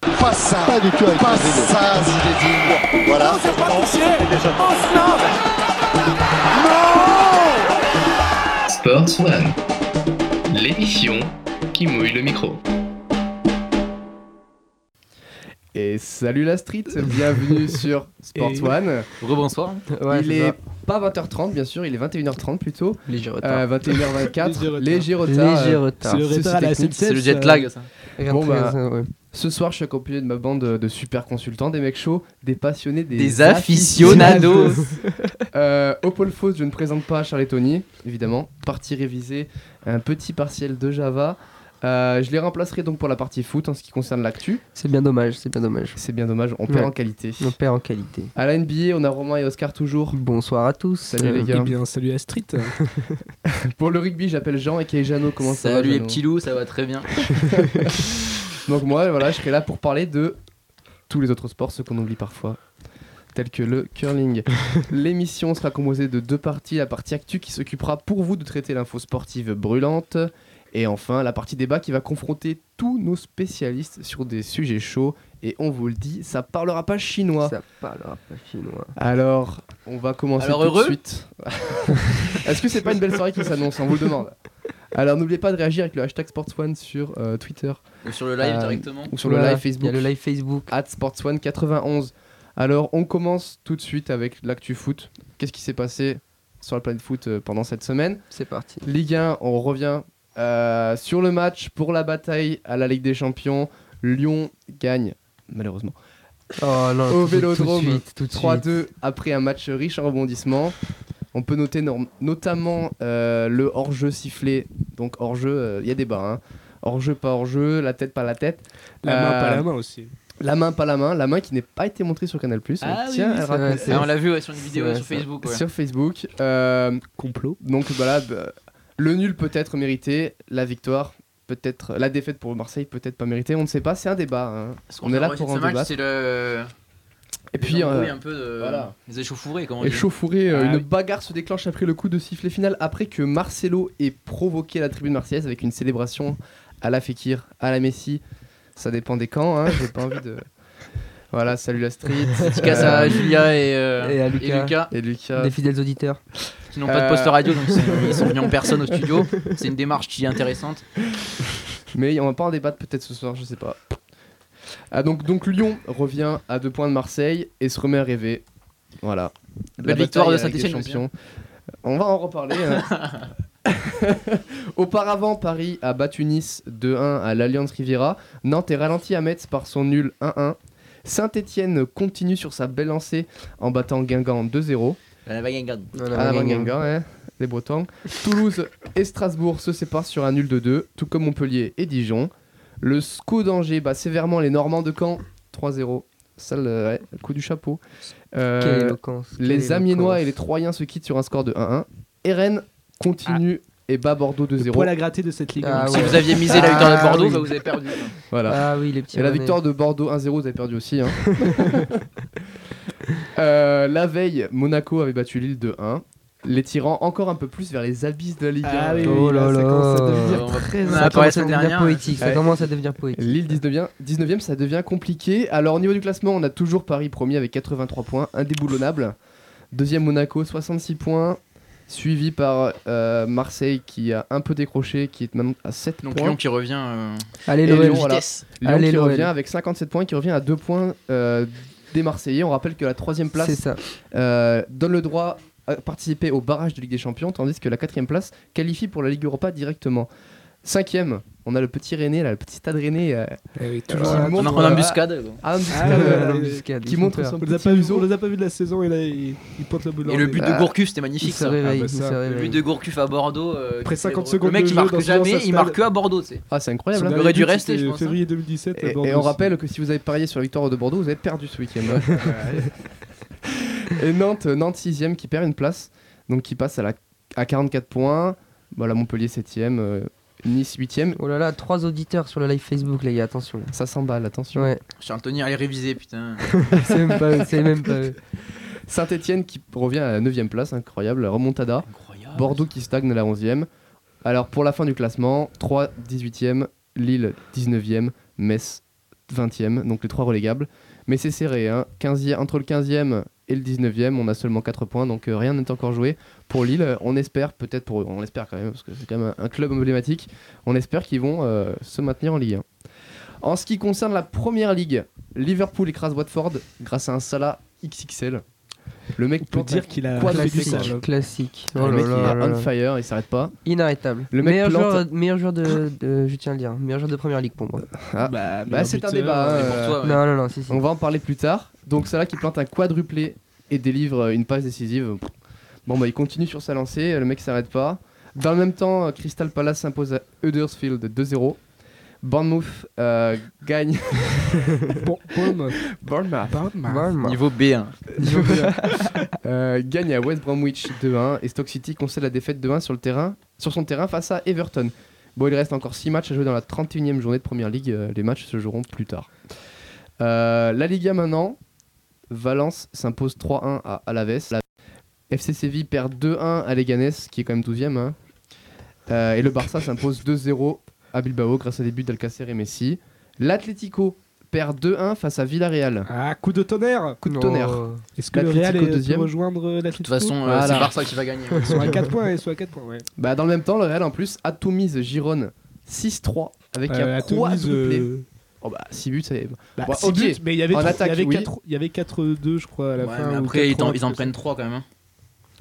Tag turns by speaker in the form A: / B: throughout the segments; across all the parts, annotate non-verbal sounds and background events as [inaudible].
A: Pas ça.
B: Pas du tout avec
A: Pas
B: Rodrigo.
A: ça, Zinedine.
B: Voilà.
C: Non, c'est pas touché On se lave Non
D: Sports One, l'émission qui mouille le micro.
E: Et salut la street, bienvenue sur Sport
F: Et-
E: One.
F: Rebonsoir.
E: il est pas 20h30 bien sûr, il est 21h30 plutôt.
G: Léger retard.
E: Euh, 21h24, léger retard.
G: Léger
E: euh,
G: retard.
F: C'est le
E: Ceci
F: retard à la
E: technique,
F: SNCF,
G: C'est le jet
F: euh,
G: lag, ça.
E: Bon, bah,
G: Ouais.
E: Ce soir, je suis accompagné de ma bande de de super consultants, des mecs chauds, des passionnés, des,
G: Des aficionados.
E: Euh, au pôle fausse, je ne présente pas Charles Tony, évidemment. Partie révisée, un petit partiel de Java. Euh, je les remplacerai donc pour la partie foot en ce qui concerne l'actu.
G: C'est bien dommage, c'est bien dommage.
E: C'est bien dommage, on perd
G: Ouais.
E: en qualité.
G: On perd en qualité.
E: À la NBA, on a Romain et Oscar toujours.
G: Bonsoir à tous. Euh,
E: Salut les
F: Eh
E: gars.
F: bien, salut à Street.
E: Pour le rugby, j'appelle Jean et Keijano. Comment ça va
H: Salut les
E: Jeannot
H: petits loups, ça va très bien.
E: Donc moi, voilà, je serai là pour parler de tous les autres sports, ceux qu'on oublie parfois, tels que le
G: [laughs]
E: curling. L'émission sera composée de deux parties. La partie actu qui s'occupera pour vous de traiter l'info sportive brûlante. Et enfin, la partie débat qui va confronter tous nos spécialistes sur des sujets chauds. Et on vous le dit, ça parlera pas chinois.
G: Ça parlera pas chinois.
E: Alors, on va commencer
H: Alors,
E: tout
H: heureux
E: de suite. [laughs] Est-ce que c'est pas une belle soirée qui s'annonce On vous le demande. Alors, n'oubliez pas de réagir avec le hashtag SportsOne sur euh, Twitter
H: Ou sur le live
E: Euh,
H: directement.
E: ou sur le
G: Voilà,
E: live Facebook.
G: Il y a le live Facebook.
E: at SportsOne91. Alors, on commence tout de suite avec l'actu foot. Qu'est-ce qui s'est passé sur la planète foot euh, pendant cette semaine
G: C'est parti.
E: Ligue 1, on revient euh, sur le match pour la bataille à la Ligue des Champions. Lyon gagne, malheureusement,
G: Oh non,
E: Au
G: tout- tout de
E: Vélodrome,
G: suite, tout de suite.
E: 3-2 après un match riche en rebondissements. On peut noter norm- notamment euh, le hors-jeu sifflé. Donc, hors-jeu, euh, il y a débat. Hein. Hors-jeu, pas hors-jeu, la tête, pas la tête.
F: La main,
E: Euh,
F: pas la main aussi.
E: La main, pas la main. La main qui n'est pas été montrée sur Canal. Euh,
H: Ah oui,
E: Tiens,
H: oui,
E: elle
G: c'est vrai,
E: raconte-
G: c'est
H: Ah, on l'a vu ouais, sur une vidéo
G: Ouais,
H: sur
G: ça-
H: Facebook. ouais.
E: sur Facebook. Euh,
F: Complot.
E: donc voilà, bah, le nul peut-être mérité, la victoire peut-être, la défaite pour Marseille peut-être pas méritée, on ne sait pas, c'est un débat. hein.
H: Ce
E: on est là
H: voit
E: pour
H: cette
E: en
H: semaine,
E: débattre.
H: C'est le.
E: Et
H: les
E: puis,
H: embrouilles
E: euh,
H: un peu de-
E: voilà.
H: les échauffourées, comment on dit.
E: échauffourée, euh,
F: Ah
E: une
F: oui.
E: bagarre se déclenche après le coup de sifflet final, après que Marcelo ait provoqué la tribune marseillaise avec une célébration à la Fekir, à la Messi. Ça dépend des camps, hein, j'ai pas envie de. [laughs] Voilà, salut la street.
H: Dédicace
E: euh,
H: à Julia et, euh,
G: et à Lucas.
E: Et Lucas.
G: Des fidèles auditeurs.
H: qui n'ont pas de poste
E: Euh,
H: radio, donc ils sont- ils sont venus en personne au studio. C'est une démarche qui est intéressante.
E: Mais on va pas en débattre peut-être ce soir, je sais pas. Ah, donc, donc Lyon revient à deux points de Marseille et se remet à rêver. Voilà.
H: Belle victoire
E: bataille
H: de
E: à la Ligue des
H: Saint-Étienne aussi,
E: Champions. On va en reparler.
H: [laughs]
E: hein. Auparavant, Paris a battu Nice 2-1 à l'Alliance Riviera. Nantes est ralenti à Metz par son nul 1-1. Saint-Etienne continue sur sa belle lancée en battant Guingamp 2-0.
H: La Vagangade.
E: À
G: Ah,
E: la Manganga, ouais, les Bretons. Toulouse et Strasbourg se séparent sur un nul de 2, tout comme Montpellier et Dijon. Le SCO d'Angers bat sévèrement les Normands de Caen, 3-0. Ça, le ouais, le coup du chapeau. Euh,
G: Quelle éloquence.
E: les
G: quelle
E: Amiénois et les
G: éloquence.
E: Troyens se quittent sur un score de 1-1. Et Rennes continue et bat Bordeaux
F: Ah. Le
E: 2-0.
F: poil à gratter de cette ligue.
G: Ah
H: Si
G: ouais.
H: vous aviez misé la victoire de
G: Ah
H: Bordeaux,
G: oui.
H: bah, vous avez perdu.
E: Voilà.
G: Ah oui, les petits.
E: Et la
G: Rouennais.
E: victoire de Bordeaux 1-0, vous avez perdu aussi.
G: [laughs]
E: hein. Euh, la veille, Monaco avait battu Lille de 1, les tirant encore un peu plus vers les abysses de la Ligue 1.
F: Ah oui,
G: Oh
F: oui,
G: là
F: là, ça commence à
G: là.
F: devenir
H: On va-
F: très
H: on a parlé
G: Ça
H: la
G: commence à
H: semaine
G: devenir
H: dernière.
G: poétique. Ça
E: Ouais.
G: commence à devenir poétique.
E: Lille 19e, 19e, ça devient compliqué. Alors au niveau du classement, on a toujours Paris premier avec 83 points, indéboulonnable. Deuxième Monaco, 66 points, suivi par euh, Marseille qui a un peu décroché, qui est même à 7
H: Donc
E: points.
H: Lyon qui revient. euh,
G: Allez,
E: Et
G: Loël.
E: Lyon, voilà.
H: vitesse.
E: Lyon
G: Allez,
E: qui
G: l'OL.
E: revient avec 57 points, qui revient à 2 points euh, des Marseillais. On rappelle que la troisième
G: C'est
E: place
G: ça.
E: euh, donne le droit à participer au barrage de Ligue des Champions, tandis que la quatrième place qualifie pour la Ligue Europa directement. Cinquième, on a le petit René, là, le petit stade René. euh,
F: Eh oui,
E: qui
F: toujours ça.
H: On
E: montre,
H: a- en
E: euh,
H: embuscade. bon.
E: ah,
F: Ah, ouais, ouais, ouais.
G: L'embuscade,
E: qui
G: ils
E: montre
G: font peur.
E: son
F: On les a
E: petit
F: pas vus-
E: bout.
F: on les a pas vus de la saison et là ils ils pointent la boule.
H: Et le but de
E: Ah.
H: Gourcuff, c'était
G: Il euh,
H: magnifique
G: se
H: ça.
G: réveille.
F: bah
G: il se
F: ça.
H: Le
G: réveille.
H: but de Gourcuff à Bordeaux. euh,
F: Après
H: qui s'est
F: 50
H: re-
F: secondes
H: Le mec,
F: de
H: il
F: jeu
H: marque
F: dans ce
H: jamais,
F: genre, ça
H: il marque
F: stade.
H: que à Bordeaux, tu sais.
E: Ah, c'est incroyable. hein.
H: aurait dû rester, je pense, hein.
F: Février 2017.
E: Et,
F: à Bordeaux
E: et on
F: aussi.
E: rappelle que si vous avez parié sur la victoire de Bordeaux, vous avez perdu ce week-end. [laughs] et Nantes, euh, Nantes 6 qui perd une place, donc qui passe à, la, à 44 points. Voilà, Montpellier 7 e Nice 8 e
G: Oh là là, trois auditeurs sur le live Facebook, les gars, attention.
E: Ça s'emballe, attention.
G: Ouais,
H: Sur Anthony, allez réviser, putain.
G: c'est même pas eux, c'est
E: [laughs]
G: même pas eux.
E: Saint-Etienne qui revient à la 9 place, incroyable, remontada.
H: Incroyable.
E: Ah, Bordeaux qui stagne à la 11 e Alors pour la fin du classement, 3 18 e Lille 19 e Metz 20e, donc les trois relégables. Mais c'est serré, hein. 15e, entre le 15e et le 19e, on a seulement 4 points, donc euh, rien n'est encore joué. Pour Lille, euh, on espère, peut-être pour eux, on l'espère quand même, parce que c'est quand même un, un club emblématique, on espère qu'ils vont euh, se maintenir en Ligue 1. En ce qui concerne la première ligue, Liverpool écrase Watford grâce à un Salah XXL. Le mec
F: On peut dire qu'il a
E: Quoi de
F: fait du
E: classique.
G: Classique,
F: sale.
G: classique.
E: le
G: Oh là
E: mec, il
G: là
E: est
G: là
E: on
G: là.
E: fire, il s'arrête pas.
G: Inarrêtable.
E: Le
G: Le
E: mec
G: meilleur,
E: plante-
G: joueur, meilleur joueur de, de- Je tiens à le dire. Meilleur joueur de première ligue pour moi.
E: Ah,
F: Bah,
E: Bah, c'est un débat.
H: Et
E: hein,
H: pour
E: euh,
H: toi, ouais.
G: Non, non, non, si, si.
E: On va en parler plus tard. Donc Salah qui plante un quadruplé et délivre euh, une passe décisive. Bon bah il continue sur sa lancée, euh, le mec s'arrête pas. Dans le même temps, euh, Crystal Palace s'impose à Huddersfield 2-0. Bournemouth euh, gagne. hein.
F: Bon, Bournemouth.
E: Bournemouth
F: Bournemouth.
G: Vraiment.
H: Niveau hein. B1.
E: euh, gagne à West Bromwich 2-1 et Stoke City concède la défaite 2-1 sur le terrain, sur son terrain face à Everton. Bon, il reste encore 6 matchs à jouer dans la 31e journée de Première Ligue. Euh, Les matchs se joueront plus tard. Euh, la Liga maintenant. Valence s'impose 3-1 à Alaves. La- FC Séville perd 2-1 à Leganes, qui est quand même 12e. hein. Euh, et le Barça s'impose 2-0 à Bilbao grâce à des buts d'Alcacer et Messi. L'Atlético perd 2-1 face à Villarreal.
F: Ah, coup de tonnerre
E: Coup de
G: Non.
E: tonnerre.
G: Oh.
F: Est-ce que le Real
E: L'Atlético
F: est
E: deuxième.
F: peut rejoindre euh, l'Atlético
H: De toute façon, euh,
E: Voilà.
H: c'est Barça qui va gagner.
F: ils sont à 4 points, ils sont à 4 points, ouais.
E: [laughs] Bah, dans le même temps, le Real en plus atomise Gironne 6-3 avec
F: Euh,
E: un
F: Atomise,
E: quadruplé.
F: euh,
E: Oh bah 6 buts, c'est
F: bah,
E: Bah,
F: six
E: ok.
F: buts, mais il y avait
E: En
F: trois-
E: attaque,
F: il y avait
E: oui.
F: quatre- il y avait 4-2, je crois, à la
H: Ouais,
F: fin.
H: mais
F: ou
H: après, ils,
F: 4-3,
H: en, ils en prennent 3 quand même. hein.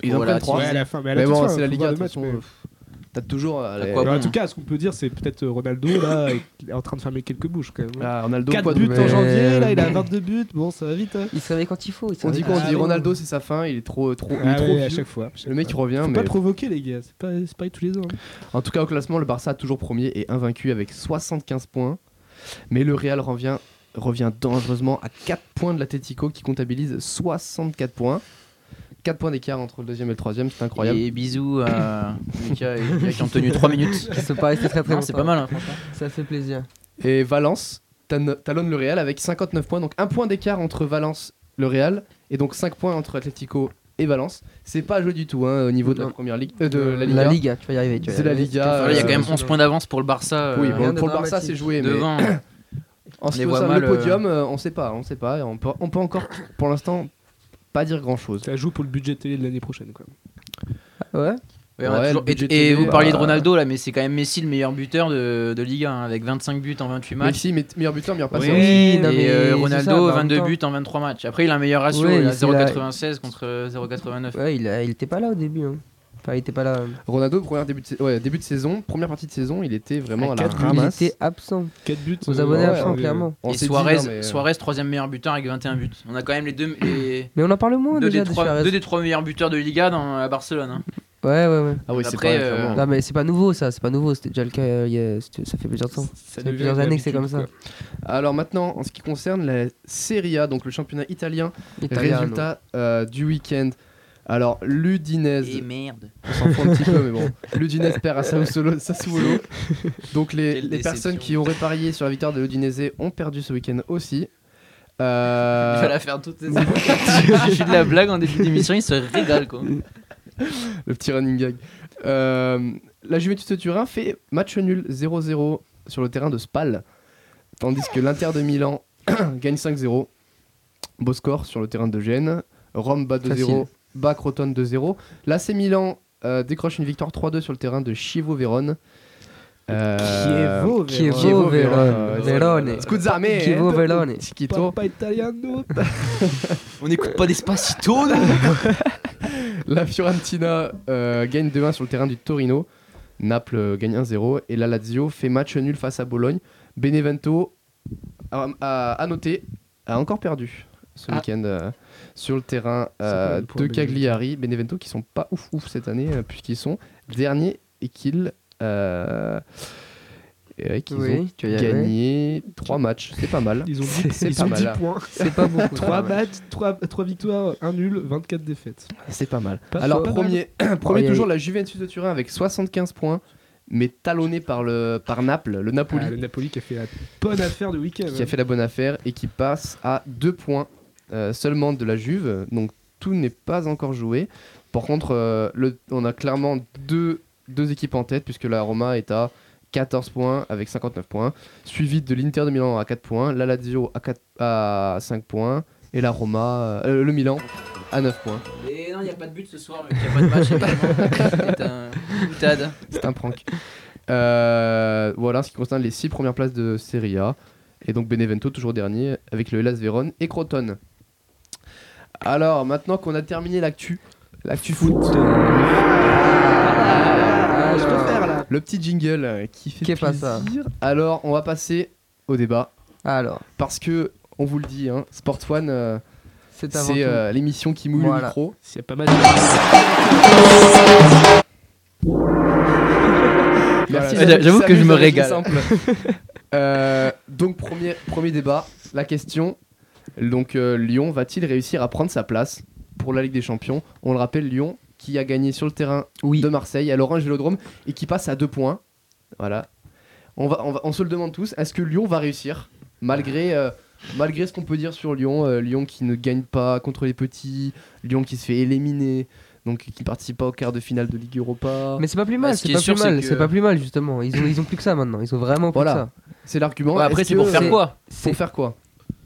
E: ils
H: Oh,
E: en prennent
H: voilà,
E: 3.
F: Ouais, à la fin, mais, à
E: Mais bon,
F: attention,
E: c'est la
F: faut
E: Ligue
F: voir
E: 1
F: le
E: de toute
F: match,
E: façon.
F: mais-
E: euh, T'as toujours euh,
H: À
E: les-
H: quoi
F: Alors, Bah, en
H: bon,
F: tout
H: hein.
F: cas, ce qu'on peut dire, c'est peut-être euh, Ronaldo
E: [laughs]
F: là, est en train de fermer quelques bouches quand même.
E: Ah, Ronaldo
F: 4
E: quadruplé.
F: buts en
G: mais-
F: janvier, là il a 22 buts, bon ça va vite. hein.
G: Il se réveille quand il faut. il se
E: On dit
G: réveille Ah
E: quoi
G: quand
E: On dit
G: il faut.
E: Ronaldo c'est sa fin, il est trop trop, il est
F: Ah
E: trop
F: ouais, à
E: vieux.
F: chaque fois. à chaque
E: Le mec il
F: fois.
E: revient
F: Faut
E: mais
F: pas provoquer les gars, c'est pas, c'est pareil tous les ans. hein.
E: en tout cas au classement le Barça toujours premier et invaincu avec 75 points. Mais le Real revient revient dangereusement à 4 points de l'Atlético qui comptabilise 64 points. 4 points d'écart entre le deuxième et le troisième, c'est incroyable.
H: Et bisous à Lucas et Lucas qui ont tenu 3 minutes.
G: Ils sont pas restés très très
H: Non, c'est
G: longtemps.
H: pas mal, hein, franchement.
G: Ça fait plaisir.
E: Et Valence tan- talonne le Real avec 59 points. Donc un point d'écart entre Valence le Real et donc 5 points entre Atlético et Valence. C'est pas joué du tout hein, au niveau de la
G: Non.
E: première ligue, euh, de la Liga.
G: La Liga, tu vas y arriver. tu vas y
E: C'est la
G: arriver.
E: Liga.
H: Enfin, là, Il y a
E: euh,
H: quand même 11 points d'avance pour le Barça.
E: Oui,
H: euh,
E: bon,
G: de
E: pour le Barça
G: dramatique.
E: c'est joué, mais
H: Devant,
E: en ce qui
H: les voit
E: concerne
H: mal,
E: le
H: euh,
E: podium, euh, on sait pas, on sait pas, on peut, on peut encore pour l'instant pas dire grand chose.
F: Ça joue pour le budget télé de l'année prochaine quoi.
G: Ouais.
H: Ouais, on a
E: Ouais,
H: toujours-
E: le budget
H: Et, et
E: télé,
H: vous parliez
G: euh,
H: de
E: bah-
H: Ronaldo là, mais c'est quand même Messi le meilleur buteur de, de Ligue 1 hein, avec 25 buts en 28 matchs.
E: Messi, mais- meilleur buteur, meilleur passeur.
G: Oui,
H: et
G: non, mais
H: euh,
G: c'est
H: Ronaldo
G: ça, bah, en même
H: 22
G: temps.
H: buts en 23 matchs. Après, il a un meilleur ratio,
G: Ouais,
H: il a
G: c'est la-
H: 0,96 contre euh, 0,89.
G: Ouais, il, a- il était pas là au début. hein. Enfin, il était pas là. euh,
E: Ronaldo, première début de, sa- ouais, début de saison, première partie de saison, il était vraiment à,
F: À
E: la
F: quatre
G: Il
E: ramasse.
G: était absent.
F: 4 buts.
G: Aux
F: euh,
G: abonnés
E: ouais,
G: absents,
F: euh,
G: clairement.
E: On
H: Et
E: s'est dit,
H: Suarez,
E: non, mais, euh,
H: Suarez, troisième meilleur buteur avec 21 buts. On a quand même les deux, les-
G: Mais on en parle moins
H: deux,
G: déjà
H: des
G: de
H: trois,
G: Suarez.
H: deux des trois meilleurs buteurs de Liga dans, à Barcelone. hein.
G: Ouais, ouais, ouais.
E: Ah oui, c'est
H: Après,
E: pas
H: euh,
E: clairement.
G: Non, mais c'est pas nouveau ça, c'est pas nouveau. C'était déjà le cas, euh, il y a- c'était- ça fait plusieurs temps.
F: Ça
G: fait
F: devient
G: plusieurs
F: une
G: années que c'est
F: habitude,
G: comme ça.
F: quoi.
E: Alors maintenant, en ce qui concerne la Serie A, donc le championnat italien,
G: Italiano.
E: résultat euh, du week-end. Alors, l'Udinese,
H: Et merde.
E: on s'en fout un petit peu, mais
H: [laughs]
E: bon. L'Udinese perd à Sassuolo. Sassuolo. Donc, les,
H: Quelle
E: les personnes
H: déception.
E: qui auraient parié sur la victoire de l'Udinese ont perdu ce week-end aussi. Euh,
H: Il fallait faire toutes ces
G: [laughs]
H: Je suis de la blague en début d'émission, il se régale quoi.
E: le petit running gag. Euh, la Juventus de Turin fait match nul 0-0 sur le terrain de Spal, tandis que l'Inter de Milan [coughs] gagne 5-0. Beau score sur le terrain de Gênes. Rome bat 2-0,
G: Facile.
E: bat Crotone 2-0. L'AC Milan euh, décroche une victoire 3-2 sur le terrain de Chievo Vérone. Euh,
F: Chievo,
G: Chievo,
E: Chievo,
G: Verone.
E: Verone.
G: Verone.
E: Scuzzame,
G: Chievo
E: eh,
G: Verone.
E: Chiquito.
F: Papa italiano.
H: On n'écoute pas d'Espacito nous
E: La Fiorentina euh, gagne 2-1 sur le terrain du Torino. Naples euh, gagne 1-0. Et la Lazio fait match nul face à Bologne. Benevento, à, à- à noter, a encore perdu ce
F: Ah.
E: week-end euh, sur le terrain
F: C'est pas
E: euh,
F: mal pour
E: de
F: la Belgique.
E: Cagliari. Benevento qui sont pas ouf ouf cette année, euh, puisqu'ils sont derniers et qu'ils euh, et qu'ils ont
G: Oui, tu vas y arriver.
E: gagné 3 matchs. C'est pas mal.
F: Ils
E: [laughs]
F: ont
E: C'est
F: 10, ils
E: pas
F: ont
E: mal,
F: 10
E: là.
F: points.
G: C'est pas
F: [laughs]
G: beaucoup.
F: 3 matchs, 3, victoires, 1 nul, 24 défaites.
E: C'est pas mal.
F: Pas
E: Alors
F: faux.
E: premier, [clears throat] premier
G: Ah, Aïe,
E: toujours la Juventus de Turin avec 75 points, mais talonné par le par Naples, le Napoli
F: Ah, le Napoli qui a fait la bonne affaire du week-end.
E: qui a
F: hein.
E: fait la bonne affaire et qui passe à 2 points euh, seulement de la Juve. Donc tout n'est pas encore joué. Par contre, euh, le- on a clairement deux, deux équipes en tête puisque la Roma est à 14 points avec 59 points, suivi de l'Inter de Milan à 4 points, la Lazio à, 4 à 5 points et la Roma, euh, le Milan à 9 points.
H: Mais non, il n'y a pas de but ce soir, il n'y a pas de match. évidemment. C'est un boutade.
E: C'est un prank. Euh, voilà ce qui concerne les 6 premières places de Serie A. Et donc Benevento toujours dernier avec le Hellas Vérone et Croton. Alors maintenant qu'on a terminé l'actu, l'actu foot,
F: Ah, je préfère là.
E: le petit jingle euh, qui fait
G: Qu'est
E: plaisir.
G: pas ça
E: Alors on va passer au débat
G: Alors,
E: parce que on vous le dit, hein, Sport One, euh,
G: c'est avant
E: c'est
G: tout-
E: euh, l'émission qui mouille le
G: Voilà.
E: micro.
F: C'est pas mal. de-
E: Merci.
H: Voilà.
E: Jamie.
H: Eh, J'avoue
E: Ça
H: que je
E: amuse
H: me
E: avec les
H: régale. [laughs]
E: simples. Euh, donc premier, premier débat, la question. Donc euh, Lyon va-t-il réussir à prendre sa place pour la Ligue des Champions On le rappelle, Lyon qui a gagné sur le terrain
G: Oui.
E: de Marseille à l'Orange Vélodrome et qui passe à deux points. Voilà. On, va, on, va- on se le demande tous. Est-ce que Lyon va réussir malgré euh, malgré ce qu'on peut dire sur Lyon euh, Lyon qui ne gagne pas contre les petits, Lyon qui se fait éliminer, donc qui ne participe pas au quart de finale de Ligue Europa.
G: Mais c'est pas plus
H: Bah,
G: mal,
H: ce qui est
G: c'est pas
H: sûr,
G: plus
H: c'est
G: mal,
H: que-
G: c'est pas plus mal justement. Ils ont, ils ont plus que ça maintenant, ils ont vraiment plus
E: Voilà.
G: que ça.
E: C'est l'argument.
H: Ouais, après,
E: Est-ce
H: c'est
E: que-
H: pour faire
G: c'est-
H: quoi
G: C'est-
E: Pour faire quoi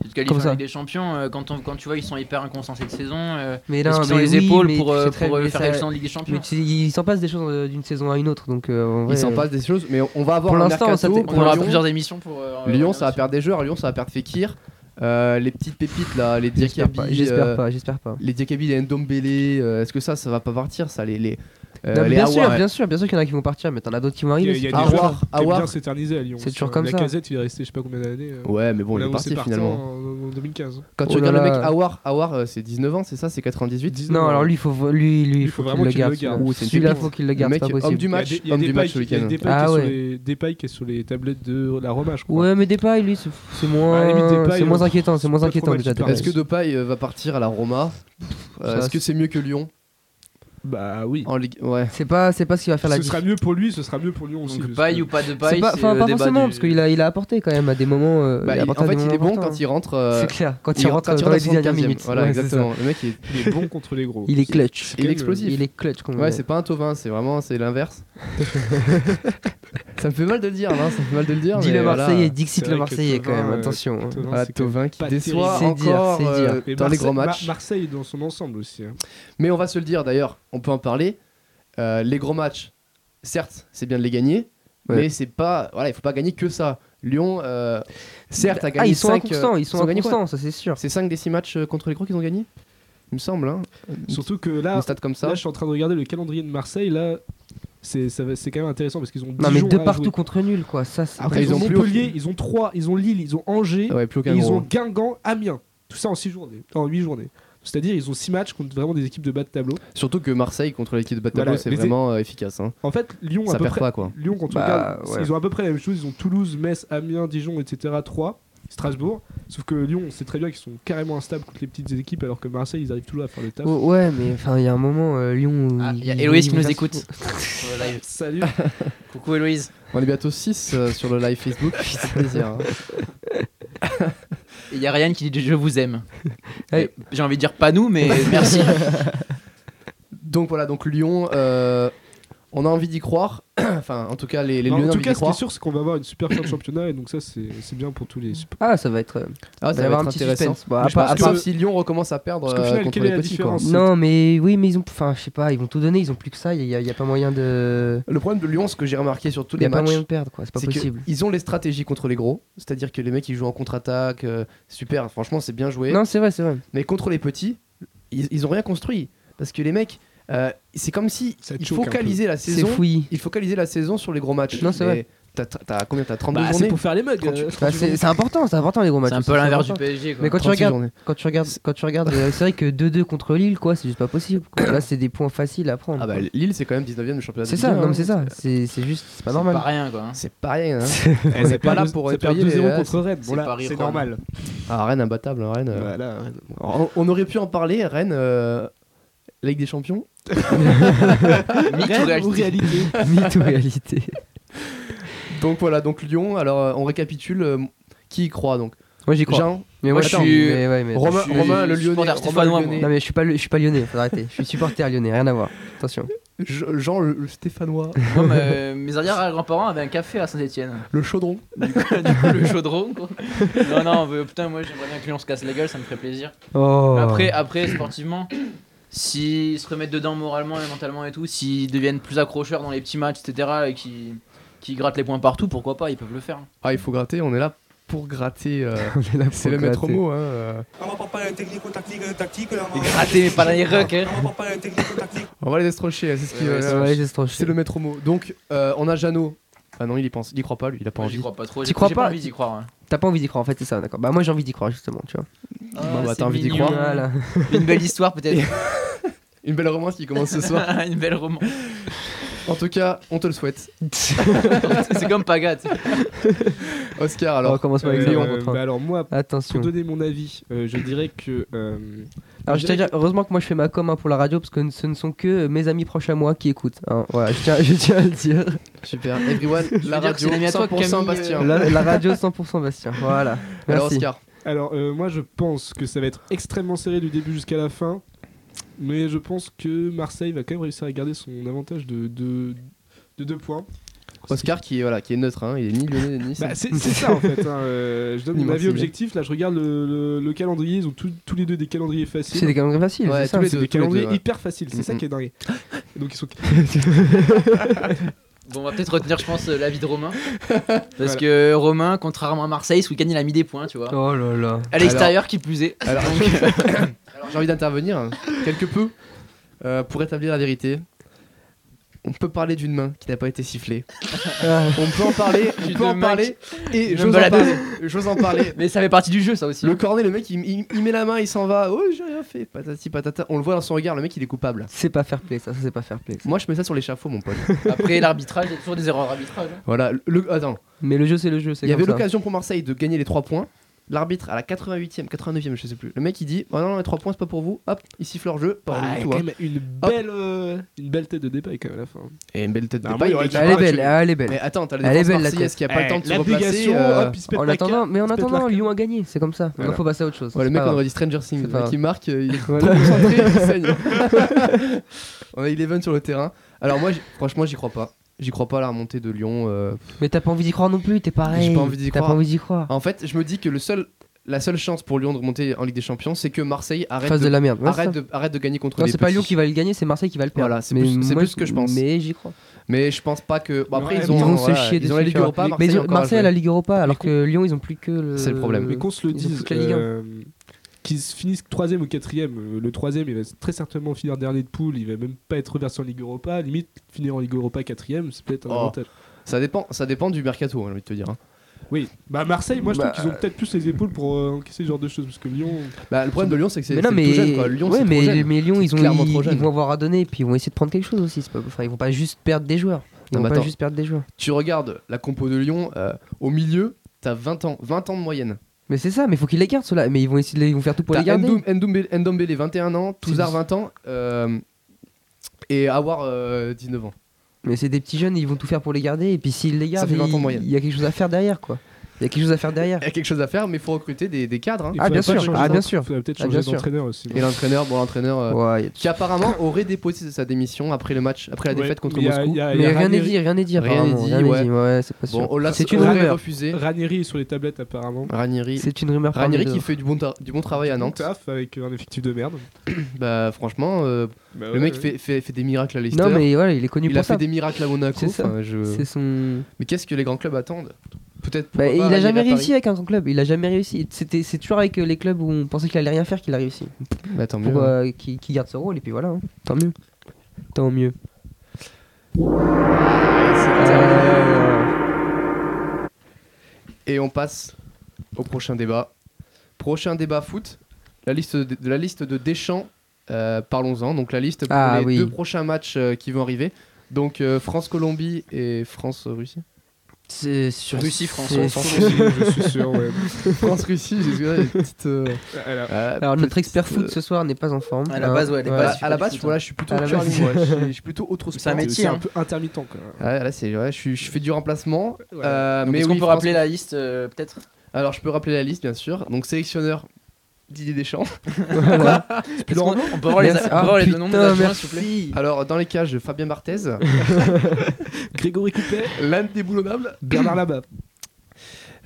H: Tu te qualifies
G: Comme
H: en
G: ça.
H: Ligue des Champions, euh, quand, on, quand tu vois, ils sont hyper inconstants cette saison. euh,
G: Mais
H: Est-ce
G: non,
H: qu'ils ont
G: mais
H: les
G: oui,
H: épaules
G: mais
H: pour,
G: tu
H: euh,
G: sais
H: pour,
G: très-
H: euh,
G: mais
H: faire
G: ça-
H: réussir en Ligue des Champions
G: Mais tu- ils s'en passent des choses euh, d'une saison à une autre, donc euh, en vrai,
E: Il s'en
G: euh,
E: passe des choses, mais on va avoir
G: Pour
E: un
G: l'instant, ça
E: mercato,
G: t'est-
E: pour
H: On aura
E: Lyon.
H: plusieurs émissions pour. euh,
E: Lyon,
H: revenir
E: ça va
H: dessus.
E: perdre des joueurs. Lyon, ça va perdre Fekir. Euh, les petites pépites là, les
G: J'espère
E: Diakabi,
G: pas, j'espère
E: euh,
G: pas, j'espère pas.
E: les Diakabi, les Ndombele. euh, Est-ce que ça, ça va pas partir ça Les les, euh,
G: Non, mais
E: les
G: bien, sûr,
E: Aouar,
G: bien sûr, bien sûr qu'il y en a qui vont partir, mais t'en as d'autres qui vont
F: Il y
G: arriver.
F: a, il y
G: c'est
F: a des
G: pas
E: Awar,
G: grave.
F: joueurs qui aiment
E: Awar.
F: bien s'éterniser à Lyon.
G: C'est
F: aussi,
G: toujours
F: hein.
G: comme ça.
F: La casette, il est resté je sais pas combien d'années. euh,
E: Ouais, mais bon,
F: on
E: il est parti
F: l'annonçait partant
E: finalement.
F: En, en 2015.
E: Quand tu
G: Oh là
E: regardes le mec
G: là.
E: Awar, Awar, euh, c'est 19 ans, c'est ça, c'est 98.
F: 19
G: Non,
F: ans.
G: alors lui, il faut, vo- lui, lui,
F: Lui,
G: faut qu'il le garde.
F: garde.
E: Ouh,
G: celui-là.
E: c'est une
G: Celui-là,
E: pépite.
G: faut qu'il le
E: Le
G: garde, c'est
E: mec,
G: pas
E: homme du
G: possible.
E: match,
F: il y a
E: homme
F: des
E: du
F: pailles
E: match ce
F: qui- il y a
E: week-end.
F: des
G: Ah
F: pailles qui est sur
G: ouais.
F: les- des pailles qui est sur les tablettes de la Roma, je crois.
G: Ouais, mais Depay, lui, c'est- c'est moins,
F: Bah, limite, Depay,
G: c'est moins
F: euh,
G: inquiétant, c'est
F: c'est
G: moins
F: pas
G: inquiétant
F: trop mal
G: déjà.
F: qu'il
G: Depay.
F: parle.
E: Est-ce que Depay euh, va partir à la Roma Euh,
G: Ça,
E: Est-ce que c'est mieux que Lyon
F: Bah oui.
E: en Ligue Ouais.
G: c'est pas, c'est pas ce qui va faire la
F: Ce
G: diff.
F: sera mieux pour lui, ce sera mieux pour Lyon aussi.
H: Donc,
F: parce
H: paille
F: que-
H: ou pas de
G: C'est
H: paille
G: pas,
H: c'est
G: enfin,
H: le
G: pas
H: débat
G: forcément,
H: du-
G: parce qu'il a, il a apporté quand même à des moments. euh,
E: Bah,
G: il
E: il-
G: a apporté
E: en
G: à
E: fait,
G: des
E: il est
G: moments
E: bon
G: importants.
E: quand il rentre. euh,
G: hein. C'est clair, quand il,
E: quand
G: rentre dans les dernières
E: 75e.
G: minutes.
E: Voilà,
G: Ouais, c'est
E: exactement. Le mec, il est-
F: Il est bon contre les gros.
G: ça. Il est clutch.
E: il est explosif.
G: Il est clutch, comme on
E: Ouais,
G: dit.
E: c'est pas un Tovin, c'est vraiment c'est
G: [laughs]
E: l'inverse. ça me fait mal de le dire, non Ça me fait mal de le dire.
G: Dis
E: mais
G: le
E: voilà.
G: Marseillais, Dixit
F: C'est
G: le
F: vrai que
G: Marseillais quand
F: Thauvin,
G: même,
F: euh,
G: attention. hein.
F: Thauvin,
E: Voilà,
F: c'est
E: Tovin qui
F: pas
E: déçoit
G: terrible. C'est dire,
E: encore
G: c'est
E: euh,
G: dire.
F: Mais
E: dans les
F: Marseille-
E: grands matchs.
F: Ma- Marseille dans son ensemble aussi. hein.
E: Mais on va se le dire d'ailleurs, on peut en parler. Euh, les grands matchs, certes, c'est bien de les gagner,
G: Ouais.
E: mais c'est pas voilà, il faut pas gagner que ça. Lyon, euh, certes, a
G: Ah,
E: gagné
G: ils sont
E: 5
G: inconstants, ils sont
E: gagné quoi
G: inconstants, ça c'est sûr.
E: C'est 5 des 6 matchs euh, contre les gros qu'ils ont gagné Il me semble, hein.
F: Surtout que là,
E: Une stat comme ça.
F: là, je suis en train de regarder le calendrier de Marseille. Là, c'est ça va- c'est quand même intéressant parce qu'ils ont.
G: Non, mais
F: Dijon
G: de
F: à
G: partout
F: jouer.
G: contre nul, quoi. Ça, c'est.
E: Après,
F: Après, ils
E: ils
F: ont
E: ont plus
F: Montpellier, ils ont Troyes, ils ont Lille, ils ont Angers,
E: Ah ouais, plus
F: et
E: aucun
F: ils
E: gros,
F: ont
E: hein.
F: Guingamp, Amiens. Tout ça en 6 journées, en 8 journées. C'est-à-dire, ils ont 6 matchs contre vraiment des équipes de bas de tableau.
E: Surtout que Marseille contre l'équipe de Bataclan,
F: Voilà,
E: c'est
F: les-
E: vraiment euh, efficace. hein.
F: En fait, Lyon à
E: Ça
F: peu
E: perd
F: près.
E: pas
F: [laughs]
E: quoi.
F: Lyon, quand on
G: Bah,
F: regarde,
G: ouais.
F: ils ont à peu près la même chose. Ils ont Toulouse, Metz, Amiens, Dijon, etc. 3, Strasbourg. Sauf que Lyon, on sait très bien qu'ils sont carrément instables contre les petites équipes, alors que Marseille, ils arrivent toujours à faire le taf.
G: Oh, ouais, mais enfin, il y a un moment, euh, Lyon.
H: Ah, il y a
G: ils-
H: Héloïse qui
G: ils vont
H: nous
G: faire
H: écoute.
G: ce qu'il
H: Sur le live.
F: Salut.
H: Coucou Héloïse.
E: On est bientôt 6 sur le live [laughs] Facebook, ça fait plaisir. hein.
H: Il y a Ryan qui dit Je vous aime.
G: [laughs] Hey.
H: J'ai envie de dire pas nous, mais
G: [laughs]
H: merci.
E: Donc voilà, donc Lyon, euh, on a envie d'y croire. [clears throat] enfin, en tout cas, les, les
F: Alors,
E: Lyonnais
F: Bah, en
E: ont
F: tout
E: envie
F: cas,
E: d'y
F: ce qui est
E: croire.
F: sûr, c'est qu'on va avoir une super fin de championnat, et donc ça, c'est c'est bien pour tous les.
E: Bah,
F: supporters.
G: faut. Ah, ça va être. euh,
E: Ah,
G: va
E: ça
G: y
E: va
G: avoir
E: être
G: un petit
E: intéressant.
G: suspense. Bah,
F: Mais
G: à
F: je
G: part-
E: À
G: à
F: pense
G: part-
E: part
F: que-
E: si Lyon recommence à perdre
F: Parce qu'au final,
E: euh, contre
F: quelle est
E: les
F: la
E: petits. Quoi.
F: différence
G: Non, mais oui, mais ils ont. Enfin, je sais pas, ils vont tout donner, ils ont plus que ça, il y, a- il y a pas moyen de.
E: Le problème de Lyon, ce que j'ai remarqué sur tous
G: Il
E: les
G: y a pas
E: matchs,
G: moyen de perdre, quoi. C'est pas
E: c'est
G: possible.
E: qu'ils ont les stratégies contre les gros. C'est-à-dire que les mecs, ils jouent en contre-attaque. euh, super, franchement, c'est bien joué.
G: Non, c'est vrai, c'est vrai.
E: Mais contre les petits, ils, ils ont rien construit. Parce que les mecs, euh, c'est comme si
F: Ça
E: il
F: choque un peu.
E: focaliser la
G: C'est
E: saison.
G: fouillis.
E: Il focaliser la saison sur les gros matchs.
G: Non, c'est
E: Mais
G: vrai.
E: T'as t'as combien T'as 32
F: Bah,
E: journées
F: faire les mugs.
E: Quand tu-
F: euh.
G: Bah, c'est
F: [laughs]
G: c'est important, c'est important les gros matchs.
H: C'est un
G: aussi,
H: peu l'inverse du
G: important.
H: PSG. Quoi.
G: Mais quand tu
E: 36
G: regardes,
E: journées.
G: quand tu regardes, quand tu regardes, euh, c'est vrai que 2-2 contre Lille, quoi, c'est juste pas possible. quoi. Là, c'est des points faciles à prendre.
E: Ah bah
G: quoi.
E: Lille c'est quand même 19ème du championnat. de
G: c'est
E: Ligue
G: ça,
E: 1,
G: non,
E: hein.
G: mais c'est ça. C'est c'est juste, c'est pas
H: C'est
G: normal.
H: Pas rien
G: [laughs]
H: quoi. hein.
E: C'est pas rien. Hein.
F: Eh, ça
E: pas
F: perd
E: là
F: deux-
E: pour euh,
F: ça perd
E: nettoyer les-
F: 2-0 contre Rennes.
H: c'est
F: Bon, là,
H: Paris
F: c'est
E: hein.
H: Rome.
F: normal.
E: Ah, Rennes imbattable, hein, Rennes. euh.
F: Voilà.
E: On, on aurait pu en parler, Rennes, euh, Ligue des Champions.
H: Mythe ou
F: Rêve
H: réalité [laughs]
F: ou réalité
G: [laughs] Mythe ou réalité.
E: Donc voilà, donc Lyon, alors euh, on récapitule. euh, qui y croit donc
G: Moi, j'y crois.
E: Jean,
G: Mais
H: moi,
G: moi,
H: je
G: je
H: suis-
G: Mais, ouais, mais...
E: Romain,
H: je suis
E: Romain, le Lyonnais.
H: supporter
E: Romain,
H: stéphanois,
E: le
H: moi.
E: Lyonnais.
G: Non mais je suis pas, le- je suis pas lyonnais, faut arrêter. Je suis supporter lyonnais, rien à voir. Attention.
E: Je- Jean le, le Stéphanois,
H: Moi, mes, mes arrière-grands-parents avaient un café à Saint-Etienne.
E: le chaudron.
H: Du coup, [laughs] du coup, le chaudron, quoi. Non, non, mais, putain, moi j'aimerais bien que l'on se casse la gueule, ça me ferait plaisir.
G: Oh.
H: Mais Après, après, sportivement, s'ils se remettent dedans moralement et mentalement et tout, s'ils deviennent plus accrocheurs dans les petits matchs, etc., et qui qui grattent les points partout, pourquoi pas, ils peuvent le faire. hein.
E: Ah, il faut gratter, on est là pour gratter.
H: [laughs]
E: euh,
G: On est là pour
E: c'est le maître
G: gratter.
E: mot. Hein, euh.
A: On rapporte pas la technico-tactique, euh, tactique. là,
H: Et gratter, mais pas dans les rucks, hein.
A: On rapporte pas la technico-tactique.
E: On va les estrocher, c'est ce qui.
H: Ouais,
E: euh,
H: ouais,
G: Ouais, j'ai trop
E: c'est le maître mot. Donc, euh, on a Jeannot. Ah non, il y pense, il y croit pas lui, il a pas
H: Moi,
E: envie.
H: J'y crois pas trop.
G: T'y
H: j'ai-
G: crois
H: j'ai
G: pas
H: envie d'y croire. hein.
G: T'as pas envie d'y croire en fait, c'est ça, d'accord. Bah moi j'ai envie d'y croire justement, tu vois.
E: bah,
H: Ah,
E: t'as
H: c'est
E: envie d'y
H: mignon.
E: croire.
G: Voilà.
H: [laughs] Une belle histoire peut-être.
E: [laughs]
H: Ah,
E: Une belle romance qui commence ce
H: [laughs]
E: soir.
H: Une belle romance.
E: En tout cas, on te le souhaite.
H: C'est comme Pagate.
E: Oscar,
G: Alors,
E: [laughs]
G: on
E: alors.
G: commence pas avec
F: Euh,
G: ça.
E: Lyon,
G: on rentre, hein.
F: bah alors moi,
G: Attention.
F: pour donner mon avis, euh, je dirais que euh,
G: Alors je tiens à dire, heureusement que moi je fais ma com hein, pour la radio parce que ce ne sont que euh, mes amis proches à moi qui écoutent. hein. Voilà, je tiens, [laughs] je tiens à le dire.
E: Super, everyone, la
H: dire que
E: radio,
H: c'est l'ami à toi,
E: 100%
H: Camille, euh,
E: Bastien.
G: La, la radio 100% Bastien, voilà.
E: [laughs] Alors,
G: Merci.
E: Oscar.
F: Alors, euh, moi, je pense que ça va être extrêmement serré du début jusqu'à la fin. Mais je pense que Marseille va quand même réussir à garder son avantage de, de, de deux points.
E: Oscar qui est, voilà, qui est neutre, hein, il est ni lyonnais ni nice.
F: Bah,
H: [laughs]
F: c'est c'est ça, en fait. hein, euh, je donne
E: Ni
F: mon avis
E: Marseillais.
F: objectif. Là, je regarde le, le- le calendrier. Ils ont tous- tous les deux des calendriers
G: C'est
F: faciles.
G: des calendriers faciles,
E: Ouais,
G: c'est ça.
E: tous les
F: C'est
E: deux,
F: des calendriers
E: ouais.
F: hyper faciles. C'est ça
E: Mhm.
F: qui est dingue. Donc, ils sont...
H: Bon, on va peut-être retenir, je pense, euh, l'avis de Romain. Parce
F: Voilà.
H: que Romain, contrairement à Marseille, ce week-end, il a mis des points, tu vois.
G: Oh là là.
H: À l'extérieur, qui plus est.
E: Alors, [laughs] alors, j'ai envie d'intervenir hein, quelque peu euh, pour établir la vérité. On peut parler d'une main qui n'a pas été sifflée. On peut en
H: [laughs]
E: parler, on
H: Ah. D'une
E: peut en
H: main
E: parler. Et
H: me
E: j'ose en
H: balade.
E: parler, j'ose en
H: [laughs]
E: parler.
H: Mais ça fait partie du jeu, ça aussi.
E: Le cornet, le mec, il, il- il met la main, il s'en va. Oh, j'ai rien fait. Patati patata. On le voit dans son regard, le mec, il est coupable.
G: C'est pas fair play, ça, ça c'est pas fair play. ça.
E: Moi, je mets ça sur l'échafaud, mon pote.
H: Après, l'arbitrage, il y a toujours des erreurs d'arbitrage. hein.
E: Voilà. le- Le, attends,
G: Mais le jeu c'est le jeu, c'est
E: il y avait
G: comme ça.
E: l'occasion pour Marseille de gagner les 3 points. L'arbitre à la 88e, 89e, je sais plus. Le mec, il dit oh, Non, non, les 3 points, c'est pas pour vous. Hop, il siffle leur jeu. Pas
F: Ah,
E: du
F: il y a
E: tout,
F: quand
E: hein.
F: même une belle, euh, une belle tête de débat quand même à la fin.
E: Et une belle tête de
F: Normalement,
E: paille.
F: il aurait
E: mec.
F: dû
G: Elle est belle, elle est
E: Mais
G: belle.
E: attends, t'as la
G: Elle est
E: défense
G: belle, la
E: marseillaise qui a pas le
F: Eh,
E: temps de se replacer.
F: l'abnégation,
E: euh,
F: hop, il se pète
G: En
F: la
G: attendant, mais en
F: se pète
G: attendant,
F: l'arc.
G: Lyon a gagné, c'est comme ça.
F: Voilà.
G: Donc faut passer à autre chose.
E: Ouais, le
G: c'est
E: mec, on
G: pas grave.
E: aurait dit Stranger Things, le
G: C'est pas
E: mec qui marque, euh,
G: [laughs]
E: il est trop
G: Voilà.
E: concentré, il saigne.
G: [laughs]
E: [laughs] on a Eleven sur le terrain. Alors, moi, j'- franchement, j'y crois pas. J'y crois pas à la remontée de Lyon. euh.
G: Mais t'as pas envie d'y croire non plus, t'es pareil.
E: J'ai pas envie d'y
G: T'as
E: croire.
G: pas envie d'y croire.
E: En fait, je me dis que le seul, la seule chance pour Lyon de remonter en Ligue des Champions, c'est que Marseille arrête,
G: Face
E: de,
G: de la merde. Ouais, c'est
E: arrête,
G: ça.
E: de, arrête de gagner contre
G: Non,
E: les
G: c'est pas
E: petits.
G: Lyon qui va le gagner, c'est Marseille qui va le perdre.
E: Voilà, c'est
G: Mais
E: plus- c'est
G: moi,
E: plus ce que je pense.
G: Mais j'y crois.
E: Mais je pense pas que. bon, après,
F: Ouais,
E: ils
F: mais
E: ont,
F: ils vont
E: voilà, ils ont la Ligue
G: dessus, tu
E: Europa.
G: vois. Mais
E: Marseille,
G: ils ont-
E: encore la
G: Marseille a la Ligue Europa, alors
E: Mais
G: que Lyon, ils ont plus que le.
E: C'est le problème.
F: Mais qu'on se le
G: euh, ils ont
F: dise,
G: toute la Ligue un.
F: euh, qu'ils se finissent troisième ou quatrième, euh, le troisième, il va très certainement finir dernier de poule, il va même pas être reversé en Ligue Europa, limite finir en Ligue Europa quatrième, c'est peut-être un
E: Oh.
F: avantage.
E: Ça dépend, ça dépend du mercato, j'ai envie de te dire. hein.
F: Oui, bah Marseille, moi je
G: Bah,
F: trouve qu'ils ont peut-être plus les épaules pour euh, encaisser ce genre de choses, parce que Lyon,
E: Bah, le problème de Lyon, c'est que c'est
G: Mais
E: c'est
G: non,
E: tout
G: mais.
E: jeune. Quoi. Lyon,
G: ouais,
E: c'est trop
G: mais,
E: jeune.
G: mais Lyon, ils, ont,
E: clairement trop
G: ils,
E: jeune.
G: ils vont avoir à donner, puis ils vont essayer de prendre quelque chose aussi. c'est Pas, enfin, ils vont pas juste perdre des joueurs. Ils
E: Non,
G: vont
E: mais
G: pas
E: attends.
G: juste perdre des joueurs.
E: Tu regardes la compo de Lyon, euh, au milieu, t'as 20 ans, 20 ans de moyenne.
G: Mais c'est ça, mais faut qu'ils les gardent ceux-là. Mais ils vont essayer de les- ils vont faire tout pour les
E: T'as
G: garder.
E: Ndoum- Ndoumbe- Ndombele, 21 ans, Touzard,
G: C'est-
E: 20 ans, euh, et Awar, euh, 19 ans.
G: Mais c'est des petits jeunes, ils vont tout faire pour les garder. Et puis s'ils les gardent,
E: fait 20 ans de
G: il-
E: moyenne.
G: il y a quelque chose à faire derrière, quoi. Il y a quelque chose à faire derrière.
E: Il y a quelque chose à faire, mais il faut recruter des, des cadres. hein.
F: il
G: Ah, bien
F: faudrait pas
G: sûr,
F: changer
G: ah,
F: d'en-
G: bien sûr.
F: faudrait peut-être
G: Ah,
F: changer
G: bien sûr.
F: d'entraîneur aussi.
E: Et l'entraîneur, bon, l'entraîneur euh,
G: Ouais, y a-
E: qui apparemment aurait déposé sa démission après le match, après la
F: Ouais,
E: défaite contre
F: il y a-
E: Moscou.
F: il y a- il y
G: Mais
F: a
G: rien n'est dit,
F: Ranieri-
G: rien n'est dit.
E: Rien n'est
G: apparemment,
E: dit,
G: Rien n'est
E: ouais.
G: dit, ouais, c'est pas
E: Bon,
G: sûr.
E: oh, là,
G: C'est une
E: on l'a
G: rumeur.
E: refusé.
F: Ranieri est sur les tablettes apparemment.
E: Ranieri,
G: C'est une rumeur. parmi
E: Ranieri
G: deux.
E: qui fait du bon, tar- du bon travail à Nantes.
F: Taf avec un effectif de merde.
E: Bah franchement, euh, le mec fait, fait, fait des miracles à Leicester.
G: Non, mais voilà, il est connu
E: il
G: pour
E: a fait
G: ça.
E: des miracles à Monaco.
G: C'est ça.
E: enfin, je-
G: C'est son.
E: Mais qu'est-ce que les grands clubs attendent Peut-être.
G: Bah,
E: pourquoi
G: il
E: pas
G: a jamais
E: Ranieri à
G: réussi avec un grand club. Il a jamais réussi. C'était, c'est toujours avec euh, les clubs où on pensait qu'il allait rien faire qu'il a réussi.
E: Paris. Bah, tant mieux.
G: Pour euh, qu'il qu'il garde ce rôle et puis voilà. hein. Tant mieux. Tant mieux. Euh,
E: Et on passe au prochain débat. Prochain débat foot. La liste de, de la liste de Deschamps. euh, Parlons-en. Donc la liste pour
G: Ah,
E: les
G: oui.
E: deux prochains matchs euh, qui vont arriver. Donc euh, France-Colombie et
G: [laughs]
E: France-Russie.
G: C'est sur
H: Russie, France,
G: c'est-
H: on
F: Sans souci, je suis sûr,
E: [laughs]
F: ouais.
E: France-Russie, j'ai excusé, petite, euh,
F: Alors,
E: euh,
G: Alors notre expert
E: petite,
G: foot ce soir n'est pas en forme.
H: à la base, ouais, elle est pas
E: Bah,
G: [laughs]
H: super
E: à la
H: du
E: base,
H: foot,
E: voilà, je suis plutôt
G: À la
E: curling,
G: base.
E: moi. Je
H: [laughs]
E: suis- je suis plutôt autre
H: C'est un
E: sport.
H: métier,
F: c'est
H: hein.
F: un peu intermittent quoi.
G: Euh,
E: Ouais, là, c'est, ouais, je, suis- je fais du remplacement.
F: Ouais.
E: Euh, mais
H: Est-ce
E: oui,
H: qu'on peut
E: France-
H: rappeler la liste, euh, peut-être
E: Alors, je peux rappeler la liste, bien sûr. Donc, sélectionneur Didier Deschamps.
G: Voilà.
H: Est-ce qu'on- On peut avoir les, on
G: Merci.
H: peut
G: Ah,
H: avoir les deux noms
G: putain,
H: d'adjoints, s'il vous plaît
G: merci.
E: Alors, dans les cages, Fabien
H: [laughs]
E: Barthez,
F: Grégory Coupet,
E: l'indéboulonnable.
F: Bernard Labat.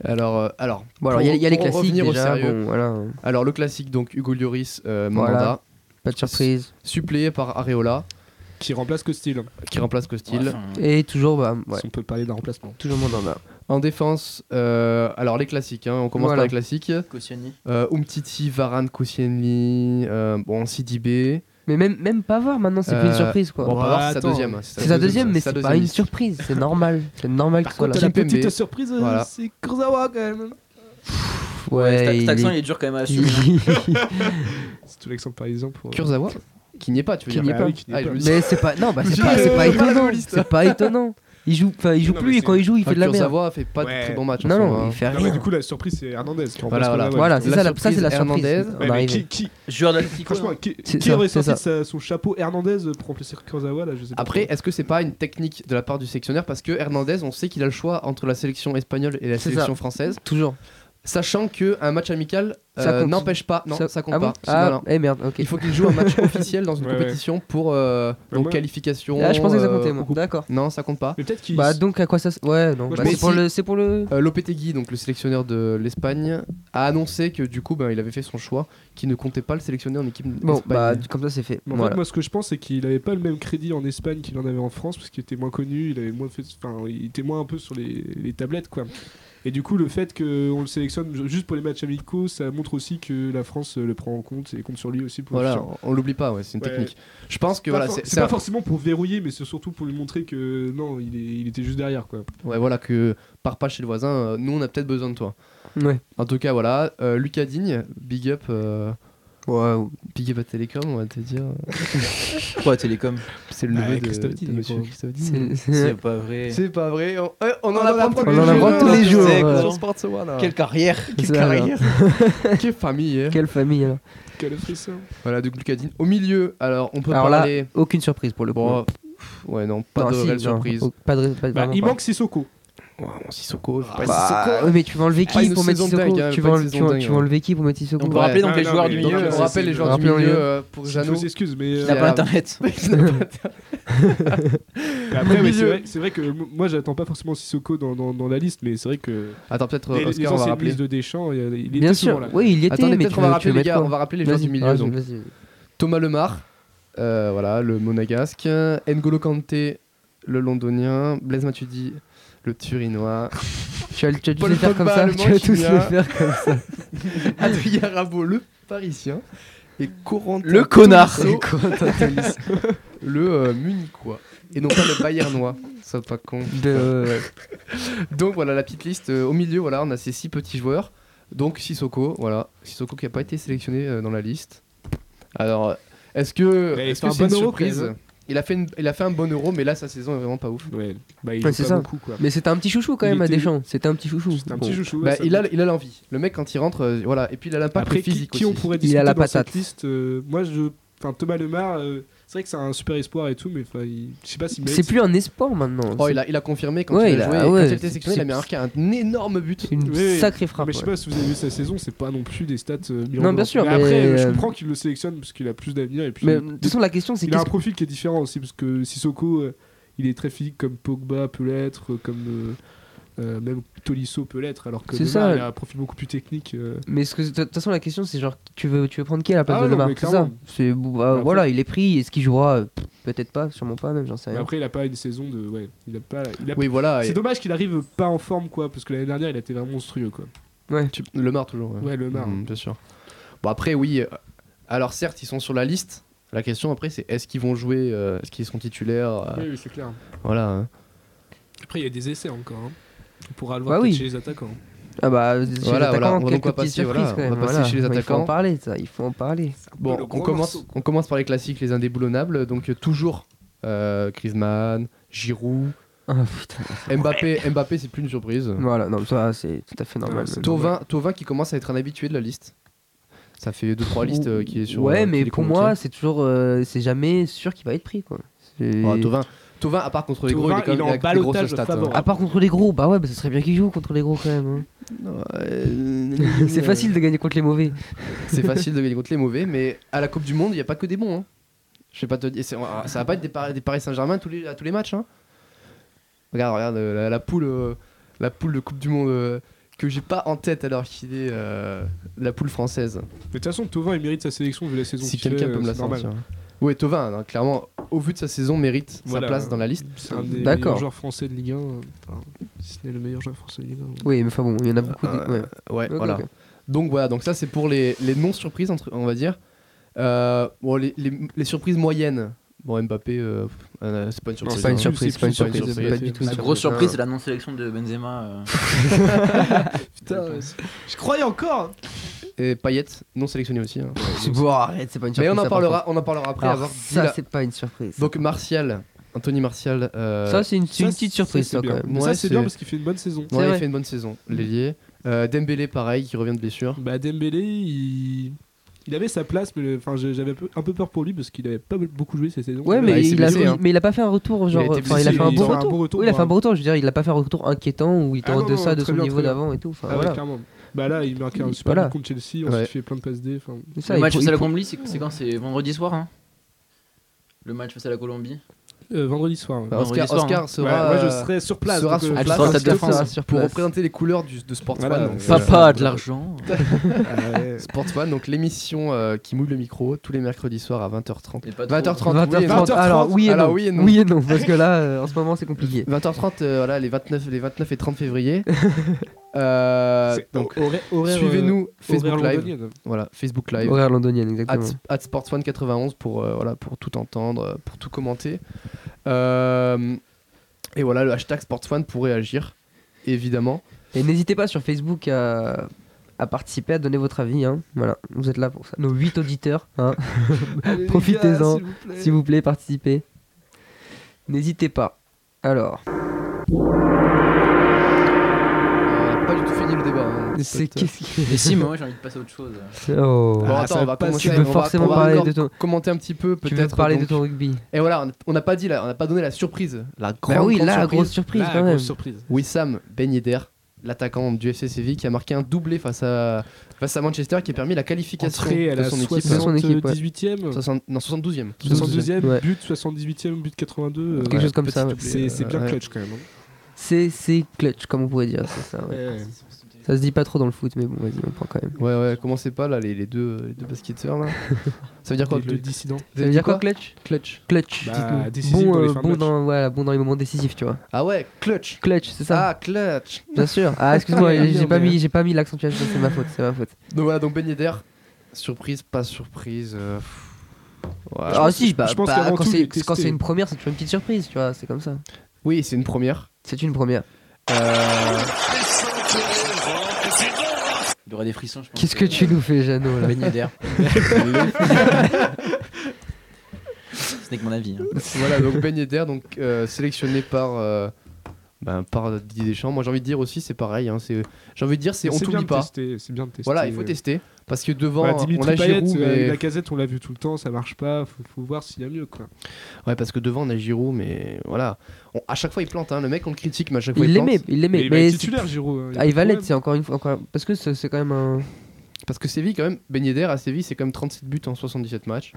E: Alors, euh, alors,
G: Bon, alors il y, a- il y a les
E: Pour
G: classiques
E: revenir au
G: déjà.
E: sérieux.
G: Bon, voilà.
E: alors le classique, donc Hugo Lloris, euh,
G: Voilà.
E: Mandanda,
G: Pas de surprise.
E: suppléé par Areola,
F: Qui remplace Costil.
E: qui remplace
H: Ouais,
E: Costil.
H: enfin,
G: Et toujours, bah, ouais,
F: Si on peut parler d'un remplacement.
G: toujours Mandanda.
E: En défense, euh, alors les classiques, hein, on commence
G: Voilà.
E: par les classiques.
H: Koscielny.
E: Euh, Umtiti, Varane, Koscielny, euh, bon, Sidibé.
G: Mais même, même Pavard maintenant, c'est plus une
E: Euh,
G: surprise quoi.
E: Bon,
F: Bah,
E: Pavard, c'est sa
F: attends.
E: deuxième. hein,
G: c'est sa deuxième, mais
E: sa
G: c'est
E: deuxième
G: pas une
E: liste.
G: surprise, c'est normal. C'est normal que
F: Par
G: ce soit là.
F: contre, la
E: Kimpembe.
F: petite surprise, euh,
E: Voilà.
F: c'est Kurzawa quand même.
H: Ouais, cet-
G: il
H: cet accent
G: est-
H: il est dur quand même à assumer.
F: C'est tout l'accent parisien pour. euh,
E: Kurzawa Qui n'y est pas, tu veux
G: Qui
E: dire
G: n'y est
E: Ah
G: pas.
E: oui, qui n'y est
F: Ah,
E: pas.
F: je me
G: Mais c'est pas, non, bah, c'est
E: Monsieur,
G: pas, c'est
E: euh,
G: pas
E: voilà
G: étonnant.
E: la liste.
G: C'est pas étonnant. Il joue, enfin, il joue
F: Non, mais
G: plus et
F: c'est-
G: quand il joue, il fait de la merde.
E: Kurzawa fait pas
F: Ouais.
E: de très bons matchs. en
G: Non,
E: ce
G: non,
E: moment, hein.
G: il fait
F: Non, mais
G: rien.
F: du coup, la surprise, c'est Hernandez. qui remplace
E: Voilà, voilà.
F: Kurzawa.
G: Voilà, c'est
E: La
G: ça, la- ça, c'est la
E: surprise
G: surprise.
E: Hernandez.
G: On
F: Ouais, mais
G: arrive.
F: qui, qui-
H: Joueur d'Atlético.
F: franchement,
H: non
F: qui,
G: C'est
F: qui
G: ça,
F: aurait
G: c'est
F: sorti
G: ça.
F: sa- son chapeau Hernandez pour remplacer Kurzawa là, je sais pas.
E: Après, est-ce que c'est pas une technique de la part du sélectionneur Parce que Hernandez, on sait qu'il a le choix entre la sélection espagnole et la
G: C'est
E: sélection française,
G: Toujours.
E: sachant que un match amical
G: Ça
E: euh,
G: compte.
E: n'empêche pas. Non, ça, compte
G: ah
E: pas.
G: bon
E: C'est- non,
G: Ah,
E: non.
G: eh merde, ok.
E: Il faut qu'il joue un match
G: [laughs]
E: officiel dans une
F: Ouais, ouais.
E: compétition pour euh,
F: Mais
E: donc
F: moi-
E: qualification.
G: Ah, je pensais que ça
E: euh,
G: comptait, moi.
E: au coupe.
G: D'accord.
E: Non, ça compte pas.
F: Mais peut-être qu'il.
G: Bah, donc, à quoi ça. s- Ouais, non.
F: Moi, je
G: bah,
E: pense-
G: c'est pour
E: si.
G: le. C'est pour le.
E: Euh, Lopetegui, donc le sélectionneur de l'Espagne, a annoncé que du coup, ben, il avait fait son choix, qu'il ne comptait pas le sélectionner en équipe
G: Bon, bah,
E: espagnole.
G: comme ça, c'est fait.
F: Mais en
G: Voilà.
F: fait, moi, ce que je pense, c'est qu'il avait pas le même crédit en Espagne qu'il en avait en France, parce qu'il était moins connu, il avait moins fait, enfin, il était moins un peu sur les, les tablettes, quoi. Et du coup, le fait qu'on le sélectionne ju- juste pour les matchs amicaux, ça montre aussi que la France euh, le prend en compte et compte sur lui aussi pour. le
E: voilà,
F: futur.
E: on l'oublie pas, ouais, c'est une
F: Ouais.
E: technique. Je pense que
F: Pas
E: voilà,
F: for-
E: c'est
F: c'est
E: c'est
F: pas
E: un-
F: forcément pour verrouiller, mais c'est surtout pour lui montrer que non, il, est- il était juste derrière, quoi.
E: ouais, voilà que par pas chez le voisin, euh, nous on a peut-être besoin de toi.
G: Ouais.
E: En tout cas, voilà, euh, Lucas Digne, big up, euh,
G: Ouais,
E: big up à Télécom, on va te dire,
H: Quoi, Télécom
E: c'est le
F: Bah,
E: neveu de,
F: Christophe
E: de
F: Digne,
E: Monsieur
F: quoi.
E: Christophe Digne.
G: c'est-
H: C'est
G: c'est-
H: pas vrai.
E: C'est pas vrai, on, eh, on
F: On
E: en
F: en
E: apprend tous
F: apprend
E: les
G: tous
E: jours.
G: les jours,
E: dans
G: tous les
E: ce
G: jours,
E: siècle,
G: ouais.
E: dans Sports One,
H: Quelle carrière
E: quelle
G: ça, alors.
E: carrière, quelle famille. hein.
G: Quelle famille alors.
F: Quel frisson.
E: Voilà, donc Lucas Digne. Au milieu, alors on peut
G: Alors là,
E: parler.
G: Aucune surprise pour le coup.
E: Bon, pff, ouais, non, pas
G: Non,
E: de
G: si,
E: réelle
G: non,
E: surprise.
G: au- Pas de, pas,
F: Bah,
G: vraiment
F: il
G: pas.
F: manque Sissoko.
E: Oh, Sissoko, je sais pas
G: Bah,
E: Sissoko. euh,
G: ouais, mais tu vas enlever qui
E: une
G: pour mettre
E: saison dingue,
G: Sissoko
E: hein,
G: Tu
E: pas
G: vas
E: une
G: enle-
E: saison
G: tu vas-
E: dingue,
G: tu
E: hein.
G: vas enlever qui pour mettre Sissoko
H: On peut
E: Ouais.
H: rappeler donc
F: Ah,
H: les
F: non,
H: joueurs
F: mais
H: du
F: dans
H: milieu.
F: le-
E: On
F: c'est-
E: rappelle
F: c'est-
E: les joueurs du
G: rappelons-le.
E: milieu euh, pour
F: Je
E: Jeannot.
F: vous excuse, mais.
H: Il
F: euh,
H: n'a pas
E: a-
H: internet.
E: [laughs]
F: Mais après, ouais, c'est
E: milieu.
F: vrai, c'est vrai que m- moi j'attends pas forcément Sissoko dans, dans, dans la liste, mais c'est vrai que
E: Attends, peut-être
F: les,
E: euh,
F: les
E: Oscar on va
F: anciennes
E: rappeler.
F: listes de Deschamps, il, y a- il était
G: Bien
F: souvent
G: sûr,
F: là.
G: oui, il y était,
E: Attendez,
G: mais tu
E: peut-être on va
G: vas- tu
E: rappeler
G: vas
E: les gars,
G: mettre
E: on va rappeler les joueurs
G: Vas-y,
E: du milieu.
G: vas-y,
E: Donc
G: vas-y.
E: Thomas Lemar, euh, voilà, le monégasque, N'Golo Kanté, le londonien, Blaise Matuidi, le
G: [laughs]
E: turinois,
G: Tu vas, tu vas tous
E: Paul
G: les faire comme
E: Pogba,
G: ça.
E: le
G: Tu vas tous les
E: Mancunien.
G: faire comme ça.
E: Adrien Rabault, le parisien, et Corentin
H: Le connard.
E: Tolisso, [laughs] le euh, munichois, et non pas le bayernois. Ça pas con.
G: De- ouais.
E: Donc voilà la petite liste. Euh, Au milieu, voilà, on a ces six petits joueurs. Donc Sissoko, voilà, Sissoko qui n'a pas été sélectionné euh, dans la liste. Alors, euh, est-ce que
F: Mais il
E: est-ce
F: fait
E: que
F: un
E: c'est une
F: bon euro, quand
E: surprise il a, fait une- il a fait un bon euro, mais là sa saison est vraiment pas ouf.
F: Ouais, bah, il
G: Ouais,
F: joue
G: c'est
F: pas
G: ça.
F: beaucoup quoi.
G: Mais c'était un petit chouchou quand
F: Il
G: même à
F: était-
G: Deschamps. C'était un petit chouchou.
F: C'est un
G: Bon.
F: petit chouchou. ouais,
E: Bah,
F: ça
E: il, a,
F: me-
E: il a l'envie. Le mec, quand il rentre, euh, voilà. Et puis il a l'impact
F: Après, qui,
E: physique
F: qui on
E: aussi.
F: pourrait
G: Il a
F: discuter
G: la
F: dans cette
G: patate.
F: liste euh, Moi, je, enfin Thomas Lemar, euh, c'est vrai que c'est un super espoir et tout, mais enfin, il- je sais pas s'il
G: C'est
F: mérite.
G: plus un espoir maintenant.
E: Oh,
G: C'est
E: il a, il a confirmé quand
G: Ouais,
E: il
G: il
E: a
G: a-
E: joué. et
G: ah
E: quand
G: ouais,
E: il a été
G: c'est-
E: sélectionné, il a
G: c'est-
E: marqué un énorme but.
G: une
F: Oui, oui.
G: sacrée frappe.
F: Mais je sais
G: ouais.
F: pas si vous avez vu sa saison, c'est pas non plus des stats. euh, mirobolants.
G: Non, bien sûr, mais-
F: après, euh, je
G: euh,
F: comprends qu'il le sélectionne parce qu'il a plus d'avenir et puis.
G: Mais de toute façon, la question c'est
F: Il a un
G: qu'est-ce
F: profil qui est différent aussi, parce que Sissoko, euh, il est très physique comme Pogba peut l'être, euh, comme euh, euh, même Tolisso peut l'être, alors que
G: C'est
F: Lemar,
G: ça.
F: il a un profil beaucoup plus technique. euh.
G: Mais ce que- de toute façon, la question c'est genre, tu veux, tu veux prendre qui à la place
F: Ah
G: de
F: non,
G: Lemar
F: mais
G: C'est ça.
F: clairement.
G: C'est bah,
F: Après-
G: voilà, il est pris. Est-ce qu'il jouera Euh, pff, Peut-être pas, sûrement pas, même j'en sais
F: Mais
G: rien.
F: après, il a pas une saison de. Ouais, il a pas. il a-
E: Oui, voilà.
G: Ah,
F: C'est
E: et-
F: dommage qu'il arrive pas en forme, quoi, parce que l'année dernière, il était vraiment monstrueux, quoi.
E: tu- Le mar toujours. ouais.
F: Ouais, Lemar.
G: hein.
E: Mhm, bien sûr. Bon après oui. euh, Alors certes ils sont sur la liste. La question après c'est est-ce qu'ils vont jouer, euh, est-ce qu'ils sont titulaires, euh,
F: Oui, oui, c'est clair.
E: voilà. hein.
F: Après, il y a des essais encore. hein. On pourra le voir
G: Bah
F: peut-être
G: oui.
F: chez les attaquants.
G: Ah bah, chez
E: Voilà, voilà,
G: les
E: on
G: attaquants,
E: va donc
G: quelques
E: pas
G: petites
E: passer, voilà,
G: surprises quand
E: on va
G: même.
E: passer
G: voilà. Bah,
E: chez les
G: Il faut en
E: attaquants.
G: parler, de ça. Il faut en parler.
E: Bon,
F: le
E: on
F: gros
E: commence,
F: morceau,
E: on commence par les classiques, les indéboulonnables. Donc euh, toujours euh, Griezmann, Giroud,
G: Ah putain.
E: Mbappé. Mbappé c'est plus une surprise.
G: Voilà, non, ça c'est tout à fait normal.
F: Non, c'est-
E: Tovin, Tovin qui commence à être un habitué de la liste. Ça fait deux trois listes euh, qui est sur.
G: Ouais,
E: euh,
G: mais
E: qu'il est
G: pour
E: convoqué.
G: moi, c'est toujours, euh, c'est jamais sûr qu'il va être pris quoi. C'est-
E: Oh, Tovin, Tovin, à part contre les gros,
F: Thauvin,
E: il est quand
F: il est
E: même
F: en
E: avec des
F: balotage
E: grosses stats.
F: favorable.
E: hein.
G: À part contre les gros, bah ouais, bah, ce serait bien qu'ils jouent contre les gros
E: [laughs]
G: quand même.
F: [laughs]
G: hein. c'est facile de gagner contre les mauvais.
E: C'est facile de gagner contre les mauvais, mais à la Coupe du Monde, il n'y a pas que des bons. hein. Je vais pas te dire, c'est- ah, ça va pas être des Paris, des Paris Saint-Germain tous les, à tous les matchs. hein. Regarde, regarde euh, la, la poule, euh, la poule de Coupe du Monde euh, que j'ai pas en tête alors qu'il est euh, la poule française.
F: Mais de toute façon, Tovin, il mérite sa sélection vu la saison
E: si
F: qu'il
E: quelqu'un
F: fait,
E: peut me
F: euh,
E: la
F: c'est normal.
E: sortir. Ouais, Tovin, hein, clairement, au vu de sa saison, mérite
F: Voilà.
E: sa place dans la liste.
F: C'est un des
G: D'accord.
F: meilleurs joueurs français de Ligue 1. euh, enfin, si ce n'est le meilleur joueur français de Ligue hein. 1.
G: Oui, mais enfin bon, il y en a beaucoup.
E: Euh,
G: de- ouais.
E: Ouais,
G: Ok,
E: voilà.
G: ok.
E: Donc voilà, donc ça c'est pour les, les non-surprises, entre- on va dire. Euh, bon, les, les- les surprises moyennes. Bon, Mbappé, euh, euh, c'est pas une surprise.
G: C'est pas une
E: hein.
G: surprise, c'est
F: c'est
G: pas une
F: plus une
G: surprise.
F: surprise.
G: Pas du tout. une
H: La grosse
G: surprise.
H: surprise, c'est la non-sélection de Benzema. euh.
F: Putain, je croyais encore hein.
E: Et Payet, non sélectionné aussi. hein.
G: Bon, arrête, c'est pas une
E: Mais
G: surprise.
E: on en
G: ça, par
E: parlera, on en parlera
G: contre.
E: après.
G: Alors,
E: avoir dit
G: ça,
E: la-
G: c'est pas une surprise.
E: Donc Martial, Anthony Martial. euh,
G: ça, c'est une, c'est une
F: Ça,
G: petite
F: c'est-
G: surprise,
F: c'est
G: ça, quand
F: bien.
G: même.
F: Mais
E: Ouais,
F: ça, c'est bien parce qu'il fait une bonne saison.
E: ouais,
G: c'est
E: il
G: vrai.
E: fait une bonne saison, l'ailier. Euh, Dembélé, pareil, qui revient de blessure.
F: Bah, Dembélé, il... il avait sa place, mais le- enfin, j'ai- j'avais un peu- un peu peur pour lui parce qu'il avait pas beaucoup joué cette saison.
G: Ouais,
E: Bah,
G: mais,
E: il s'est
G: Ah, il a,
E: blessé, hein.
G: mais il a pas fait un retour, genre.
E: été
G: Enfin, il a
E: blessé,
G: fait un
E: il
G: bon
E: a fait un
G: retour. hein.
F: bon retour,
G: Oui, il a fait un
F: ouais.
G: bon retour, je veux dire, il a pas fait un retour inquiétant où il était en
F: Ah non, non,
G: deçà de
F: très
G: son
F: bien,
G: niveau
F: très bien.
G: d'avant et tout. Enfin,
F: Ah ouais,
G: voilà.
F: clairement. Bah là, il marque un super
G: Voilà.
F: but contre Chelsea, ensuite
E: Ouais.
F: il fait plein de passes D. enfin,
G: C'est ça,
H: Le
G: il
H: match
G: faut-
H: face à
G: il
H: la
G: faut-
H: Colombie, c'est c'est quand C'est vendredi soir hein Le match face à la Colombie
F: euh, vendredi soir. ouais.
E: Bah,
H: vendredi
E: Oscar,
H: soir, hein.
E: Oscar
F: Ouais,
E: sera,
F: moi, je
E: euh,
F: serai sur place.
E: sera
F: donc, euh,
E: sur
H: Ah, tu
E: place
H: seras en tête de
E: pour-
H: France.
G: sera sur
E: pour
G: place.
E: représenter les couleurs du, de Sport
F: Voilà,
E: One,
F: donc,
E: donc,
F: euh,
E: euh,
H: Papa a de l'argent
F: ouais.
E: Sport One, donc l'émission euh, qui mouille le micro tous les mercredis soirs à 20h30.
H: Et pas trop.
E: 20h30, oui et non.
G: 20h30, alors oui et
E: Alors,
G: non.
E: oui et non.
G: Oui et non, parce que là, euh, en ce moment, c'est compliqué.
E: 20h30, euh, voilà, les 29, les 29 et 30
F: [laughs]
E: février. Euh,
F: C'est
E: donc,
F: horaire- horaire, euh,
E: suivez-nous
F: horaire
E: Facebook Live.
F: londonien.
E: Voilà, Facebook Live.
G: Horaire londonienne,
E: At,
G: exactement.
E: at Sports191 pour, euh, voilà, pour tout entendre, euh, pour tout commenter. Euh, et voilà, le hashtag Sports1 pour réagir, évidemment.
G: Et n'hésitez pas sur Facebook à, à participer, à donner votre avis. hein. Voilà, vous êtes là pour ça. Nos 8 auditeurs, [laughs] hein.
F: Allez, les
G: Profitez-en,
F: gars, s'il vous plaît.
G: s'il vous plaît, participez. N'hésitez pas. Alors,
E: On n'a Euh, pas du tout fini le débat. hein.
G: c'est
E: Peut-être, euh,
G: qu'est-ce qui.
H: Et
G: [laughs]
H: si, mais moi j'ai envie de passer à autre chose.
G: Oh.
E: Bon,
F: Ah,
E: attends,
F: ça
E: on va
F: passe,
E: commencer-
G: tu veux
E: on va-
G: forcément
E: on va
G: parler
E: encore
G: de ton-
E: commenter un petit peu
G: Tu veux
E: peut-être.
G: parler de
E: donc.
G: ton rugby
E: Et voilà, on- on n'a pas dit la- on n'a pas donné la surprise, la grande,
G: Bah oui,
E: grande
G: là,
E: surprise.
G: grosse surprise
F: Là,
G: quand
F: grosse
G: même.
F: surprise.
E: Wissam Ben Yedder, l'attaquant du FC Séville, qui a marqué un doublé face à, face à Manchester, qui a permis la qualification
F: Entrée à
E: de
F: la
E: son équipe.
G: soixante-
F: 78e,
E: 60 non, 72e.
F: 72e,
G: Ouais.
F: but 78e, but 82. euh,
G: Quelque chose comme
E: petit
G: ça. ouais.
E: doublé.
F: C'est c'est bien
E: Ouais.
F: clutch quand même. hein.
G: C'est c'est clutch, comme on pourrait dire. C'est ça, ouais.
F: Ouais.
G: ça se dit pas trop dans le foot, mais bon, vas-y, on prend quand même.
E: Ouais, ouais, commencez pas là, les, les deux, euh, les deux basketteurs
F: [laughs]
E: là. Ça veut dire quoi
F: Les deux dissidents.
E: Vous
G: Ça
E: avez
G: veut
E: dit
G: dire quoi, clutch
E: Clutch.
G: Clutch,
F: Bah,
G: dites-nous.
F: décisif dans les fins de
G: bon,
F: match.
G: dans, voilà, bon dans les moments décisifs, tu vois.
E: Ah ouais, clutch.
G: Clutch, c'est ça
E: Ah, clutch.
G: Bien sûr. Ah, [laughs] excuse-moi,
E: Bien,
G: j'ai
E: bien,
G: pas
E: bien.
G: mis, j'ai pas mis l'accentuation, c'est ma faute, c'est ma faute.
E: Donc voilà, donc Ben Yedder, surprise, pas surprise. euh, pff. Ouais.
G: Alors si, bah,
F: Ah, je pense
G: bah,
F: qu'avant
G: quand
F: tout, il
G: c'est
F: est testé.
G: quand c'est une première, c'est toujours une petite surprise, tu vois, c'est comme ça.
E: Oui, c'est une première.
G: C'est une première.
E: Euh, [laughs]
H: Il y aurait des frissons, je pense. euh,
G: Qu'est-ce que tu nous fais, Jeannot là
H: Ben Yedder. [laughs] Ce n'est que mon avis. hein.
E: voilà, donc Ben Yedder, donc, euh, sélectionné par, euh, ben, par Didier Deschamps. Moi j'ai envie de dire aussi, c'est pareil. hein, c'est- j'ai envie de dire, c'est on
F: C'est bien
E: t'oublie
F: de
E: pas.
F: tester, C'est bien de tester. euh.
E: Voilà, il faut tester. Parce que devant,
F: Voilà,
E: on a
F: Dimitri Payet,
E: Giroud,
F: euh, avec
E: mais...
F: la casette, on l'a vu tout le temps, ça marche pas, faut, faut voir s'il y a mieux quoi.
E: Ouais, parce que devant, on a Giroud, mais voilà. On- À chaque fois, il plante. hein. Le mec, on le critique, mais à chaque fois, il,
G: Il
E: plante.
G: l'aimait, il l'aimait.
F: il va
G: Mais
F: être
G: c'est-
F: titulaire Giroud. hein, y a
G: ah, il
F: pas
G: va
F: de
G: l'être,
F: problème.
G: c'est encore une fois, encore... parce que c'est c'est quand même un.
E: Parce que Séville, quand même, Ben Yedder à Séville, c'est quand même 37 buts en 77 matchs.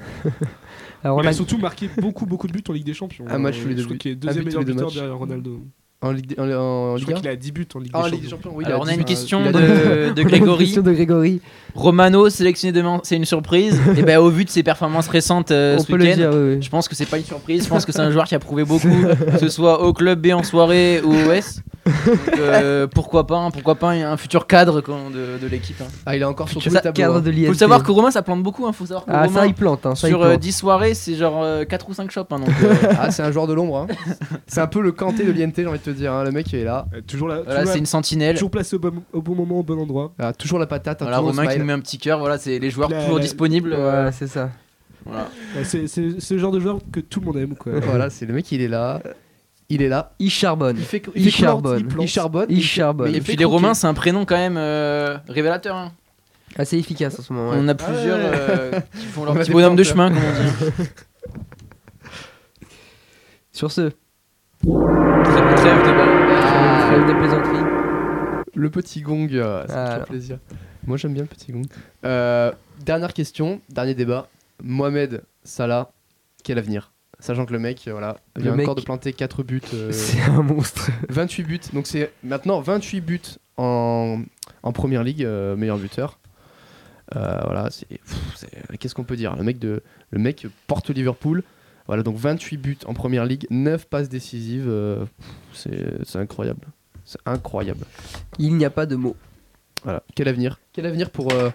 G: Alors, on
F: Il
G: a-
F: a surtout marqué beaucoup beaucoup de buts en Ligue des Champions. Euh,
E: Un match tous les
F: je
E: deux
F: crois
E: buts.
F: qu'il est
E: Un
F: deuxième
E: but tous les
F: meilleur
E: deux
F: buteur
E: matchs.
F: derrière Ronaldo.
E: En Ligue, des- en, en
F: Je
E: Ligue
F: crois
E: 1
F: qu'il a 10 buts en Ligue
E: Ah, en
F: des
E: Ligue des
F: Champions.
E: Champions, oui. il
H: Alors, on a une
E: 18.
H: question
E: Il a
H: [laughs] de, de
G: on a une
H: Grégory.
G: question de Grégory.
H: Romano, sélectionné demain, c'est une [laughs] surprise. Et ben, au vu de ses performances récentes euh,
G: on
H: ce
G: peut le
H: week-end,
G: dire, oui, oui.
H: je pense que c'est pas une surprise. Je pense que c'est un joueur qui a prouvé
G: [laughs]
H: beaucoup, que ce soit au club B en soirée ou au S. Donc,
G: [laughs]
H: euh, pourquoi pas, hein, pourquoi pas un futur cadre quand- de, de l'équipe. hein.
E: Ah, il est encore sur
G: Sur
E: tous les
G: le
E: tableaux.
G: cadre
E: hein.
G: de l'IFP.
H: Faut le savoir que Romain ça plante beaucoup. Hein. Faut savoir que
G: Ah,
H: Romain,
G: ça, il plante, hein, ça, il
H: sur euh,
G: plante.
H: 10 soirées, c'est genre euh, 4 ou 5 chopes.
G: [laughs]
H: hein, donc, euh,
E: Ah, c'est un joueur de l'ombre. hein. C'est un peu le canté de l'INT, j'ai envie de te dire. hein. Le mec, il est là.
F: Euh, Toujours là,
H: voilà,
F: toujours
H: c'est
F: là-
H: une sentinelle.
F: toujours placé au bon au bon moment, au bon endroit.
E: Ah, toujours la patate. hein,
H: Voilà,
E: toujours le
H: Romain qui
E: smile.
H: nous met un petit cœur. Voilà, c'est les joueurs
F: La-
H: toujours
F: la-
H: disponibles. euh,
G: Ouais, c'est ça.
H: voilà.
F: Euh, C'est c'est- c'est le genre de joueur que tout le monde aime quoi.
E: Euh, [laughs] Voilà, c'est le mec, il est là. Il est là.
G: Il charbonne.
E: Il fait que-
G: Il
E: fait croire,
G: charbonne.
E: il plante, Il charbonne.
G: Il
E: fait-
G: charbonne.
E: mais
H: Et
E: il fait
H: puis les
E: croquer.
H: Romains, c'est un prénom quand même euh, révélateur. hein.
G: Assez Ah, efficace en ce moment. ouais.
H: On a plusieurs
E: ouais.
H: euh, qui font leur
E: On a
H: petit
E: des
H: bonhomme de
E: plantes,
H: chemin, comme on dit.
G: Sur ce,
H: Trêve trêve de balle. Ah,
G: Trêve de plaisanterie.
E: Le petit gong, euh, ça fait
G: Ah,
E: toujours
G: non.
E: plaisir. Moi j'aime bien le petit gong. Euh, dernière question, dernier débat. Mohamed Salah, quel avenir Sachant que le mec, euh, voilà, vient
G: Le mec-
E: encore de planter 4 buts, euh,
G: [laughs] C'est un monstre.
E: 28 buts. Donc c'est maintenant 28 buts en, en première ligue, euh, meilleur buteur. Euh, voilà, c'est- pff, c'est- qu'est-ce qu'on peut dire le mec, de, le mec porte Liverpool. Voilà, donc 28 buts en première ligue, 9 passes décisives. euh, pff, c'est c'est incroyable. C'est incroyable.
G: Il n'y a pas de mots.
E: Voilà. Quel avenir Quel avenir pour. euh,
G: Un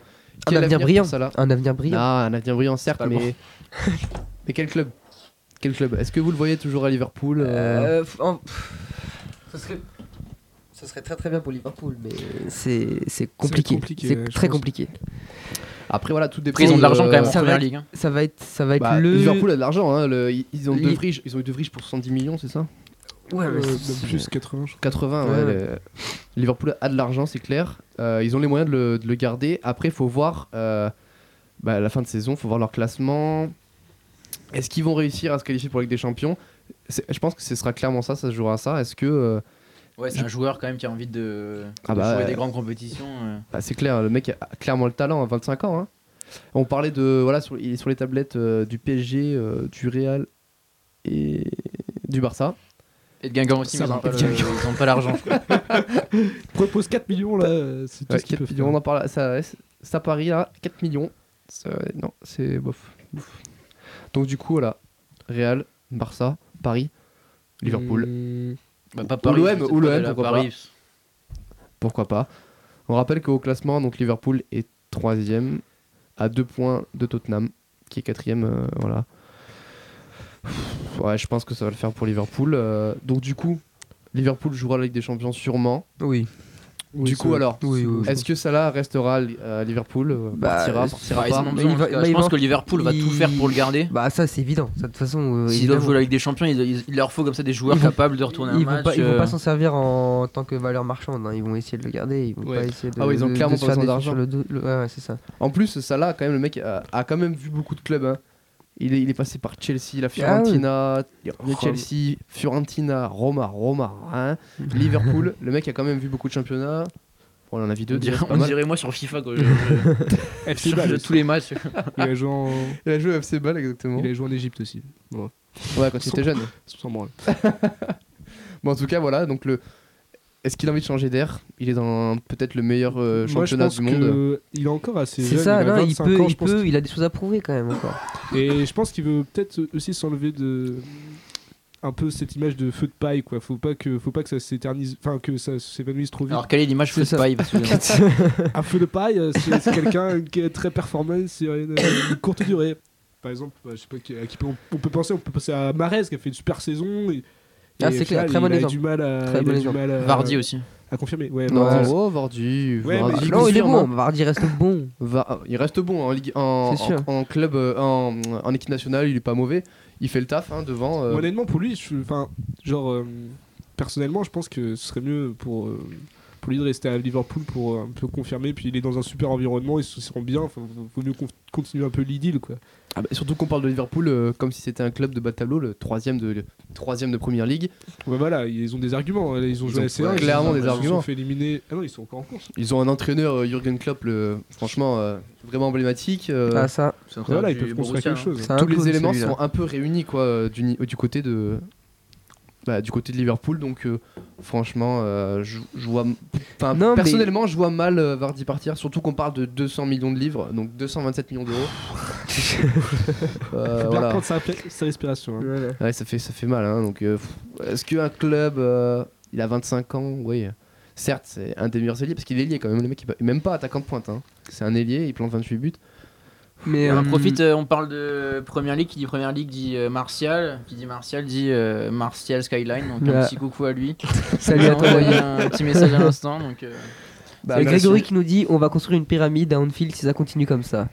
E: quel
G: avenir
E: pour
G: brillant.
E: Salah
G: Un avenir brillant.
E: Ah, un avenir brillant, certes,
G: pas le
E: mais. [laughs] mais quel club Quel club Est-ce que vous le voyez toujours à Liverpool euh,
G: Euh, f- en- pff, Ça serait. Ça serait très très bien pour Liverpool, mais c'est c'est compliqué.
F: compliqué,
G: C'est
F: ouais, je
G: très
F: pense.
G: compliqué.
E: Après, voilà, tout dépend. euh,
H: Après, ils ont de l'argent quand même en
G: ça va
H: première
G: être-
H: ligue. hein.
G: Ça va être, ça va être
E: Bah,
G: le.
E: Liverpool a de l'argent, hein, le- ils, ils ont
G: Li-
E: deux friches, ils ont eu deux friches pour 110 millions, c'est ça
G: Ouais, mais
F: Euh,
G: c'est-
F: même plus 80, je
E: 80, ouais.
G: Ouais.
E: le- Liverpool a de l'argent, c'est clair. Euh, ils ont les moyens de le, de le garder. Après, il faut voir euh, bah, à la fin de saison, il faut voir leur classement. Est-ce qu'ils vont réussir à se qualifier pour la Ligue des Champions C'est- Je pense que ce sera clairement ça, ça se jouera à ça. Est-ce que. euh,
H: Ouais, c'est un joueur quand même qui a envie de,
E: Ah
H: de
E: bah,
H: jouer
E: euh,
H: des grandes compétitions. euh.
E: bah, c'est clair, le mec a clairement le talent à 25 ans. hein. On parlait de. Voilà, sur, il est sur les tablettes euh, du PSG, euh, du Real et du Barça.
H: Et de Guingamp aussi,
F: Ça
H: mais ils
F: va.
H: ont pas
F: Et de
H: le- ils ont pas l'argent. je crois.
F: crois. Propose 4 millions là, euh, c'est tout
E: Ouais,
F: ce qu'il
E: 4
F: peut
E: millions,
F: faire.
E: on en parle. Ça, ça Paris, là, 4 millions. Ça, non, c'est bof. bof. Donc, du coup, voilà. Real, Barça, Paris, Liverpool.
F: Mmh.
H: Bah, pas
E: Ou
H: Paris,
E: l'OM,
H: je sais
E: ou
H: pas,
E: l'OM,
H: là,
E: pourquoi
H: Paris.
E: Pourquoi pas On rappelle qu'au classement, donc Liverpool est 3 à 2 points de Tottenham, qui est 4 Voilà. Ouais, je pense que ça va le faire pour Liverpool. Euh, donc, du coup, Liverpool jouera la Ligue des Champions sûrement.
G: Oui.
F: Oui,
E: du
F: ça
E: coup,
F: va.
E: alors,
G: Oui, oui,
E: est-ce que Salah restera à Liverpool euh,
G: Bah,
E: Partira,
G: euh,
E: partira
H: Bah, ils en
E: pas
H: ont
G: Mais
H: besoin,
G: il
H: en
G: va-
H: tout cas.
G: bah,
H: Je
G: il
H: pense
G: va-
H: que Liverpool va tout
G: il-
H: faire pour le garder.
G: Bah ça c'est évident. Ça, De toute façon, euh,
H: S'ils doivent
G: évidemment.
H: jouer la Ligue des Champions, ils- ils- il leur faut comme ça des joueurs
G: Ils vont-
H: capables de retourner un
G: ils vont
H: match.
G: pas, ils vont
H: euh,
G: pas s'en servir en tant que valeur marchande. hein. Ils vont essayer de le garder. Ils vont
E: Ouais.
G: pas essayer de.
E: Ah ouais, ils ont
G: de-
E: clairement
G: de se
E: pas
G: faire
E: besoin
G: des trucs sur le dos- le- ouais, ouais, c'est ça.
E: En plus, Salah, quand même, le mec a, a quand même vu beaucoup de clubs. hein. Il, est, il est passé par Chelsea, la Fiorentina, le Chelsea, Fiorentina, Roma, Roma, hein, Liverpool. le mec a quand même vu beaucoup de championnats. Bon, on en a vu
H: on
E: deux, déjà,
H: dirait,
E: c'est pas
H: on
E: mal.
H: dirait moi sur FIFA quoi. Je, je- je
F: FC
E: [laughs]
H: change
F: Bâle
H: de tous les matchs.
F: Il a joué en,
E: Il a joué au FC Ball, exactement.
F: il a joué en Égypte aussi. Voilà.
E: Ouais, quand il était jeune.
F: Sans branle.
E: Bon, en tout cas, voilà. Donc, le... est-ce qu'il a envie de changer d'air Il est dans peut-être le meilleur euh,
F: Moi, je
E: championnat
F: pense
E: du monde.
F: que il est encore assez
G: C'est
F: jeune.
G: ça.
F: il a
G: Là, il
F: 25
G: peut,
F: ans, je
G: il
F: pense
G: peut. Il a des choses à prouver quand même encore.
E: [laughs]
F: Et je pense qu'il veut peut-être aussi s'enlever de un peu cette image de feu de paille quoi. Faut pas que faut pas que ça s'éternise, enfin que ça s'évanouisse trop vite.
H: Alors quelle est l'image feu
G: C'est
H: de paille parce que- [laughs]
F: Un feu de paille, euh, c'est c'est quelqu'un qui est très performant sur une, une courte durée. Par exemple, bah, je sais pas qui- à qui peut- on, on peut penser, on peut penser à Marez qui a fait une super saison. Et,
G: Ah,
F: et
G: c'est clair,
F: au final,
G: très bon
F: il a eu
G: exemple.
F: du mal à,
G: Très
F: il a
G: bon
F: eu du
G: exemple.
F: mal à-
H: Vardy aussi.
F: à confirmer. Ouais,
E: Non,
F: Vardy.
E: oh, Vardy.
F: Ouais,
E: Vardy,
F: mais-
E: il
G: non, il est
E: confirme,
G: bon.
E: hein.
G: Vardy reste bon.
E: Va- il reste bon hein, en, Ligue- en,
G: C'est sûr.
E: en- en club, euh, en, en équipe nationale, il est pas mauvais. Il fait le taf hein, devant. euh,
F: Honnêtement, pour lui, je, enfin, genre, euh, personnellement, je pense que ce serait mieux pour, euh, pour lui de rester à Liverpool pour euh, un peu confirmer. Puis il est dans un super environnement, ils se sent bien. Enfin, vaut- vaut mieux con- continuer un peu l'idylle, quoi.
E: Ah bah, surtout qu'on parle de Liverpool euh, comme si c'était un club de bas de tableau, le troisième de, le troisième de première ligue.
F: Ouais, voilà, ils ont des arguments. hein, Ils ont
E: Ils
F: joué
E: ont
F: à C1,
E: clairement
F: ils
E: des
F: se sont
E: arguments.
F: fait éliminer. Ah non, ils sont encore en course.
E: Ils ont un entraîneur, euh, Jürgen Klopp, le, franchement euh, vraiment emblématique. euh,
G: Ah ça,
F: Voilà, ils peuvent construire quelque
H: hein.
F: chose.
G: c'est un
E: tous les
G: clown,
E: éléments
G: celui-là.
E: sont un peu réunis quoi, euh, du, ni- du côté de bah, du côté de Liverpool. Donc euh, franchement, euh, je, je vois, enfin,
G: Non, mais-
E: personnellement, je vois mal euh, Vardy partir. Surtout qu'on parle de 200 millions de livres, donc 227 millions d'euros.
G: [laughs]
E: Euh,
F: Faut bien
E: voilà.
F: prendre sa, sa respiration. hein.
E: Ouais, ça fait, ça fait mal. Hein, donc, euh, pff, est-ce qu'un club, euh, il a 25 ans Oui. Certes, c'est un des meilleurs ailiers parce qu'il est lié quand même. Le mec, il est même pas attaquant de pointe. hein. C'est un ailier, il plante 28 buts.
G: Mais
H: Et on en
G: euh,
H: profite, euh, on parle de Première Ligue, qui dit Première Ligue dit euh, Martial, qui dit Martial dit euh, Martial Skyline, donc
G: Ouais.
H: un petit coucou à [laughs] lui.
G: [laughs] Salut à
H: On Bah.
G: toi.
E: [laughs]
H: a
G: Voyez.
H: envoyé un petit message à l'instant, donc euh,
G: Bah,
H: C'est
G: Grégory
H: gratuit.
G: qui nous dit on va construire une pyramide à Anfield si ça continue comme ça.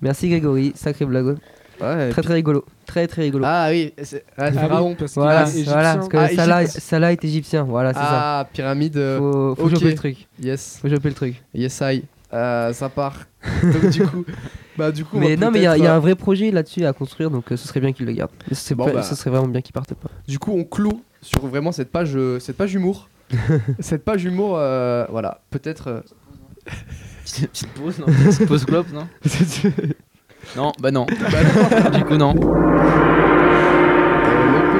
G: Merci Grégory, sacré blague.
E: Ouais,
G: Très très rigolo. Très très rigolo.
E: Ah oui, c'est ah,
F: Ah oui,
E: Pharaon.
F: parce qu'il
G: voilà,
F: est égyptien.
G: voilà, parce que
E: Ah,
G: Salah,
E: Égypte.
G: Salah est égyptien. Voilà, c'est
E: Ah, pyramide.
G: ça.
E: euh,
G: Faut, faut
E: ok.
G: choper le truc.
E: Yes,
G: Faut choper le truc.
E: yes I. Euh, ça part. [laughs] donc, du coup, bah du coup. on
G: Mais
E: va
G: non, mais il y, a-
E: peut-être,
G: il y a
E: euh,
G: un vrai projet là-dessus à construire, donc euh, ce serait bien qu'il le garde. Ce serait,
E: Bon,
G: pas-
E: bah.
G: ce serait vraiment bien qu'il parte pas.
E: Du coup, on clôt sur vraiment cette page, euh, cette page
G: [laughs]
E: humour. cette page humour, euh, voilà, peut-être. euh, [laughs]
H: Petite, petite pause, non Petite [laughs] pause clope, non Non, bah non. du coup, non.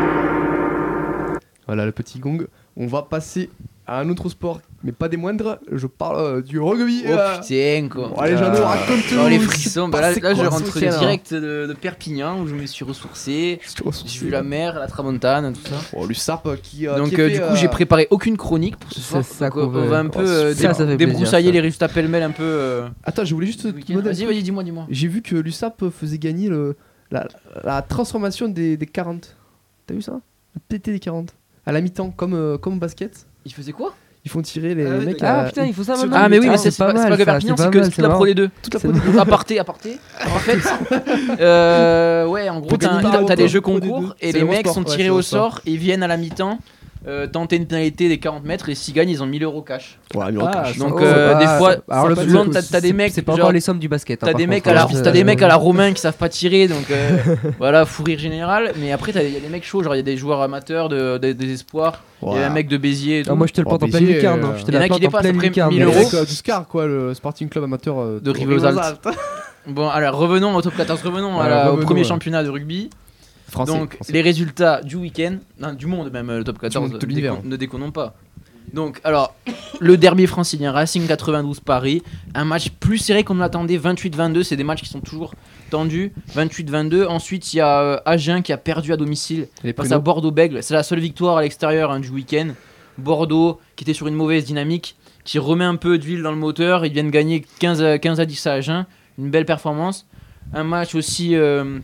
E: le pe- Voilà le petit gong. On va passer à un autre sport, mais pas des moindres. Je parle euh, du rugby.
H: Oh
E: euh.
H: putain, quoi.
E: Bon, allez,
G: Ah.
E: Jeannot, raconte-nous.
H: Oh, les
E: il s'est
H: frissons, bah là,
E: passé
H: là, je
E: quoi ce
H: rentre
E: week-end,
H: direct de, de Perpignan où je me suis ressourcé.
E: hein Je te ressource.
H: J'ai vu la mer, la tramontane, tout ça.
E: Oh, Lussarp euh, qui. euh,
H: Donc
E: qui
H: euh,
E: fait,
H: du coup,
E: euh,
H: j'ai préparé aucune chronique pour ce
G: C'est
H: soir.
G: ça
H: Donc,
G: qu'on
H: euh, on
G: veut.
H: va un peu
E: Oh,
H: euh, dé-
G: ça, ça fait plaisir,
H: débroussailler
G: ça.
H: les résultats pêle-mêle un peu. euh,
E: Attends, je voulais juste.
H: ce
E: te
H: week-end.
E: demander un
H: Vas-y,
E: truc.
H: vas-y, dis-moi, dis-moi.
E: J'ai vu que l'USAP faisait gagner le, la, la transformation des, des 40. T'as vu ça Le TT des 40. À la mi-temps, comme, euh, comme au basket,
H: Il faisait quoi
E: ils font tirer les
F: Ah ouais,
E: mecs.
G: Ah
E: à-
G: putain, il faut ça maintenant.
H: Ah, mais oui, mais c'est pas,
G: pas
H: c'est
G: mal,
H: pas que
G: ça,
H: Perpignan,
G: c'est
H: c'est
G: pas
H: que
G: mal,
H: toute
G: c'est
H: la Pro
G: marrant.
H: des deux.
E: Toute la
G: C'est
E: pro-
H: aparté, aparté. En [laughs] fait, euh, ouais, en gros,
E: Pour
H: t'as
E: gagner
H: t'as-
E: la
H: t'as des
E: Pro-
H: jeux
E: Pro des
H: concours
E: deux.
H: et
E: C'est
H: les mecs
E: Eurosport,
H: sont
E: ouais,
H: tirés
E: c'est
H: au
E: Eurosport.
H: sort, ils viennent à la mi-temps. euh, tenter une pénalité des 40 mètres et s'ils gagnent, ils ont 1000 euros cash.
E: Ouais, mais
F: Ah,
E: encore, je-
H: Donc,
G: Oh,
H: euh,
G: bah,
H: des fois,
G: alors le
H: souvent,
G: foot,
H: t'as- t'as des
G: c'est-
H: mecs,
G: C'est pas
H: genre,
G: encore les sommes du basket. hein,
H: T'as
G: par
H: des
G: contre,
H: mecs à la,
G: hein,
H: t'as des
G: euh,
H: mecs à la Romain qui savent pas tirer, donc euh,
G: [laughs]
H: voilà, fou rire général. Mais après, il y a des mecs chauds, genre il y a des joueurs amateurs de, de- des espoirs. Il y a un mec de Béziers. et tout.
G: Ah, moi je te le
E: Oh,
G: porte en
E: mais
G: pleine
E: si,
G: lucarne.
E: euh,
G: hein, Je te
H: y en a
G: la
H: qui
G: porte en
H: dépassent
G: pleine
H: après
G: lucarne.
H: 1000
E: Le
H: euros.
E: mec, euh, du SCAR, quoi, le Sporting Club amateur euh,
H: De Rivesaltes. Bon, alors revenons au top 14, revenons à
E: Ouais,
H: la- au
E: revenons,
H: premier
E: ouais.
H: championnat de rugby.
E: Français.
H: Donc
E: français.
H: les résultats du week-end, non, du monde même, euh, le top 14,
E: monde, de
H: ne
E: l'univers.
H: décon- ne déconnons pas. Donc alors, [coughs] le derby francilien Racing 92 Paris, un match plus serré qu'on ne l'attendait, 28-22, c'est des matchs qui sont toujours tendus, 28-22. Ensuite, il y a euh, Agen qui a perdu à domicile
E: les
H: face
E: prénoms.
H: à Bordeaux-Bègle, c'est la seule victoire à l'extérieur hein, du week-end. Bordeaux qui était sur une mauvaise dynamique, qui remet un peu d'huile dans le moteur, ils viennent gagner 15 à, 15 à 10 à Agen, une belle performance. Un match aussi euh,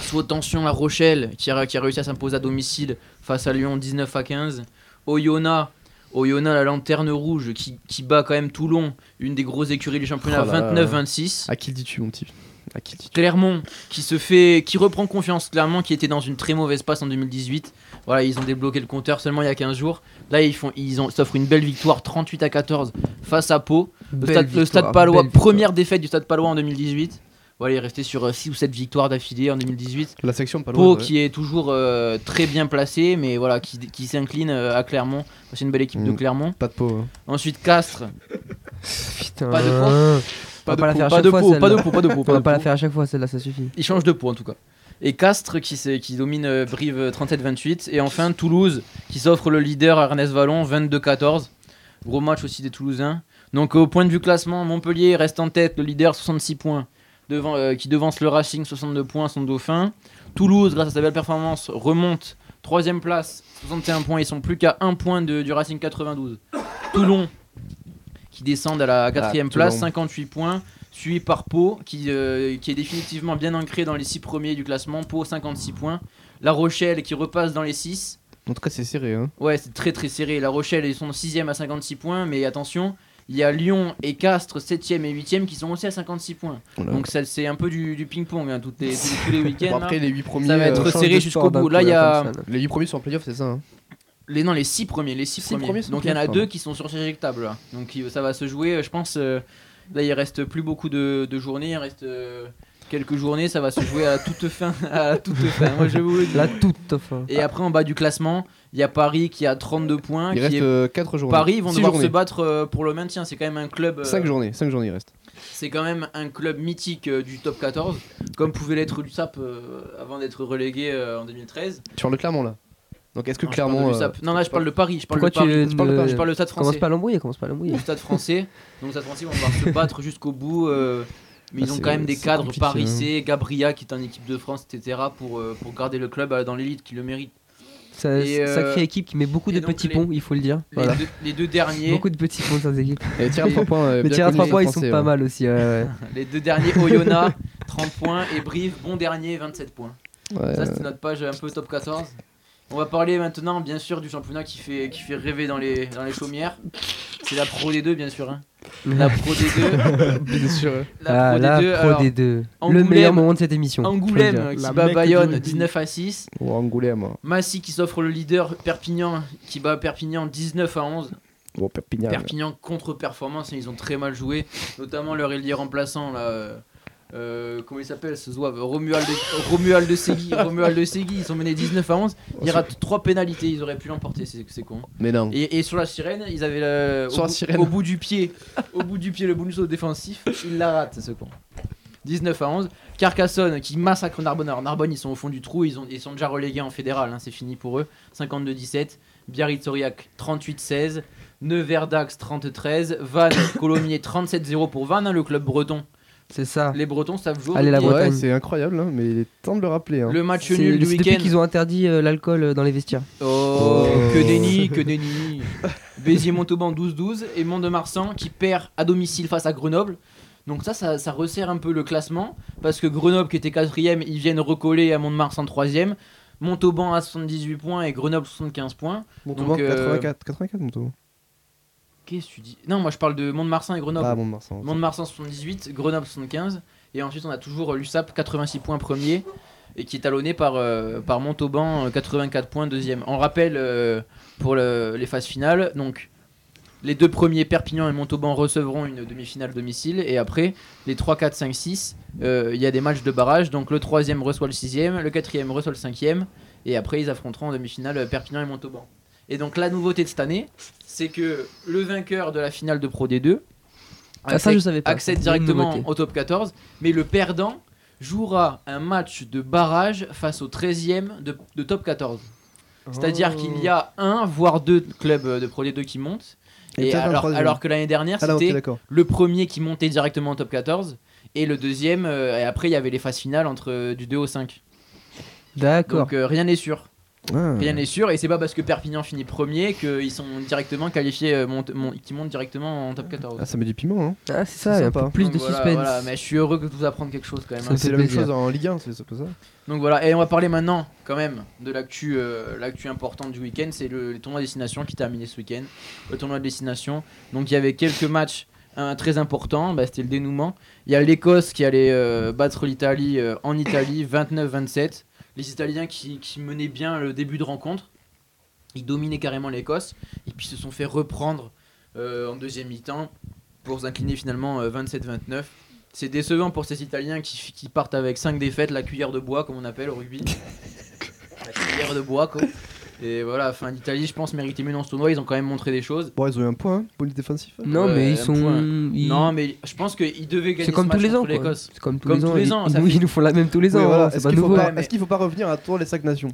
H: sous haute tension La Rochelle qui a, qui a réussi à s'imposer à domicile face à Lyon 19 à 15. Oyonnax, Oyonnax la lanterne rouge qui, qui bat quand même Toulon, une des grosses écuries du championnat
E: Oh là là.
H: 29-26.
E: À qui le dis-tu, mon petit À qui le dis-tu
H: Clermont qui se fait qui reprend confiance Clermont qui était dans une très mauvaise passe en 2018 voilà ils ont débloqué le compteur seulement il y a 15 jours là ils font ils ont s'offrent une belle victoire 38 à 14 face à Pau le
G: Belle
H: stade, le
G: victoire,
H: Stade Palois
G: belle
H: première défaite du Stade Palois en 2018 voilà il est resté sur 6 ou 7 victoires d'affilée en 2018
G: Ah
E: La section pas
H: Pau
E: loin.
H: qui est toujours euh, très bien placé mais voilà qui, qui s'incline euh, à Clermont c'est une belle équipe de
E: Mm.
H: Clermont
E: Pas de peau.
H: ensuite Castres
G: Putain.
H: Pas de quoi.
G: On va pas
H: Pau,
G: la faire à
H: pas
G: chaque
H: de
G: fois,
H: Pau, pas de
G: celle-là.
H: Pau, pas de Pau,
G: On
H: pas
G: va
H: de
G: pas la
H: Pau.
G: faire à chaque fois, celle-là, ça suffit.
H: Il change de peau en tout cas. Et Castres qui, se- qui domine euh, Brive euh, 37-28. Et enfin Toulouse qui s'offre le leader à Ernest Vallon 22-14. Gros match aussi des Toulousains. Donc euh, au point de vue classement, Montpellier reste en tête, le leader 66 points, devant, euh, qui devance le Racing 62 points, son dauphin. Toulouse, grâce à sa belle performance, remonte. Troisième place, 61 points. Ils sont plus qu'à 1 point de- du Racing 92. Toulon qui descend à la quatrième place,
E: Toulon.
H: 58 points suivi par Pau, qui, euh, qui est définitivement bien ancré dans les 6 premiers du classement. Pau, 56 points. La Rochelle, qui repasse dans les 6.
E: En tout cas, c'est serré. Hein.
H: Ouais, c'est très très serré. La Rochelle, ils sont 6ème à 56 points, mais attention, il y a Lyon et Castres, 7ème et 8ème, qui sont aussi à 56 points.
E: Voilà.
H: Donc ça, c'est un peu du, du ping-pong, hein,
E: [laughs]
H: toutes les- tous les- tous les
E: Oh Bon,
H: week-ends. hein. là.
E: après, les 8 premiers.
H: Ça va être
E: euh,
H: serré jusqu'au bout. Là, il y a-
E: Les 8 premiers sont en playoff, c'est ça hein.
H: Les, non, les 6 premiers. Les six
E: Six
H: premiers.
E: premiers sont
H: Donc il y en a
E: playoffs,
H: deux
E: pardon.
H: qui sont surchargeables. là. hein. Donc il- ça va se jouer, euh, je pense. euh, là, il reste plus beaucoup de, de journées. Il reste euh, quelques journées. Ça va se jouer à la toute fin. [laughs] À la toute fin. Moi, je vous le dis.
G: La toute fin.
H: Et après, en bas du classement, il y a Paris qui a 32 points.
E: Il
H: qui
E: reste
H: est-
E: 4 journées.
H: Paris ils vont
E: Six
H: devoir
E: journées.
H: se battre euh, pour le maintien. C'est quand même un club. euh,
E: 5 journées, 5 journées il reste.
H: c'est quand même un club mythique euh, du top 14, comme pouvait l'être l'USAP euh, avant d'être relégué euh, en 2013.
E: Sur le Clermont là. Donc est-ce que
H: Non, je parle de
E: Clermont. euh,
H: l'USAP. Non, là, je parle de Paris. Je parle
G: Pourquoi
H: de Paris.
G: tu
E: tu parles de Paris,
H: Je parle de Stade
G: Commence
H: Français.
G: pas à l'embrouiller, commence pas à l'embrouiller.
H: Le Stade Français. Donc, le Stade Français vont devoir
E: [laughs]
H: se battre jusqu'au bout. euh, mais
E: Ah,
H: ils ont
E: c'est-
H: quand même des
E: c'est
H: cadres
E: compliqué,
H: Paris
E: hein.
H: C, Gabria qui est en équipe de France, etc. pour, euh, pour garder le club euh, dans l'élite qui le mérite.
G: Ça-
H: Et, euh,
G: Sacrée équipe qui met beaucoup
H: et
G: de
H: donc,
G: petits
H: les-
G: ponts, il faut le dire.
H: Les,
G: Voilà.
H: deux, les deux derniers.
G: Beaucoup de petits ponts, cette équipe.
E: Et tir à 3 points.
G: [laughs]
E: euh,
G: Le
E: bien
G: tir à
E: connu
G: 3
E: des
G: points, ils sont
E: Français,
G: pas
E: ouais.
G: mal aussi. ouais, ouais.
H: Les deux derniers, Oyonnax, 30 points, et Brive, bon dernier, 27 points.
E: Ouais,
G: Euh,
H: Ça, c'est notre page un peu top 14. On va parler maintenant, bien sûr, du championnat qui fait, qui fait rêver dans les, dans les chaumières. C'est la Pro D2, bien sûr. hein. La Pro
G: [laughs]
H: D2.
E: bien sûr. ouais.
H: La Pro
G: Ah, la
H: D2.
G: Pro
H: alors,
G: D2. Le
H: Angoulême-
G: meilleur moment de cette émission. faut le dire.
H: Angoulême
F: La
H: qui bat
F: Mecque du
H: Bayonne
F: rugby.
H: 19 à 6.
E: Ou Angoulême. hein.
H: Massy qui s'offre le leader. Perpignan qui bat Perpignan 19 à 11.
E: Ou Perpignan.
H: hein, Perpignan contre-performance, et ils ont très mal joué, notamment leur ailier remplaçant là, euh, euh, comment il s'appelle ce zouave Romuald de, Romuald de Segui. Romuald de Segui, ils sont menés 19 à 11. Ils ratent 3 pénalités, ils auraient pu l'emporter, c'est c'est con.
E: Mais non.
H: Et, et sur la sirène, ils avaient le,
E: Sur
H: au,
E: la
H: bout-
E: sirène.
H: au bout du pied, au bout du pied le bonus au défensif, il la rate ce con. 19 à 11. Carcassonne qui massacre Narbonne. Alors Narbonne, ils sont au fond du trou, ils, ont, ils sont déjà relégués en fédéral, hein, c'est fini pour eux. 52-17. Biarritz-Aurillac 38-16. Nevers-Dax 33. Vannes, [coughs] Colomiers 37-0 pour Vannes, hein, le club breton.
G: C'est ça.
H: Les Bretons savent jouer. au
G: Ah. Allez, la
H: rugby.
G: Bretagne.
E: Ouais, Ah, c'est incroyable, hein, mais il est temps de le rappeler. hein.
H: Le match
G: C'est
H: nul du
G: c'est depuis
H: week-end.
G: qu'ils ont interdit euh, l'alcool euh, dans les vestiaires.
E: Oh.
H: Oh, que déni, que [laughs] déni. Béziers-Montauban 12-12 et Mont-de-Marsan qui perd à domicile face à Grenoble. Donc ça, ça, ça resserre un peu le classement parce que Grenoble qui était quatrième, ils viennent recoller à Mont-de-Marsan troisième. Montauban à 78 points et Grenoble 75 points.
E: Montauban,
H: donc, euh,
E: 84, 84 Montauban.
H: Qu'est-ce que tu dis Non, moi je parle de Mont-de-Marsan et Grenoble.
E: Ah, bon, Marsan.
H: Mont-de-Marsan 78, Grenoble 75, et ensuite on a toujours euh, l'USAP 86 points premier, et qui est talonné par, euh, par Montauban euh, 84 points deuxième. On rappelle euh, pour le- les phases finales, donc les deux premiers Perpignan et Montauban recevront une demi-finale domicile, et après les 3, 4, 5, 6, euh, il y a des matchs de barrage, donc le troisième reçoit le sixième, le quatrième reçoit le cinquième, et après ils affronteront en demi-finale euh, Perpignan et Montauban. Et donc la nouveauté de cette année, c'est que le vainqueur de la finale de Pro D2
G: Ah, ça, je savais pas.
H: accède
G: C'est une
H: directement
G: nouveauté.
H: au top 14, mais le perdant jouera un match de barrage face au 13e de, de top 14. C'est-à-dire qu'il y a un, voire deux clubs euh, de Pro D2 qui montent.
E: Et
H: Et
E: peut-être un
H: alors,
E: troisième.
H: alors que l'année dernière,
E: Ah, là, ok,
H: c'était
E: d'accord.
H: le premier qui montait directement au top 14 et le deuxième. euh, et après, il y avait les phases finales entre euh, du 2 au 5.
G: D'accord.
H: Donc euh, rien n'est sûr.
E: Ah.
H: Rien n'est sûr. Et c'est pas parce que Perpignan finit premier qu'ils sont directement qualifiés, euh, mont- mont- qu'ils montent directement en top 14.
E: Ah, ça met du piment. Hein.
G: Ah, c'est ça,
E: C'est
G: il y a un
E: sympa.
G: peu plus
H: Donc
G: de
H: voilà,
G: suspense.
H: voilà. mais je suis heureux que de vous apprendre quelque chose quand même. hein.
G: Ça me
E: C'est
G: fait
E: la même
G: plaisir.
E: chose en Ligue 1, c'est c'est pas ça
H: Donc voilà, et on va parler maintenant quand même de l'actu euh, l'actu importante du week-end, c'est le, le tournoi de destination qui terminé ce week-end. Le tournoi de destination, donc il y avait quelques matchs hein, très importants, bah, c'était le dénouement. Il y a l'Écosse qui allait euh, battre l'Italie euh, en Italie 29-27. Les Italiens qui, qui menaient bien le début de rencontre, ils dominaient carrément l'Écosse, et puis se sont fait reprendre euh, en deuxième mi-temps pour s'incliner finalement euh, 27-29. C'est décevant pour ces Italiens qui, qui partent avec 5 défaites, la cuillère de bois, comme on appelle au rugby. la cuillère de bois, quoi. Et voilà, enfin, l'Italie, je pense, méritait mieux dans ce tournoi. Ils ont quand même montré des choses.
E: Bon, ils ont eu un point, hein, pour le défensif.
G: Non,
H: Ouais,
G: mais
H: un
G: ils sont.
H: point.
G: ils-
H: Non, mais je pense qu'ils devaient gagner
G: C'est comme
H: ce
G: tous
H: match
G: les ans.
H: contre
G: quoi.
H: l'Écosse.
G: C'est comme tous
H: Comme
G: les
H: tous
G: ans.
H: les
G: ils-
H: ans,
G: ils
H: ça
G: nous-
H: fait-
G: Ils nous font la même tous les
E: Oui,
G: ans.
E: voilà.
G: hein, C'est
E: Est-ce
G: pas
E: qu'il faut,
G: nouveau.
E: pas-
H: Ouais, mais-
E: est-ce qu'il faut pas revenir à tour les 5 nations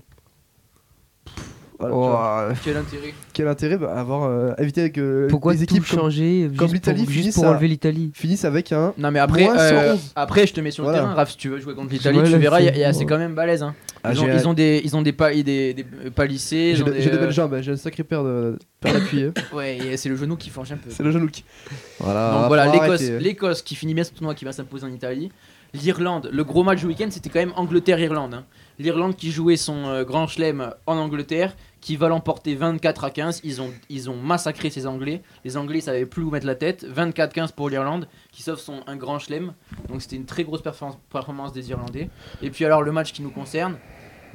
E: Voilà, tu vois. euh,
G: Oh,
H: Quel intérêt
E: Quel intérêt bah, à avoir euh, évité que euh,
G: Pourquoi
E: les
G: tout
E: équipes comme-
G: changer
E: comme
G: juste pour-
E: l'Italie
G: juste
E: finissent
G: pour
E: à-
H: hein.
G: enlever l'Italie
E: finissent avec un.
H: Non, mais après,
E: Moins
H: euh,
E: 111.
H: après, je te mets sur
E: Voilà.
H: le terrain, Raph, si tu veux jouer contre l'Italie,
G: Ouais,
H: tu
G: là,
H: verras, y a-
G: c'est-
H: y a- c'est
G: ouais.
H: quand même balèze. hein.
E: Ah,
H: ils, ont,
E: j'ai-
H: ils ont des, ils ont des, pa- des, des palissés.
E: J'ai
H: ils ont
E: de,
H: des,
E: j'ai de
H: euh,
E: belles jambes, hein, j'ai une sacrée paire de- paire d'appui. hein.
H: Ouais, et c'est le genou qui forge un
E: [laughs]
H: peu.
E: c'est le genou qui. Voilà,
H: Donc
E: Ah, faut
H: voilà, l'Écosse,
E: arrêter. hein.
H: l'Écosse qui finit bien ce tournoi qui va s'imposer en Italie. L'Irlande, le gros match du week-end, c'était quand même Angleterre-Irlande. hein. L'Irlande qui jouait son euh, grand chelem en Angleterre, qui va l'emporter 24 à 15. Ils ont, ils ont massacré ces Anglais. Les Anglais savaient plus où mettre la tête. 24-15 pour l'Irlande, qui sauf son un grand chelem. Donc c'était une très grosse performance, performance des Irlandais. Et puis alors le match qui nous concerne,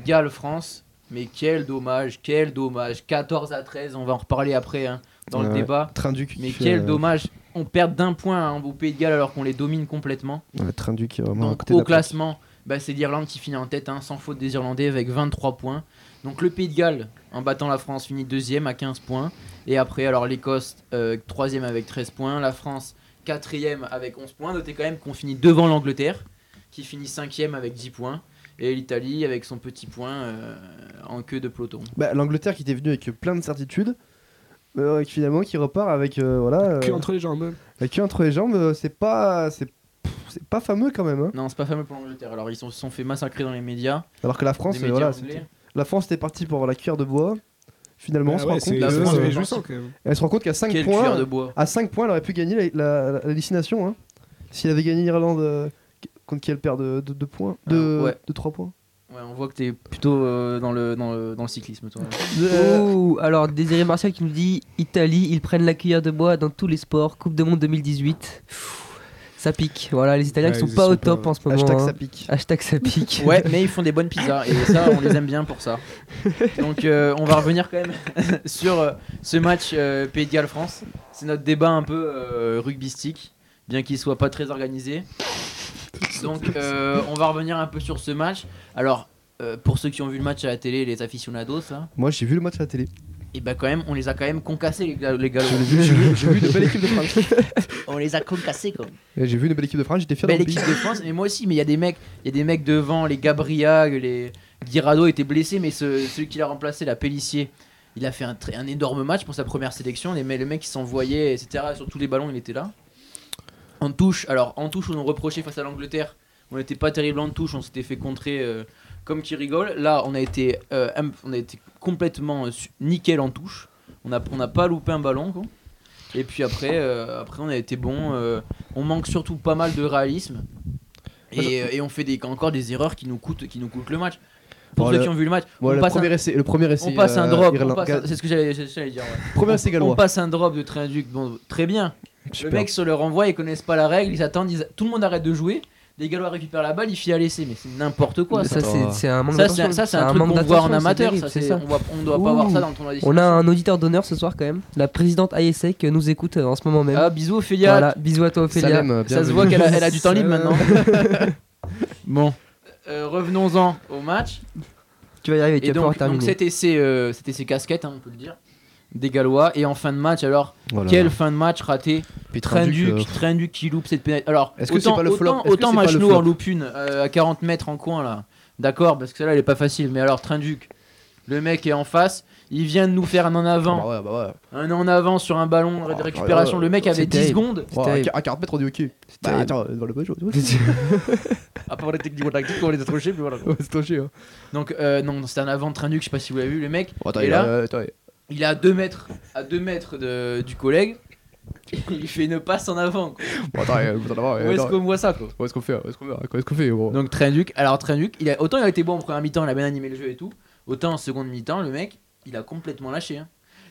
H: Galles-France. Mais quel dommage, quel dommage. 14 à 13, on va en reparler après hein, dans le
E: Ouais.
H: débat.
E: Train du qui
H: Mais
E: fait,
H: quel
E: euh,
H: dommage, on perd d'un point hein, au Pays de Galles alors qu'on les domine complètement.
E: ouais, Train du qui est vraiment à
H: Donc
E: côté de
H: au
E: la plaque.
H: classement, bah, c'est l'Irlande qui finit en tête, hein, sans faute des Irlandais avec 23 points. Donc le Pays de Galles, en battant la France, finit deuxième à 15 points. Et après, alors l'Écosse, euh, troisième avec 13 points. La France, quatrième avec 11 points. Notez quand même qu'on finit devant l'Angleterre, qui finit cinquième avec 10 points. Et l'Italie avec son petit point euh, en queue de peloton.
E: Bah, L'Angleterre qui était venue avec plein de certitudes. euh, et qui, finalement qui repart avec euh, voilà euh,
F: Que entre les jambes.
E: la queue entre les jambes euh, c'est pas c'est pff, c'est pas fameux quand même hein.
H: Non, c'est pas fameux pour l'Angleterre. Alors ils se sont, se sont fait massacrer dans les médias.
E: alors que la France
H: les
E: euh,
H: médias
E: voilà
H: anglais.
E: c'était- la France était partie pour la cuillère de bois finalement on se
F: Ah ouais,
E: rend compte
F: c'est-
E: que,
H: la France,
F: c'est
E: euh,
H: ouais.
F: réjouissant quand même.
E: elle se rend compte qu'à 5
H: Quel
E: points
H: cuir de bois.
E: À 5 points, elle aurait pu gagner la- la- la- la l'élimination. Hein. S'il avait gagné l'Irlande, euh, contre qui elle perd de 2 points De
H: Ah, ouais.
E: 3 points
H: Ouais, on voit que t'es plutôt euh, dans, le, dans, le, dans le
E: [laughs]
H: cyclisme, toi.
G: Oh, alors Désiré Martial qui nous dit Italie, ils prennent la cuillère de bois dans tous les sports. Coupe du monde 2018. Pfff, Ça pique. Voilà, les Italiens
F: Ouais,
G: qui sont
F: ils
G: pas
F: sont
G: au
F: pas-
G: top en ce moment.
E: Hashtag
G: hein.
E: ça pique.
G: Hashtag ça pique.
H: Ouais, mais ils font des bonnes pizzas et ça, on les aime bien pour ça. Donc, euh, on va revenir quand même [laughs] sur euh, ce match euh, Pays de Galles-France. C'est notre débat un peu euh, rugbystique, bien qu'il soit pas très organisé. Donc euh, on va revenir un peu sur ce match. Alors euh, pour ceux qui ont vu le match à la télé, les aficionados, là,
E: Moi, j'ai vu le match à la télé.
H: et ben quand même on les a quand même concassés les, gars, les Gallois.
E: J'ai vu, j'ai vu une belle équipe de France.
H: [laughs] On les a concassés comme.
E: Et J'ai vu une belle équipe de France, j'étais fier de
H: Belle
E: mon
H: équipe
E: pays.
H: de France, mais moi aussi, mais il y a des mecs, il y a des mecs devant, les Gabria, les Guirado était blessé, mais ce- celui qui l'a remplacé, la Pellissier, il a fait un, très- un énorme match pour sa première sélection. Les, me- le mec qui s'envoyait, etc. Sur tous les ballons, il était là. En touche, alors en touche, on nous reprochait face à l'Angleterre. On n'était pas terrible en touche, on s'était fait contrer euh, comme qui rigole. Là, on a été, euh, imp- on a été complètement euh, su- nickel en touche. On n'a on n'a pas loupé un ballon. quoi. Et puis après, euh, après, on a été bon. euh, on manque surtout pas mal de réalisme. Et, euh, et on fait des, encore des erreurs qui nous coûtent, qui nous coûtent le match. Pour
E: Bon,
H: ceux
E: le-
H: qui ont vu le match,
E: Bon,
H: on,
E: le,
H: passe un,
E: premier essai, le premier essai.
H: on passe un
E: euh,
H: drop. on
E: Irlande-
H: passe un- C'est ce que j'allais c'est ce que j'allais dire. ouais.
E: [laughs] Premier essai
H: On
E: gallois.
H: passe un drop de Trinduc. Bon, très bien. Le
E: Super.
H: mec sur le renvoi, ils connaissent pas la règle, ils attendent, ils- tout le monde arrête de jouer. Les Gallois récupèrent la balle, ils filent à l'essai. Mais c'est n'importe quoi. Ça,
G: Ça, c'est- c'est un manque
H: Ça, c'est
G: d'attention.
H: un, ça, c'est un
G: C'est
H: truc
G: manque
H: qu'on voit en
G: d'attention,
H: amateur.
G: terrible,
H: ça,
G: c'est
H: c'est-
G: ça.
H: on voit- on doit pas voir ça dans le tournoi des
G: On a un auditeur d'honneur ce soir quand même. La présidente ASA qui nous écoute euh, en ce moment même.
H: Ah, bisous, Ophélia.
G: voilà, bisous à toi Ophélia.
E: Salem, euh,
H: Ça se
E: bienvenue.
H: voit qu'elle a, elle a du temps libre
E: Salem.
H: maintenant. bon. Euh, Revenons-en au match.
G: Tu vas y arriver, tu
H: Et
G: vas pouvoir
H: donc, donc
G: terminer.
H: cet essai, euh, cet essai casquette, hein, on peut le dire, des Gallois. Et en fin de match, alors,
E: Voilà.
H: quelle fin de match ratée
E: Puis Traduc,
H: Trinduc,
E: euh,
H: Trinduc qui loupe cette pénalité. Alors,
E: Est-ce que
H: autant,
E: c'est pas le flop
H: autant,
E: Est-ce que
H: autant
E: c'est pas le
H: Machno
E: flop
H: en loupe une euh, à 40 mètres en coin là. D'accord, parce que celle-là, elle est pas facile. Mais alors, Trinduc, le mec est en face. Il vient de nous faire un en
E: ah
H: avant.
E: bah ouais, bah ouais.
H: Un en avant sur un ballon
E: Ah,
H: de
E: bah
H: récupération.
E: ouais.
H: Le mec avait
G: C'est
H: 10
G: terrible.
H: secondes.
E: Ouais,
G: terrible.
E: à- à 40 mètres, on dit ok. Bah,
G: terrible.
E: attends, dans le match,
H: [laughs]
E: ouais.
H: À part les techniques tactiques, on les a touchés, mais voilà.
E: Ouais, c'est touché. Hein.
H: Donc, euh, non, c'était un avant de Trinduc, je sais pas si vous l'avez vu, le mec.
E: Bon, attends,
H: Et
E: il
H: là,
E: a- euh, attends, il-
H: il est à 2 mètres, à deux mètres de- du collègue. il fait une passe en avant. quoi.
E: bon, attends, euh, attends, d'abord, euh,
H: Où est-ce
E: attends.
H: qu'on voit ça, quoi
E: Où est-ce qu'on fait hein, Où est-ce qu'on fait hein, Où est-ce qu'on fait bon.
H: Donc, Trinduc, alors Trinduc, il a, autant il a été bon en première mi-temps, il a bien animé le jeu et tout. Autant en seconde mi-temps, le mec, il a complètement lâché. hein.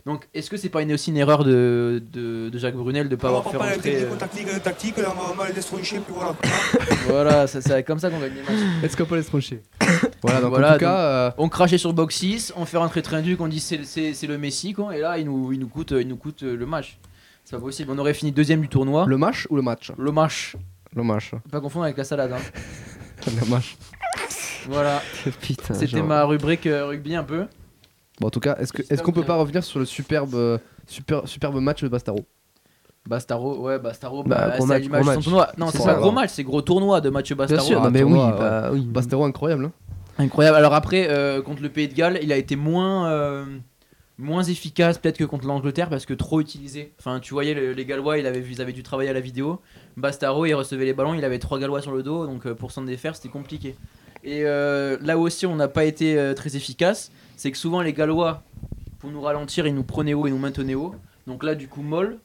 H: Donc, est-ce que c'est pas une, aussi une erreur de, de, de Jacques Brunel de pas avoir fait
A: parle de
H: rentrer euh,
A: technico-tactique, tactique, là, on va laisser puis voilà.
H: Voilà, ça- c'est comme ça qu'on gagne les matchs.
E: Est-ce qu'on peut les trancher [laughs] Voilà, donc
H: Voilà,
E: en tout cas, euh,
H: On crachait sur le box 6, on fait rentrer Trinduc, on dit c'est- c'est c'est le Messi, quoi. Et là, il nous, il nous, coûte, il nous coûte euh, le match. C'est pas possible, on aurait fini deuxième du tournoi.
E: euh, le match ou le match
H: Le match.
E: Le match.
H: Pas confondre avec la salade. hein.
G: [laughs]
E: Le [laughs] match.
H: Voilà,
G: Putain,
H: c'était
G: genre.
H: ma rubrique euh, rugby un peu.
E: Bon, en tout cas, est-ce que- est-ce qu'on peut pas revenir sur le superbe, euh, super, superbe match de Bastaro
H: Bastaro, ouais, Bastaro,
G: Bah,
H: bah,
G: gros
H: c'est à
G: match,
H: l'image
G: gros
H: de son
G: match.
H: tournoi. Non,
G: C'est
H: c'est
E: ça,
H: pas gros
E: alors.
H: match, c'est gros tournoi de match
G: Bien
H: Bastaro. euh,
G: sûr,
E: Ah,
G: non, mais oui,
E: tournoi, ouais.
G: bah,
H: Mhm.
G: oui.
E: Bastaro incroyable. Hein
H: Incroyable. Alors après, euh, contre le Pays de Galles, il a été moins, euh, moins efficace peut-être que contre l'Angleterre parce que trop utilisé. Enfin, tu voyais, le- les Gallois, ils avaient, ils avaient dû travailler à la vidéo. Bastaro, il recevait les ballons, il avait trois Gallois sur le dos, donc euh, pour s'en défaire, c'était compliqué. Et euh, là aussi, on n'a pas été euh, très efficace. C'est que souvent, les Gallois, pour nous ralentir, ils nous prenaient haut et nous maintenaient haut. Donc là, du coup, molle,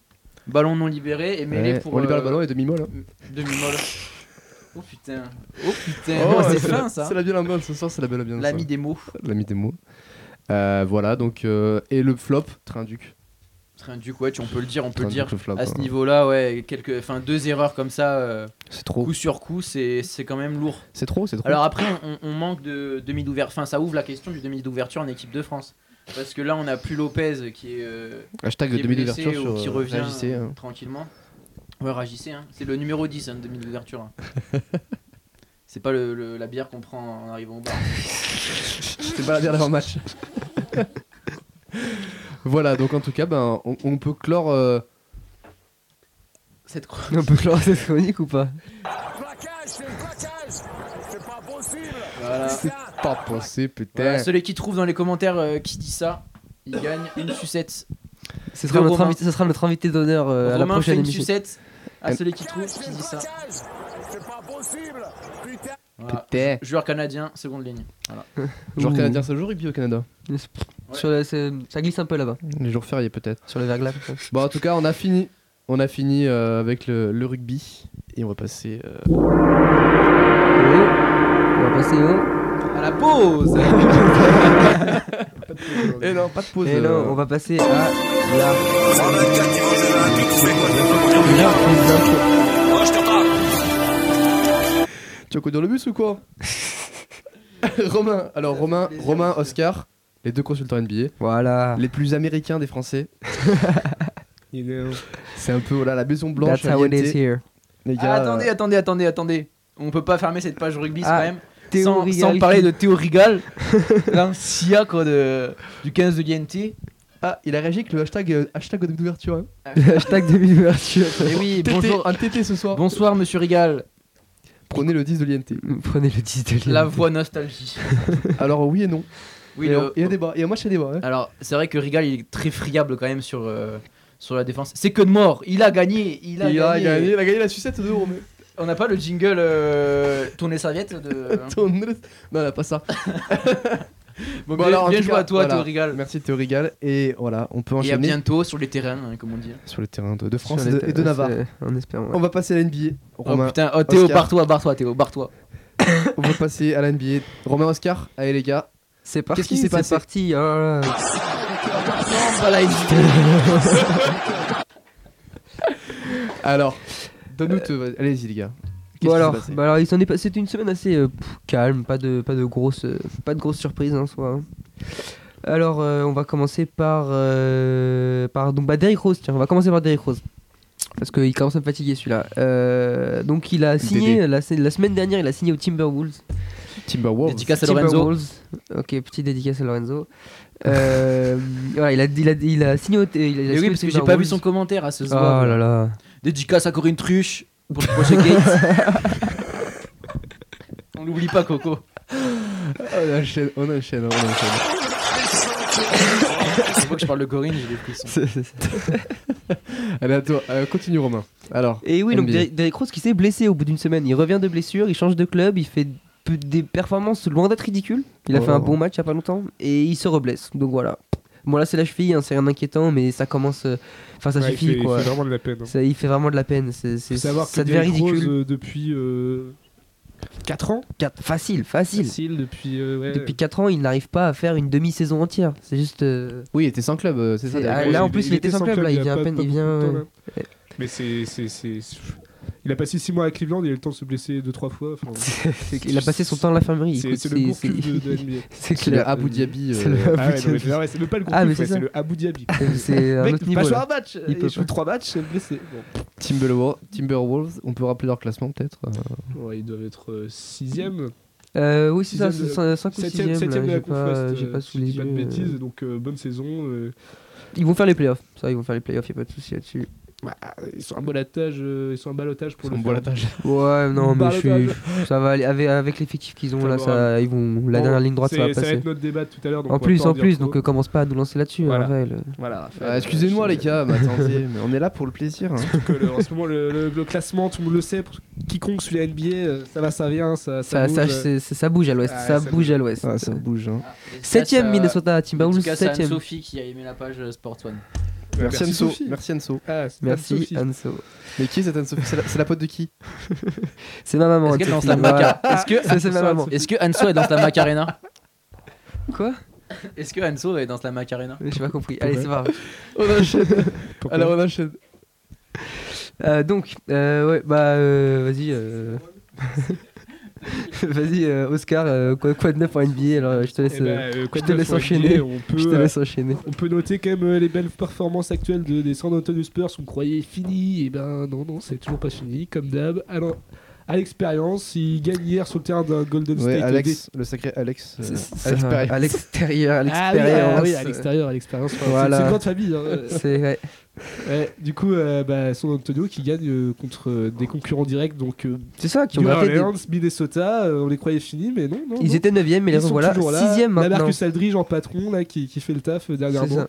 H: ballon non libéré et mêlé
E: Ouais,
H: pour.
E: on libère le
H: euh,
E: ballon et demi-molle. hein.
H: Demi-molle. Oh putain. [laughs] Oh putain.
E: Oh,
H: [laughs] c'est
E: ouais,
H: fin
E: la-
H: ça.
E: C'est la belle ambiance ce soir, c'est la belle ambiance.
H: L'ami des mots.
E: hein. L'ami des mots. Euh, voilà, donc. euh, et le flop, Trinduc.
H: Trinduc, ouais, tu- on peut le dire, on peut le
E: Trinduc,
H: dire.
E: le flop,
H: À ce
E: hein.
H: niveau-là, ouais, quelques, enfin deux erreurs comme ça, euh,
E: C'est trop.
H: coup sur coup, c'est c'est quand même lourd.
E: C'est trop, c'est trop.
H: Alors après, on, on manque de demi d'ouverture. Enfin, ça ouvre la question du demi d'ouverture en équipe de France. Parce que là, on a plus Lopez qui est, euh,
E: Hashtag
H: qui est
E: demi
H: blessé
E: d'ouverture sur
H: ou qui
E: euh,
H: revient
E: RJC,
H: euh,
E: hein.
H: tranquillement. Ouais, réagissez. Hein. C'est le numéro 10, hein, de demi d'ouverture. hein.
E: [laughs]
H: c'est pas le- le- la bière qu'on prend en arrivant au bar.
E: C'est pas la
G: [laughs]
E: dernière match. voilà, donc en tout cas, ben, on, on peut clore. euh, [laughs]
H: Cette chronique.
G: [laughs] On peut clore cette chronique ou pas
H: Voilà.
E: C'est pas possible, putain.
H: Voilà, celui qui trouve dans les commentaires euh, qui dit ça, il gagne une sucette.
G: Ce sera, notre
H: Romain.
G: invité, ce sera notre invité d'honneur euh, à la
H: Romain fait
G: prochaine
H: une
G: émission.
H: sucette à
E: Un-
H: celui qui trouve qui dit ça. Voilà.
E: Putain.
H: Joueur canadien, seconde ligne.
E: Genre
G: Ah. Ouh.
E: canadien, c'est le jour rugby au Canada.
G: Sur la- c'est- ça glisse un peu là-bas,
E: Les jours fériés, peut-être.
G: sur le verglas.
E: Bon, en tout cas, on a fini. On a fini euh, avec le, le rugby. Et on va passer. euh,
G: On va passer au.
H: À la pause
E: Eh non, pas de pause.
G: Et là,
E: euh,
G: on va passer à la.
E: Tu as conduire le bus ou
G: [laughs]
E: quoi Romain, alors Romain, Romain, Oscar, les deux consultants NBA,
G: Voilà.
E: les plus américains des Français.
F: Il est- euh,
E: C'est un peu voilà, la maison blanche.
G: That's how it
E: l'INT.
G: is here.
E: Les
H: Ah,
E: gars,
H: Attendez, attendez, attendez, attendez. On peut pas fermer cette page rugby c'est
G: Ah,
H: quand même.
G: Théo
H: sans,
G: Rigal
H: sans
G: qui-
H: parler de
E: [laughs]
H: Théo Rigal, l'ancien quoi, de, du 15 de l'INT.
E: Ah, il a réagi avec le hashtag, euh, hashtag d'ouverture. hein.
G: [laughs] Hashtag début d'ouverture.
H: Et oui,
E: TT,
H: bonjour.
E: Un TT ce soir.
H: Bonsoir Monsieur Rigal,
E: Prenez le 10 de l'INT.
G: [laughs] Prenez le 10 de
H: la
G: Lyon.
H: voix nostalgie.
E: Alors oui et non.
H: Oui,
E: Et
H: le-
E: alors, il y a débat, il y a match à débat. hein.
H: Alors, c'est vrai que Rigal, il est très friable quand même sur, euh, sur la défense. C'est que de mort, il a gagné, il a,
E: il, a
H: gagné. Ah
E: gagné, il a gagné la sucette de Romé.
H: On n'a pas le jingle euh, tourner serviette de.
E: non, on n'a pas ça.
H: [laughs] Bon,
E: Bon,
H: bien,
E: alors, en
H: bien
E: tout
H: joué
E: cas,
H: à toi,
E: voilà.
H: Théo Rigal.
E: Merci Théo Rigal. Et voilà, on peut
H: Et à
E: enchaîner
H: bientôt sur les terrains, hein, comme on dit.
E: sur le terrain de, de
G: Sur
E: France
G: les
E: et de,
G: terres,
E: et de Navarre.
G: c'est- En espérant. ouais.
E: On va passer à la NBA.
H: Oh
E: Romain,
H: putain, oh, Théo,
E: Oscar.
H: barre-toi, barre-toi, Théo, barre-toi.
E: on va passer à la NBA. Romain Oscar, allez les gars.
G: C'est parti.
E: qui s'est
G: c'est
E: passé
G: parti. oh là là.
E: Alors, donne-nous.
H: Euh.
E: te- Allez-y les gars. Qu'est-ce
G: Bon
E: qui
G: alors,
E: s'est passé
G: bah alors, il s'en est passé. C'était une semaine assez euh, pff, calme, pas de pas de grosses euh, pas de grosses surprises en soi. hein. Alors, euh, on va commencer par euh, par donc bah Derrick Rose. Tiens, on va commencer par Derrick Rose parce qu'il commence à me fatiguer celui-là. Euh, donc il a signé la, se- la semaine dernière, il a signé au Timberwolves.
E: Timberwolves.
H: Dédicace à Lorenzo.
G: Timberwolves. Ok, petite dédicace à Lorenzo. Euh, [laughs] voilà, il a, il a, il a signé au. Il a, il a
H: Et
G: signé
H: Eh oui,
G: au
H: parce que j'ai pas vu
G: Timberwolves.
H: son commentaire à ce soir.
G: Oh là là.
H: Dédicace à Corinne Truche pour le prochain Gates. On l'oublie pas, Coco.
E: On enchaîne, on enchaîne, on enchaîne.
H: Chaque fois que je parle de Corinne, j'ai des frissons. Ah,
E: Allez, à toi. Euh, continue Romain. Alors,
G: Et oui, donc
E: NBA.
G: Derrick- Derrick Rose qui s'est blessé au bout d'une semaine. Il revient de blessure, il change de club, il fait peu- des performances loin d'être ridicules. Il a
E: Oh.
G: fait un bon match il y a pas longtemps et il se reblesse. Donc voilà. Bon là c'est la cheville, hein, c'est rien d'inquiétant, mais ça commence. euh, Enfin ça
F: Ouais, il fait-
G: suffit
F: il
G: quoi.
F: fait vraiment de la peine. hein.
G: Ça, il fait vraiment de la peine. C'est, c'est-
F: Faut savoir
G: ça
F: que
G: devient
F: Derrick Rose,
G: ridicule.
F: euh, depuis 4 ans.
G: Quatre- facile, facile.
F: Facile, depuis. euh, ouais.
G: Depuis 4 ans, il n'arrive pas à faire une demi-saison entière. C'est juste.
F: [laughs]
G: euh,
E: oui, il était sans club, euh, c'est ça.
G: C'est-
E: Derrick
G: ah,
E: Rose.
G: là, en plus, il était sans club, là, il
F: a
G: vient à
F: pas-
G: peine-
F: pas
G: il vient, euh,
F: beaucoup de temps,
G: ouais.
F: là. Mais c'est. c'est- c'est- Il a passé 6 mois à Cleveland, il a eu le temps de se blesser 2-3
G: [laughs]
F: fois. enfin,
G: il a passé son temps à l'infirmerie.
F: C'est
G: écoute,
F: c'est le gros
G: c'est-
F: cul de, de NBA.
G: [laughs] c'est
E: C'est le
G: clair.
E: Abu Dhabi.
G: C'est
E: euh,
G: le
F: Ah ouais,
G: Abu
F: non, mais
G: Dhabi.
F: c'est- ouais, c'est le- pas le gros
G: Ah, mais
F: cul,
G: c'est
F: ouais,
G: ça.
F: c'est le Abu
G: [laughs]
F: Dhabi. [laughs]
G: C'est un
F: Mec,
G: autre
F: il va
G: niveau.
F: jouer
G: là.
F: un match,
G: Il
F: il,
G: peut
F: joue
G: pas.
F: 3 matchs, blessé. Bon.
E: Timberwol- Timberwolves. On peut rappeler leur classement peut-être. euh,
F: Ouais, ils doivent être 6ème,
G: Euh, oui, c'est ça,
F: Sixième de-
G: 5 ou 6
F: 7ème, 7ème de la
G: J'ai
F: Conf
G: pas,
F: Ouest.
G: j'ai
F: euh,
G: pas
F: si
G: sous
F: je
G: les
F: dis pas de
G: yeux, euh.
F: bêtises, donc euh, bonne saison. euh,
G: Ils vont faire les playoffs, ça, ils vont faire les playoffs, y a pas de souci là-dessus.
F: bah, ils sont un balotage, euh, ils sont un balotage pour
E: Son
F: le faire.
E: bolotage.
G: Ouais, non, mais je
F: Balotage.
G: suis- ça va aller avec, avec l'effectif qu'ils ont
F: Bah, Ça
G: là,
F: va.
G: ça, ils vont, la
F: Bon,
G: dernière ligne droite, ça
F: c'est-
G: va
F: va
G: passer.
F: être notre débat de tout à l'heure. donc on
G: En
F: va
G: plus,
F: pas
G: en
F: dire
G: plus,
F: trop.
G: donc euh, commence pas à nous lancer là-dessus.
F: Voilà.
G: Raphaël.
F: voilà. Raphaël,
E: Ah, Excusez-moi
F: je-
E: les gars, mais attendez, mais on est là pour le plaisir. hein.
F: que le- en ce moment, le, le- le classement, tout le monde le sait. Pour quiconque suit la NBA, euh, ça va, ça vient, ça, ça,
G: ça, ça,
F: bouge. euh.
G: c'est- c'est- ça bouge à l'ouest,
F: Ouais,
G: ça,
F: ça
G: bouge à l'ouest.
E: Ah, ça bouge. hein.
G: Septième
H: euh,
G: Minnesota Timberwolves,
H: Dédicace à
G: septième.
H: Sophie qui a aimé la page euh, Sport One.
E: Merci Anso.
F: Sophie.
E: Merci Anso.
F: Ah, c'est
G: Merci
F: Anne-Sophie.
G: Anso.
E: Mais qui est cette Anne-Sophie C'est la- C'est la pote de qui
G: C'est ma maman.
H: Est-ce qu'elle lance
G: Anne-Sophie,
H: la maca
G: voilà.
H: Est-ce que
G: Ça, c'est ma maman.
H: est-ce que Anso est dans la Macarena
G: Quoi
H: Est-ce que Anso est dans la Macarena
G: J'ai pas compris. Allez, c'est pas grave.
E: On enchaîne.
F: Pourquoi
E: Alors on enchaîne.
G: Euh, donc, euh, ouais, bah, euh, vas-y. euh, [laughs] vas-y, euh, Oscar, euh, quoi, quoi de neuf en NBA Alors, euh, je te
F: Eh
G: laisse,
F: ben,
G: euh,
F: euh,
G: je
F: quoi de
G: te
F: neuf
G: laisse
F: en NBA,
G: enchaîner.
F: On
G: je te
F: peut, euh,
G: laisse enchaîner.
F: on peut noter quand même euh, les belles performances actuelles de, des San Antonio Spurs. On croyait fini, et ben non, non, c'est toujours pas fini, comme d'hab. Alors, à l'expérience, ils gagnent hier sur le terrain d'un Golden
E: Ouais,
F: State.
E: Alex, le sacré Alex. euh,
G: C'est- c'est-
E: à l'expérience.
G: à l'extérieur, à
F: Ah oui,
G: l'expérience.
F: ah oui, à l'extérieur, à l'expérience. Enfin, c'est-
G: Voilà.
F: C'est une grande famille. hein.
G: [laughs] C'est ouais.
F: Ouais, du coup, euh, bah, San Antonio qui gagne euh, contre euh, des concurrents directs, donc euh,
G: C'est ça, qui ont
F: New
G: raté. des-
F: Orleans, Minnesota, euh, on les croyait finis, mais non, non.
G: Ils
F: non.
G: étaient 9 mais les
F: Ils sont
G: revoilà
F: toujours là.
G: 6
F: La
G: maintenant.
F: Marcus Aldridge en patron là, qui, qui fait le taf euh,
G: C'est
F: dernièrement.
G: ça.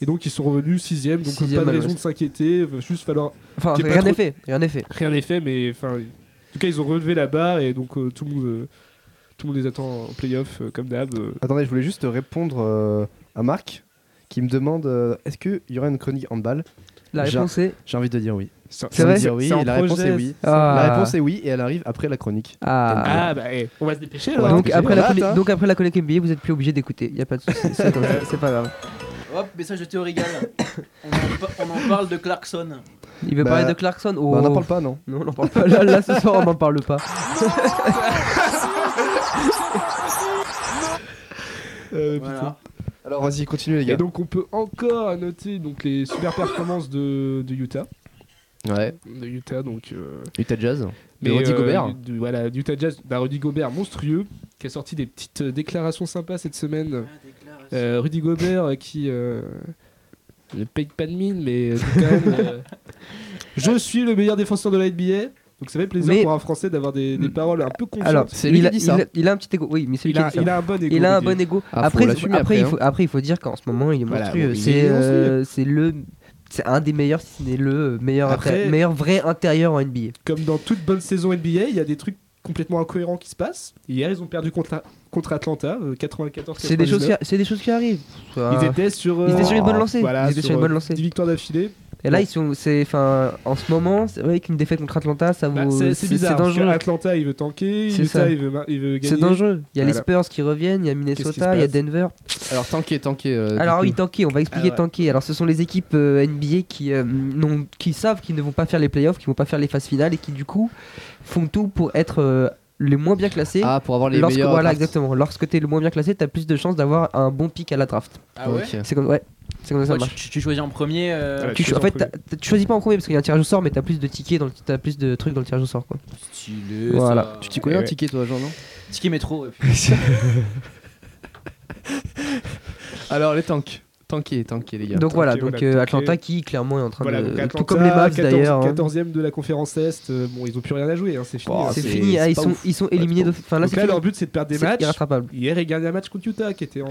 F: Et donc ils sont revenus sixième, donc
G: Sixième,
F: pas de
G: ouais,
F: raison
G: ouais.
F: de s'inquiéter. va Juste falloir
G: Enfin,
F: Qui est pas
G: rien n'est
F: trop-
G: fait. Rien n'est fait.
F: rien n'est fait, mais enfin, en tout cas ils ont relevé la barre et donc euh, tout le monde, euh, tout le monde les attend en playoff euh, comme d'hab. euh.
E: Attendez, je voulais juste répondre euh, à Marc qui me demande euh, est-ce qu'il y aura une chronique handball
G: La
E: Jean-
G: réponse est.
E: J'ai envie de dire oui.
G: C'est
E: J'ai envie
G: vrai
E: de dire oui,
F: C'est en
E: et la réponse
F: projet,
E: est oui.
F: c'est-
G: Ah.
E: La réponse est oui et elle arrive après la chronique.
G: Ah.
F: Ah, bah eh, on va se dépêcher alors.
G: Donc
E: Ouais,
G: après,
E: on
G: la
E: rate,
G: chronique-
E: hein.
G: donc après la chronique NBA, vous êtes plus obligé d'écouter. Y a pas de souci, c'est comme ça,
F: [laughs]
G: c'est pas grave.
H: Hop, message de Théo Rigal. on, en pa- on en parle de Clarkson.
G: Il veut
E: Bah,
G: parler de Clarkson. Oh.
E: Bah, on n'en parle pas, non
G: Non, on n'en parle pas. Là, là, ce soir, on n'en parle pas.
F: Euh, putain.
H: Voilà.
E: Alors vas-y, continue les
F: Et
E: gars.
F: donc on peut encore noter donc les super performances de, de Utah,
E: Ouais,
F: de Utah donc euh,
E: Utah Jazz. De Rudy Gobert.
F: du- du- voilà, d'Utah Jazz, d'un Rudy Gobert monstrueux, qui a sorti des petites euh, déclarations sympas cette semaine. Euh, Rudy Gobert euh, qui euh, ne paye pas de mine, mais euh, dit quand même,
G: [laughs]
F: euh, je suis le meilleur défenseur de la NBA. Donc ça fait plaisir
G: Mais- Hmm.
F: pour un Français d'avoir des, des paroles un peu confiantes.
G: Alors,
E: C'est lui
G: il
E: qui
G: a-
E: dit ça.
G: il a- Il a un petit égo. Oui, mais c'est lui
F: il,
G: qui a
F: a,
G: dit ça.
F: il a un bon égo.
G: Il a un
F: Rudy.
G: bon ego.
E: Ah, faut
G: après, il faut-
E: l'assumer
G: après,
E: après,
G: il faut, après, il faut dire qu'en ce moment, il est
F: Voilà,
G: monstrueux.
F: bon, il est
G: c'est
F: monstrueux.
G: euh, c'est le, c'est un des meilleurs, si ce n'est le meilleur,
F: Après-
G: intérie- meilleur vrai intérieur en NBA.
F: comme dans toute bonne saison NBA, il y a des trucs complètement incohérents qui se passent. Hier, ils ont perdu contre, contre Atlanta, euh, 94
G: C'est des choses, qui, c'est des choses qui arrivent. Ça-
F: Ils étaient sur, euh,
G: Ils étaient sur une bonne lancée.
F: Voilà,
G: Ils étaient sur une
F: euh,
G: bonne lancée.
F: 10 victoires d'affilée.
G: Et là, ils sont, c'est, enfin, en ce moment, c'est vrai qu'une défaite contre Atlanta, ça
F: Bah,
G: vaut,
F: c'est- c'est bizarre. parce que
G: dangereux.
F: Atlanta, il veut tanker.
G: C'est
F: Utah,
G: ça.
F: il veut, ma- il veut gagner.
G: C'est dangereux. Il y a les
F: Voilà.
G: Spurs qui reviennent, il y a
F: Qu'est-ce qui se
G: Minnesota, il y a
F: passe
G: Denver.
E: Alors, tanké, tanké. euh, du
G: Alors
E: coup.
G: oui, tanké, on va expliquer
F: Alors, Ah ouais.
G: tanké. Alors ce sont les équipes euh, NBA qui, euh, n'ont- qui savent qu'ils ne vont pas faire les playoffs, qui vont pas faire les phases finales et qui du coup font tout pour être euh, les moins bien classés.
E: Ah, pour avoir les
G: Lorsque,
E: meilleurs.
G: voilà,
E: drafts.
G: exactement. Lorsque t'es le moins bien classé, t'as plus de chances d'avoir un bon pic à la draft.
H: Ah ouais,
E: Ok.
G: C'est comme, ouais, c'est comme ça que ça
H: Ouais,
G: marche.
H: tu, tu- tu choisis en premier. euh,
F: Voilà.
G: Tu
F: tu
G: cho- en
F: choisis
G: fait,
F: en
G: t'as- t'as- tu choisis pas en premier parce qu'il y a un tirage au sort, mais t'as plus de tickets, donc t'as plus de trucs dans le tirage au sort. Quoi.
H: Stylé.
G: Voilà.
H: ça.
E: Tu t'y connais
F: Eh
E: un
F: ouais.
E: ticket, toi, Jean, non
H: Ticket métro. et puis-
G: [laughs]
E: Alors, les tanks. Tanké, tanké, les gars.
G: Donc voilà,
F: tanké,
G: donc
F: voilà,
G: euh,
F: tanké.
G: Atlanta qui clairement est en train
F: Voilà,
G: de,
F: donc
G: Euh, tout
F: Atlanta,
G: comme les Mavs
F: 14
G: d'ailleurs. hein.
F: 14e de la conférence Est. euh, bon, ils ont plus rien à jouer. hein, c'est fini.
E: Oh,
F: hein.
G: C'est
E: c'est-
G: fini, ah,
E: c'est
G: ils
E: pas
G: sont,
E: ouf.
G: ils sont éliminés de. Enfin là,
F: Donc
G: c'est
F: là,
G: fini.
F: leur but, c'est de perdre des
G: C'est
F: matchs.
G: irrattrapable.
F: Hier, ils gagnaient un match contre Utah qui était en.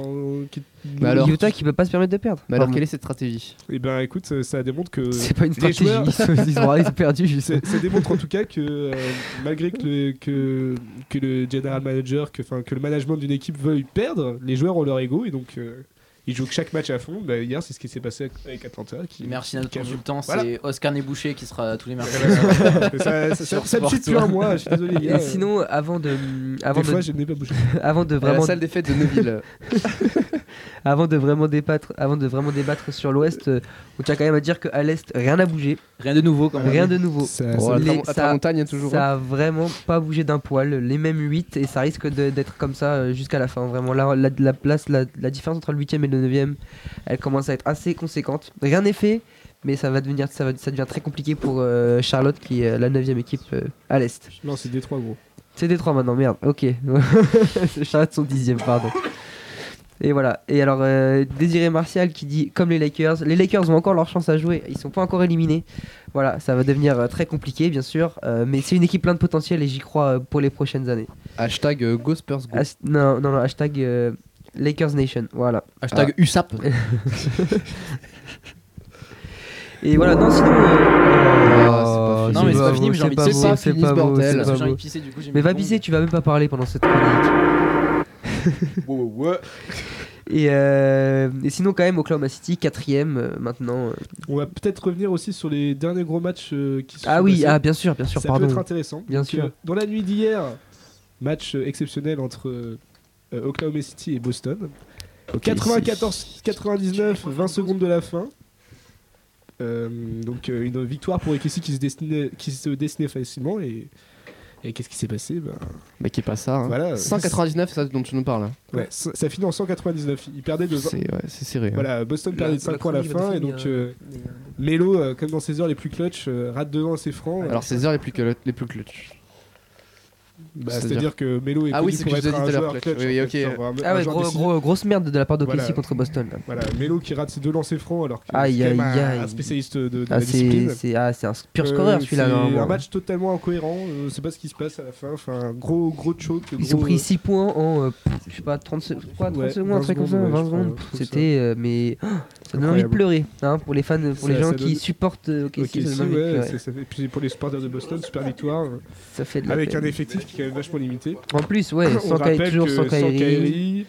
F: qui-
E: Mais alors,
G: Utah qui peut pas se permettre de perdre.
E: Mais alors,
G: Enfin,
E: quelle est cette stratégie
F: Eh ben, écoute, euh, ça démontre que.
G: C'est pas une
F: Les
G: stratégie.
F: joueurs-
G: [laughs] Ils, sont- ils ont, ils ont perdu. je sais.
F: Ça, ça démontre en tout cas que euh, malgré que le, que, que le general manager, que, 'fin, que le management d'une équipe veuille perdre, les joueurs ont leur ego et donc euh, ils jouent chaque match à fond. Bah, hier, c'est ce qui s'est passé avec Atlanta. Qui,
H: Merci à notre
F: qui a-
H: consultant,
F: Voilà.
H: c'est Oscar Nébouché qui sera tous les mercredis.
F: ça, ça, ça,
H: Sur
F: ça me
H: Sport,
F: chie depuis
H: toi.
F: un mois, je suis désolé. les
G: Et
F: gars.
G: sinon, avant de, avant
F: euh, des fois,
G: de,
F: je n'ai pas bougé.
G: avant de
E: À la
G: vraiment,
E: salle Euh, des fêtes de
G: [laughs]
E: Neuville.
G: avant de vraiment débattre, avant de vraiment débattre sur l'Ouest, euh, on tient quand même à dire qu'à l'Est, rien n'a bougé,
H: Rien de nouveau quand même.
G: rien de nouveau.
F: Ça-
E: Oh,
F: ça-
E: à
G: les-
E: Tram- à
G: ça-
E: Tramontagne, il y a toujours. hein.
G: Ça a vraiment pas bougé d'un poil, les mêmes 8 et ça risque de- d'être comme ça euh, jusqu'à la fin. Vraiment, la, la, la place, la, la différence entre le 8ème et le 9ème, elle commence à être assez conséquente. Rien n'est fait, mais ça va devenir, ça, va, ça devient très compliqué pour euh, Charlotte qui est la 9ème équipe euh, à l'Est.
F: Non, c'est Détroit, gros.
G: C'est Détroit maintenant, merde, ok. [laughs] Charlotte son dixième, pardon. Et voilà. Et alors, euh, Désiré Martial qui dit, comme les Lakers, les Lakers ont encore leur chance à jouer, ils sont pas encore éliminés. Voilà, ça va devenir euh, très compliqué, bien sûr, euh, mais c'est une équipe pleine de potentiel et j'y crois euh, pour les prochaines années.
E: Hashtag euh, Go Spurs Go.
G: Has- non, non, non, hashtag euh, Lakers Nation, voilà.
E: Ah.
H: Hashtag USAP.
G: Et voilà, non, sinon. euh,
E: Ah, c'est pas
H: Non,
E: fini.
H: mais c'est pas
G: beau,
H: fini, mais j'ai envie de-
G: pas
E: c'est
G: beau,
E: pas
G: c'est
E: fini,
G: pas
E: ce
G: beau,
E: bordel.
G: c'est
E: Parce
H: Parce
G: pas
H: que j'ai envie
G: beau.
H: de pisser, du coup, j'ai
G: Mais
H: mis
G: va
H: une
G: pisser, tu vas même pas parler pendant cette chronique.
H: bombe. Ouais, ouais, ouais.
G: Et, euh, et sinon, quand même, Oklahoma City, quatrième euh, maintenant. euh.
F: On va peut-être revenir aussi sur les derniers gros matchs euh, qui se
G: Ah
F: sont
G: oui,
F: passés.
G: ah, bien sûr, bien sûr,
F: ça
G: pardon.
F: peut être intéressant.
G: Bien
F: Donc,
G: sûr.
F: euh, dans la nuit d'hier, match euh, exceptionnel entre euh, euh, Oklahoma City et Boston. 94-99, 20 secondes de la fin. Euh, donc euh, une victoire pour OKC qui se destinait, qui se destinait facilement et, et qu'est-ce qui s'est passé Ben,
E: Mais qui est pas ça. hein.
F: Voilà.
E: 199, c'est ça dont tu nous parles. hein.
F: ouais, ça, ça finit en 199. Ils perdaient de 20
E: C'est ouais, c'est serré. hein.
F: Voilà, Boston
G: La-
F: perdait
G: la
F: de 5 points à la
G: chronique va
F: fin et
G: définir,
F: donc euh, Melo, euh, comme dans ses heures les plus clutch, euh, rate devant ses francs.
E: Alors, 16 heures les plus, cul- les plus clutch.
F: Bah,
E: c'est-à-dire-
F: C'est-à-dire que Melo est
E: Ah
F: connu
E: oui, c'est ce
F: pour
E: que je
F: être
E: disais
F: un
E: tout à l'heure,
F: joueur
E: clutch.
F: clutch.
E: Oui,
F: en
E: ok.
F: fait, genre, un-
G: Ah
F: un
G: ouais,
F: joueur
G: gros,
F: décisif.
G: gros- grosse merde de la part de
F: Voilà.
G: contre Boston. là.
F: Voilà, Melo qui rate ses deux lancers francs alors qu'il
G: Aïe,
F: est quand même
G: aïe,
F: un-
G: aïe.
F: un spécialiste de, de la
G: Ah, c'est,
F: discipline.
G: c'est- ah, c'est un pur
F: Euh,
G: scoreur celui-là.
F: C'est
G: normalement.
F: un match totalement incohérent, euh, on sait pas ce qui se passe à la fin, enfin gros gros choke.
G: Ils
F: gros-
G: ont pris 6 points en, euh, pff, je sais pas, 30, se- quoi, 30
F: Ouais,
G: secondes, un
F: 20
G: truc comme ça,
F: secondes, ouais,
G: 20
F: je crois,
G: secondes.
F: un truc comme ça.
G: C'était, euh, mais oh, ça donne envie de
F: Incroyable.
G: pleurer hein, pour les fans, pour les
F: Ça-
G: gens
F: ça
G: qui
F: donne-
G: supportent euh, OKC,
F: Ok, si,
G: ça donne
F: ouais,
G: envie de pleurer.
F: c'est- ça fait- puis pour les supporters de Boston, super victoire, euh,
G: Ça fait de la
F: avec un
G: peine.
F: effectif qui est quand même vachement limité.
G: En plus, ouais,
F: [coughs] On
G: sans Ky-
F: rappelle
G: toujours
F: que
G: sans Kyrie,
F: Kyrie,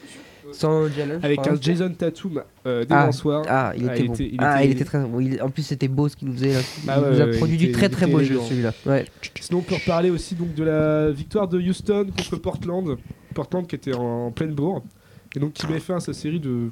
G: sans Jalen. je
F: avec
G: crois.
F: un Jason Tatum
G: Ah,
F: euh, défensoir.
G: Ah, il
F: Ah,
G: était
F: il
G: bon.
F: était- il
G: Ah,
F: était-
G: il était très bon. Il- En plus, c'était beau ce qu'il nous faisait. Là. Il
F: Ah ouais,
G: nous a
F: ouais,
G: produit
F: il
G: du
F: était-
G: très
F: il
G: très
F: était
G: beau jeu
F: élégant.
G: celui-là. Ouais.
F: Sinon, on peut reparler aussi donc de la victoire de Houston contre Portland. Portland qui était en, en pleine bourre. Et donc qui met fin à sa série de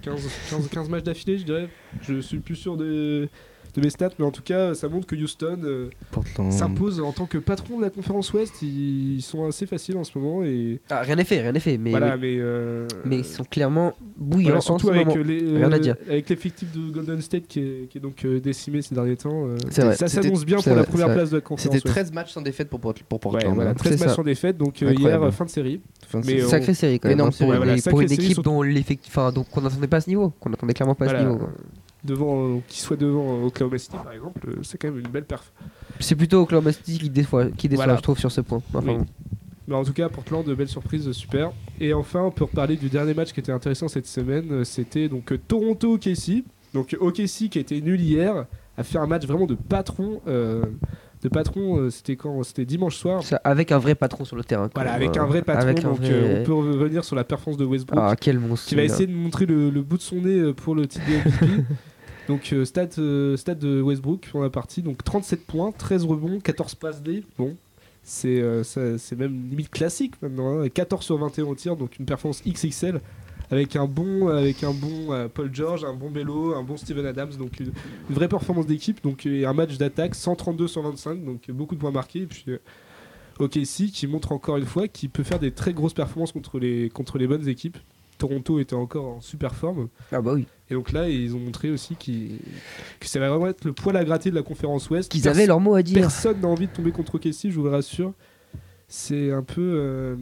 F: 15, 15 15 matchs d'affilée, je dirais. Je suis plus sûr de, de mes stats, mais en tout cas, ça montre que Houston euh,
G: Hmm.
E: Portland.
F: s'impose en tant que patron de la conférence Ouest. Ils sont assez faciles en ce moment et
G: Ah, rien n'est fait, rien n'est fait, mais,
F: voilà, mais euh,
G: mais ils sont clairement
F: voilà,
G: bouillants en ce
F: surtout avec euh,
G: moment.
F: les
G: Rien à dire.
F: avec l'effectif de Golden State qui est, qui est donc euh, décimé ces derniers temps. euh,
E: C'est vrai.
F: ça
E: C'était-
F: s'annonce bien
E: c'est
F: pour la
E: vrai,
F: première
E: c'est vrai.
F: place de la conférence
E: C'était
F: Ouest.
E: 13 matchs sans défaite pour, Port- pour
F: Ouais,
E: Portland.
F: voilà,
E: hein.
F: 13
G: c'est
F: matchs
G: ça.
F: en défaite, donc euh,
E: Incroyable.
F: hier euh, fin de série.
E: Enfin,
F: mais
E: c'est-
F: on-
G: Sacrée série quand même
E: Énorme
G: hein, pour,
E: série,
G: une-
F: voilà,
G: pour une
F: sacrée série,
G: équipe
F: surtout-
G: dont l'effectif, enfin donc qu'on n'attendait pas à ce niveau, qu'on n'attendait clairement pas à
F: Voilà.
G: ce niveau. quoi.
F: devant euh, qui soit devant euh, Oklahoma City par exemple, euh, c'est quand même une belle perf.
G: C'est plutôt Oklahoma City qui déçoit, qui déçoit
F: Voilà.
G: je trouve sur ce point. Enfin,
F: Oui.
G: bon.
F: Mais en tout cas, Portland, euh, belle surprise, super. Et enfin, on peut reparler du dernier match qui était intéressant cette semaine. euh, C'était donc euh, Toronto OKC. Donc euh, OKC qui était nul hier a fait un match vraiment de patron. euh, de patron, euh, c'était quand C'était dimanche soir.
G: Ça, avec un vrai patron sur le terrain. quoi.
F: Voilà, avec un vrai patron.
G: hein, Avec un
F: donc
G: vrai-
F: euh, on peut revenir sur la performance de Westbrook.
G: Ah quel monstre.
F: qui va
G: celui-là.
F: essayer de montrer le, le bout de son nez euh, pour le titre de MVP. donc euh, stat, euh, stat de Westbrook pour la partie, donc 37 points, 13 rebonds, 14 passes D. Bon, c'est euh, ça- c'est même limite classique maintenant, hein. 14 sur 21 au tir, donc une performance XXL. Avec un bon, avec un bon euh, Paul George, un bon Bello, un bon Steven Adams, donc une, une vraie performance d'équipe, donc euh, et un match d'attaque 132-125, donc euh, beaucoup de points marqués, et puis euh, OKC qui montre encore une fois qu'il peut faire des très grosses performances contre les contre les bonnes équipes. Toronto était encore en super forme.
G: Ah bah oui.
F: Et donc là, ils ont montré aussi qu'ils- que ça va vraiment être le poil à gratter de la conférence Ouest.
G: Qu'ils
F: Pers-
G: avaient leur mot à dire.
F: Personne n'a envie de tomber contre Casey, je vous le rassure. C'est un peu, euh,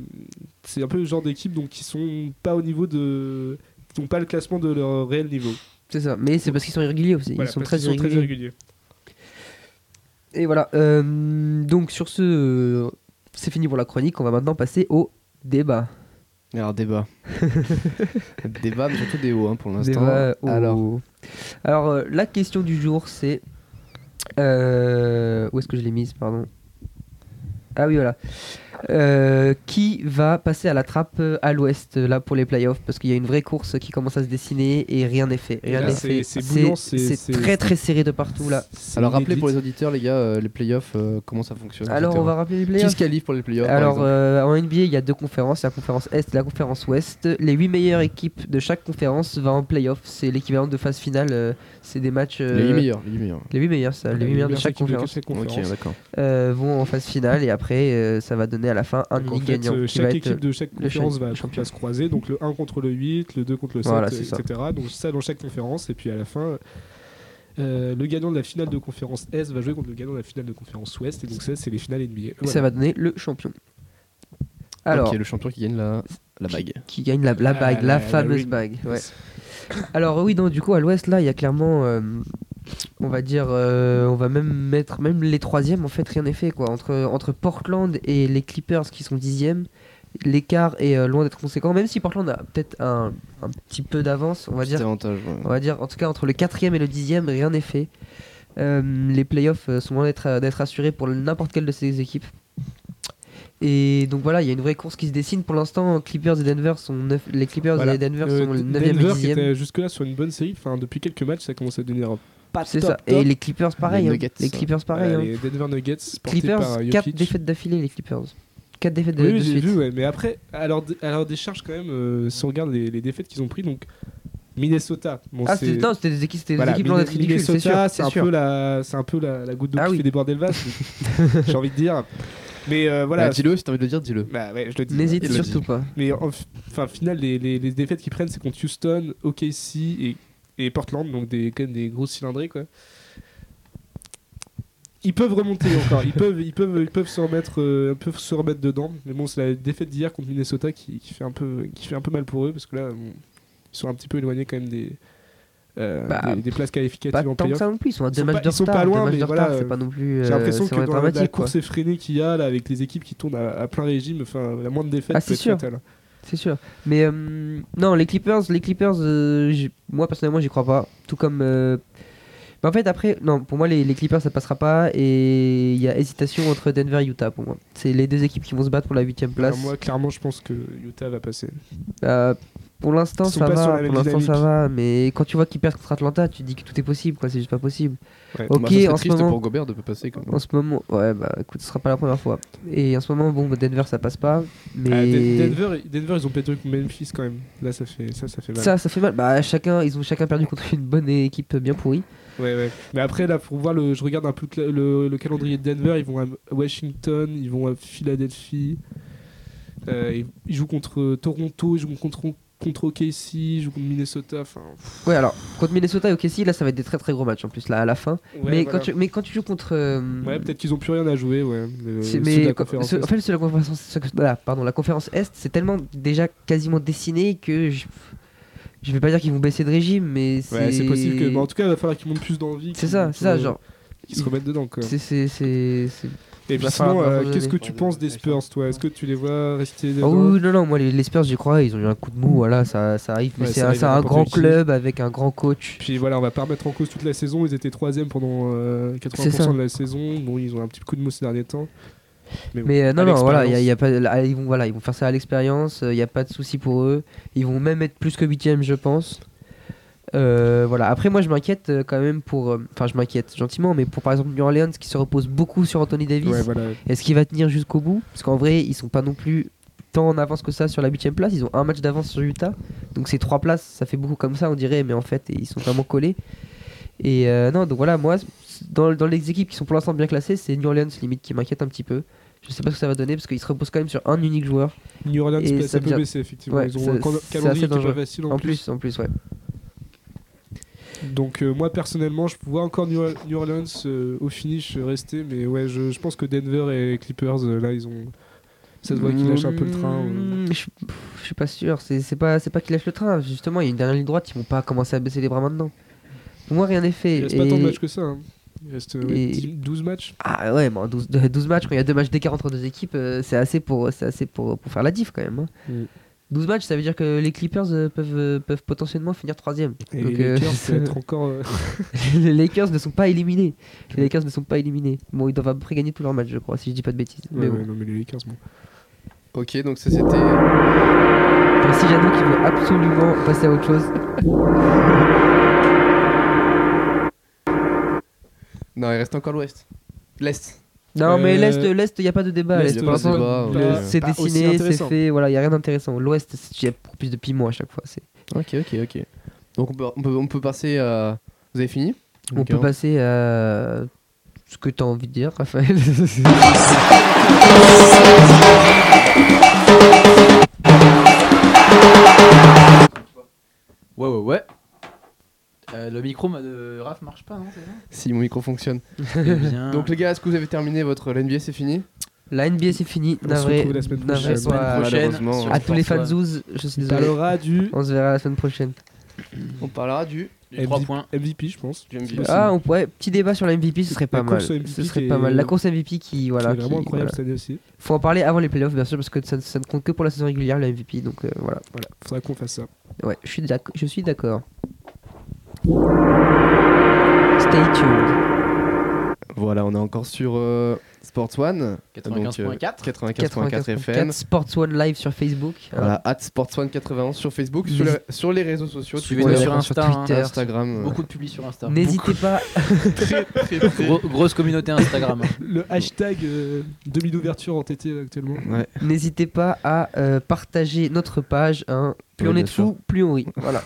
F: c'est un peu le genre d'équipe donc qui sont pas au niveau de, qui n'ont pas le classement de leur réel niveau.
G: C'est ça. Mais c'est parce qu'ils sont irréguliers aussi.
F: Voilà,
G: ils sont,
F: parce
G: très,
F: qu'ils sont
G: irréguliers.
F: très irréguliers.
G: Et voilà. euh, donc sur ce, euh, c'est fini pour la chronique. On va maintenant passer au débat.
E: Alors,
G: [laughs]
E: débat. débat, mais surtout des hauts hein, pour l'instant.
G: Débat au-
E: Alors,
G: Alors, euh, la question du jour, c'est. euh, où est-ce que je l'ai mise Pardon. Ah oui, voilà. Euh, qui va passer à la trappe euh, à l'ouest, euh, là, pour les playoffs Parce qu'il y a une vraie course qui commence à se dessiner et rien n'est fait. Rien
F: Là,
G: n'est
F: c'est-
G: fait.
F: Ah, c'est bouillant, c'est- c'est-
G: c'est très, très serré de partout, là.
F: C'est
E: alors rappelez
F: inédit.
E: pour les auditeurs, les gars, euh, les playoffs, euh, comment ça fonctionne
G: Alors, on
E: etc.
G: va rappeler les
E: Qui
G: playoffs.
E: se qualifie pour les playoffs par
G: Alors
E: exemple
G: euh, en NBA, il y a deux conférences, la conférence Est et la conférence Ouest. Les huit meilleures équipes de chaque conférence vont en playoff. C'est l'équivalent de phase finale. euh, c'est des matchs. euh,
E: Les 8 meilleurs. Les 8 meilleurs.
G: Les huit meilleurs, ça. Les huit meilleurs de chaque conférence
E: Ok, d'accord.
G: euh, vont en phase finale et après, euh, ça va donner à la fin un
F: Donc, en fait,
G: demi-gagnant
F: euh,
G: qui va
F: chaque
G: être.
F: équipe de chaque
G: le
F: conférence
G: champion-
F: va,
G: champion.
F: va se croiser, donc le 1 contre le 8, le 2 contre le 7,
G: Voilà, c'est ça.
F: etc. Donc ça dans chaque conférence, et puis à la fin, euh, le gagnant de la finale de conférence S va jouer contre le gagnant de la finale de conférence Ouest, et donc ça c'est les finales NBA.
G: Ça
F: Voilà.
G: va donner le champion. Alors,
E: Ok, le champion qui gagne la, la bague.
G: qui gagne la, la
F: Ah,
G: bague,
F: la-
G: la,
F: la
G: fameuse
F: ring.
G: bague. ouais. Alors oui, donc du coup à l'Ouest là, il y a clairement, euh, on va dire, euh, on va même mettre même les troisièmes en fait rien n'est fait quoi entre entre Portland et les Clippers qui sont dixièmes. L'écart est euh, loin d'être conséquent, même si Portland a peut-être un, un petit peu d'avance, on va
E: Petit
G: dire.
E: avantage. ouais.
G: On va dire, en tout cas, entre le quatrième et le dixième, rien n'est fait. Euh, les playoffs euh, sont loin d'être d'être assurés pour n'importe quelle de ces équipes. Et donc voilà, il y a une vraie course qui se dessine. Pour l'instant, Clippers et Denver sont neuf- les Clippers
F: Voilà.
G: et Denver
F: Euh,
G: sont le 9 et
F: Denver qui
G: 10
F: était jusque là sur une bonne série, enfin depuis quelques matchs ça commence à devenir pas
G: C'est
F: top,
G: ça.
F: top.
G: Et les Clippers, pareil.
E: Les
G: hein. Les,
E: Nuggets.
G: Clippers,
F: Voilà,
G: pareil. hein.
F: les Denver Nuggets portés
G: Clippers,
F: par euh, Jokic.
G: 4 défaites d'affilée, les Clippers. 4 défaites de,
F: oui,
G: de
F: oui, j'ai
G: suite.
F: vu, hein. ouais, mais après, à leur, dé- à leur décharge quand même, euh, si on regarde les, les défaites qu'ils ont pris, donc Minnesota, bon,
G: Ah,
F: c'est-
G: c'était non, c'était des équipes, c'était des
F: Voilà,
G: équipes loin
F: Min-
G: d'être ridicules, c'est sûr.
F: Minnesota, c'est
G: c'est
F: un
G: sûr.
F: peu la, c'est un peu la, la goutte d'eau
G: Ah
F: qui
G: oui.
F: fait déborder
G: [laughs]
F: le vase. j'ai envie de dire. Mais euh, voilà.
E: Bah, dis-le, si t'as envie de le dire, dis-le.
F: Bah ouais, je le dis.
G: N'hésite
E: Il le
G: surtout pas.
F: Mais en f- enfin, final, les, les, les défaites qu'ils prennent, c'est contre Houston, OKC et, et Portland, donc des quand même des gros cylindrés quoi. Ils peuvent remonter encore, ils peuvent, ils peuvent, ils peuvent se remettre, euh, ils peuvent se remettre dedans. Mais bon, c'est la défaite d'hier contre Minnesota qui, qui fait un peu, qui fait un peu mal pour eux parce que là, bon, ils sont un petit peu éloignés quand même des, euh,
G: Bah,
F: des, des places qualificatives
G: Pas tant
F: en
G: que
F: playoff.
G: ça non plus, ils sont à
F: Ils
G: deux
F: sont
G: matchs
F: pas-
G: de
F: ils sont pas
G: retard. deux
F: loin,
G: matchs
F: mais
G: de
F: voilà,
G: retard, c'est pas non plus.
F: J'ai
G: euh,
F: l'impression
G: c'est
F: que
G: vraiment
F: dans la- la
G: dramatique, quoi.
F: course effrénée qu'il y a là, avec les équipes qui tournent à, à plein régime, enfin la moindre défaite
G: Ah, c'est
F: peut être
G: sûr.
F: fatale.
G: C'est sûr. Mais euh, non, les Clippers, les Clippers, euh, j'y- moi personnellement, j'y crois pas. Tout comme. euh, mais en fait, après, non, pour moi, les, les Clippers, ça passera pas. Et il y a hésitation entre Denver et Utah pour moi. C'est les deux équipes qui vont se battre pour la 8 place.
F: Alors, Ben, moi, clairement, je pense que Utah va passer.
G: Euh, pour l'instant,
F: Ils sont
G: ça
F: pas sur
G: va.
F: la même
G: Pour l'instant, ça
F: dynamique.
G: va. Mais quand tu vois qu'ils perdent contre Atlanta, tu te dis que tout est possible, quoi. C'est juste pas possible.
F: Ouais.
G: Ok,
E: Bah, ça serait
G: en ce
E: triste
G: moment.
E: pour Gobert de pas passer. Quand même.
G: En ce moment, ouais, bah écoute, ce sera pas la première fois. Et en ce moment, bon, bah, Denver, ça passe pas. Mais.
F: Ah, Den- Denver, Denver, ils ont perdu contre Memphis quand même. Là, ça fait, ça, ça fait mal.
G: Ça, ça fait mal. Bah, chacun, ils ont chacun perdu contre une bonne équipe bien pourrie.
F: Ouais, ouais. Mais après, là, pour voir, le, je regarde un peu le, le- le calendrier de Denver. Ils vont à Washington, ils vont à Philadelphie. Euh, ils, ils jouent contre euh, Toronto, ils jouent contre, contre OKC, ils jouent contre Minnesota. Enfin, pff,
G: Ouais, alors, contre Minnesota et OKC, là, ça va être des très très gros matchs en plus, là, à la fin.
F: ouais,
G: mais,
F: voilà.
G: quand tu, mais quand tu joues contre. euh,
F: Ouais, peut-être qu'ils ont plus rien à jouer. Ouais. Le-
G: c'est-
F: Euh, ceux de
G: mais
F: la
G: quand-
F: conférence
G: ce-
F: Est.
G: en fait, sur la conférence, ce que- voilà, pardon, la conférence Est, c'est tellement déjà quasiment dessiné que je, je vais pas dire qu'ils vont baisser de régime, mais c'est.
F: Ouais, c'est possible que. bah, en tout cas, il va falloir qu'ils montent plus d'envie.
G: C'est
F: qu'ils-
G: ça, c'est ça,
F: qu'ils-
G: genre.
F: qu'ils se remettent dedans. Quoi.
G: C'est. c'est- c'est- c'est-
F: Et puis
G: va falloir-
F: sinon,
G: va
F: euh,
G: falloir
F: qu'est-ce que
G: donner.
F: tu penses des Spurs, toi Est-ce que tu les vois rester
G: Ah
F: dedans
G: oui, oui, non, non, moi, les, les Spurs, j'y crois, ils ont eu un coup de mou, voilà, ça, ça arrive. Mais
F: Ouais,
G: c'est
F: ça
G: un,
F: arrive
G: c'est
F: à
G: un
F: n'importe
G: grand
F: qui.
G: club avec un grand coach.
F: Puis voilà, on va pas remettre en cause toute la saison. Ils étaient troisième pendant euh,
G: C'est ça.
F: 80% de la saison. Bon, ils ont un petit coup de mou ces derniers temps. bon,
G: Mais euh, non,
F: à
G: non, voilà, y a-
F: l'expérience.
G: y a pas, là, ils vont, voilà, ils vont faire ça à l'expérience, euh, il n'y a pas de souci pour eux. Ils vont même être plus que 8 je pense. Euh, voilà. Après, moi, je m'inquiète euh, quand même pour. euh, Enfin, je m'inquiète gentiment, mais pour par exemple New Orleans qui se repose beaucoup sur Anthony Davis,
F: Ouais, voilà.
G: est-ce qu'il va tenir jusqu'au bout Parce qu'en vrai, ils sont pas non plus tant en avance que ça sur la 8 place. Ils ont un match d'avance sur Utah. Donc, ces trois places, ça fait beaucoup comme ça, on dirait, mais en fait, ils sont vraiment collés. Et euh, non, donc voilà, moi, c- dans, dans les équipes qui sont pour l'instant bien classées, c'est New Orleans limite qui m'inquiète un petit peu. Je sais pas ce que ça va donner parce qu'ils se reposent quand même sur un unique joueur.
F: New Orleans,
G: Et
F: c'est
G: ça
F: un peu
G: devient-
F: baissé, effectivement.
G: Ouais,
F: ils
G: ça-
F: ont un cal-
G: c'est assez
F: calendrier qui est
G: dangereux.
F: pas facile en,
G: En plus, en plus, ouais.
F: Donc, euh, moi, personnellement, je vois encore New, Or- New Orleans euh, au finish euh, rester. Mais ouais, je, je pense que Denver et Clippers, euh, là, ils ont. Ça se voit qu'ils lâchent un peu le train. euh.
G: Mmh, Je pff, je suis pas sûr. C'est c'est pas, c'est pas qu'ils lâchent le train. Justement, il y a une dernière ligne droite. Ils vont pas commencer à baisser les bras maintenant. Pour moi, rien n'est fait.
F: Il reste pas tant de
G: Et-
F: matchs que ça. hein. Il reste euh, ouais,
G: Et-
F: 10 12 matchs.
G: Ah ouais, bon, 12, de- 12 matchs, quand il y a deux matchs d'écart entre deux équipes, euh, c'est assez, pour, c'est assez pour, pour faire la diff quand même. hein.
F: Mm.
G: 12 matchs, ça veut dire que les Clippers euh, peuvent, euh, peuvent potentiellement finir troisième.
F: Et
G: Donc, [laughs]
F: les
G: euh,
F: Lakers, ça va être encore. euh,
G: les Lakers ne sont pas éliminés. Les Lakers ne sont pas éliminés. Bon, ils doivent à peu près gagner tous leurs matchs, je crois, si je dis pas de bêtises.
F: ouais,
G: Mais bon.
F: ouais, non, mais les Lakers, bon.
E: Ok, donc ça c'était.
G: Pour Cyrano qui veut absolument passer à autre chose.
E: Non, il reste encore l'Ouest. L'Est.
G: Non,
F: Euh,
G: mais l'Est, l'Est, il n'y a pas de débat.
F: l'Est,
G: l'Est,
E: il y a
G: pour
E: pas de débat,
G: l'instant, le-
F: ouais.
G: C'est
F: Pas aussi
G: dessiné, c'est
F: intéressant.
G: fait, voilà, il n'y a rien d'intéressant. L'Ouest, c'est- il y a plus de piment à chaque fois. c'est-
E: Ok, ok, ok. Donc on peut, on peut, on peut passer à. Vous avez fini
G: On
E: Ok, hein.
G: peut passer à ce que tu as envie de dire,
F: [laughs]
G: Raphaël.
H: Ouais, ouais, ouais. Euh, le micro ma- de Raph marche pas, non c'est
G: [laughs]
H: ça
E: Si mon micro fonctionne.
H: Eh bien,
E: Donc les gars, est-ce que vous avez terminé votre l'NBA C'est fini
G: Mm. La NBA, c'est fini.
F: On se
G: Navré,
F: retrouve la semaine
G: navré
F: prochaine.
G: pour-
H: semaine prochaine,
E: malheureusement.
H: sur
G: À tous les fans
H: François,
G: zouz, je suis
F: On
G: désolé.
F: parlera du
G: On se verra la semaine prochaine.
E: On parlera du.
H: les trois
F: MVP,
H: points.
F: MVP, je pense.
E: du MVP.
F: Possible.
G: Ah, on pourrait. Petit débat sur la MVP, ce serait
F: La
G: pas mal.
F: course au MVP
G: Ce serait
F: qui
G: pas
F: est-
G: mal. La course MVP qui, voilà.
F: c'est vraiment
G: qui-
F: incroyable
G: voilà.
F: cette année aussi.
G: Faut en parler avant les playoffs, bien sûr, parce que ça, ça ne compte que pour la saison régulière, la MVP. Donc euh, voilà.
F: Voilà, faudra qu'on fasse ça.
G: Ouais, je suis d'ac- je suis d'accord. Stay tuned.
E: Ah, Voilà, on est encore sur euh, Sports One.
H: 95.4.
E: 95.4 FM.
G: 95.4 Sports One Live sur Facebook.
E: Voilà, at Sports One 91 sur Facebook, sur,
G: N'hésite-
E: le- sur les réseaux sociaux,
H: Suivez-nous
E: Twitter,
H: sur Insta, hein.
G: Twitter.
E: Instagram. euh,
H: Beaucoup de publis sur Insta.
G: N'hésitez pas
H: Gros- grosse communauté Instagram.
G: [laughs]
F: Le hashtag euh, demi d'ouverture en TT actuellement.
E: Ouais.
G: N'hésitez pas à euh, partager notre page. hein. Plus
E: Oui,
G: on est
E: bien
G: de
E: sûr.
G: fous, plus on rit. Voilà.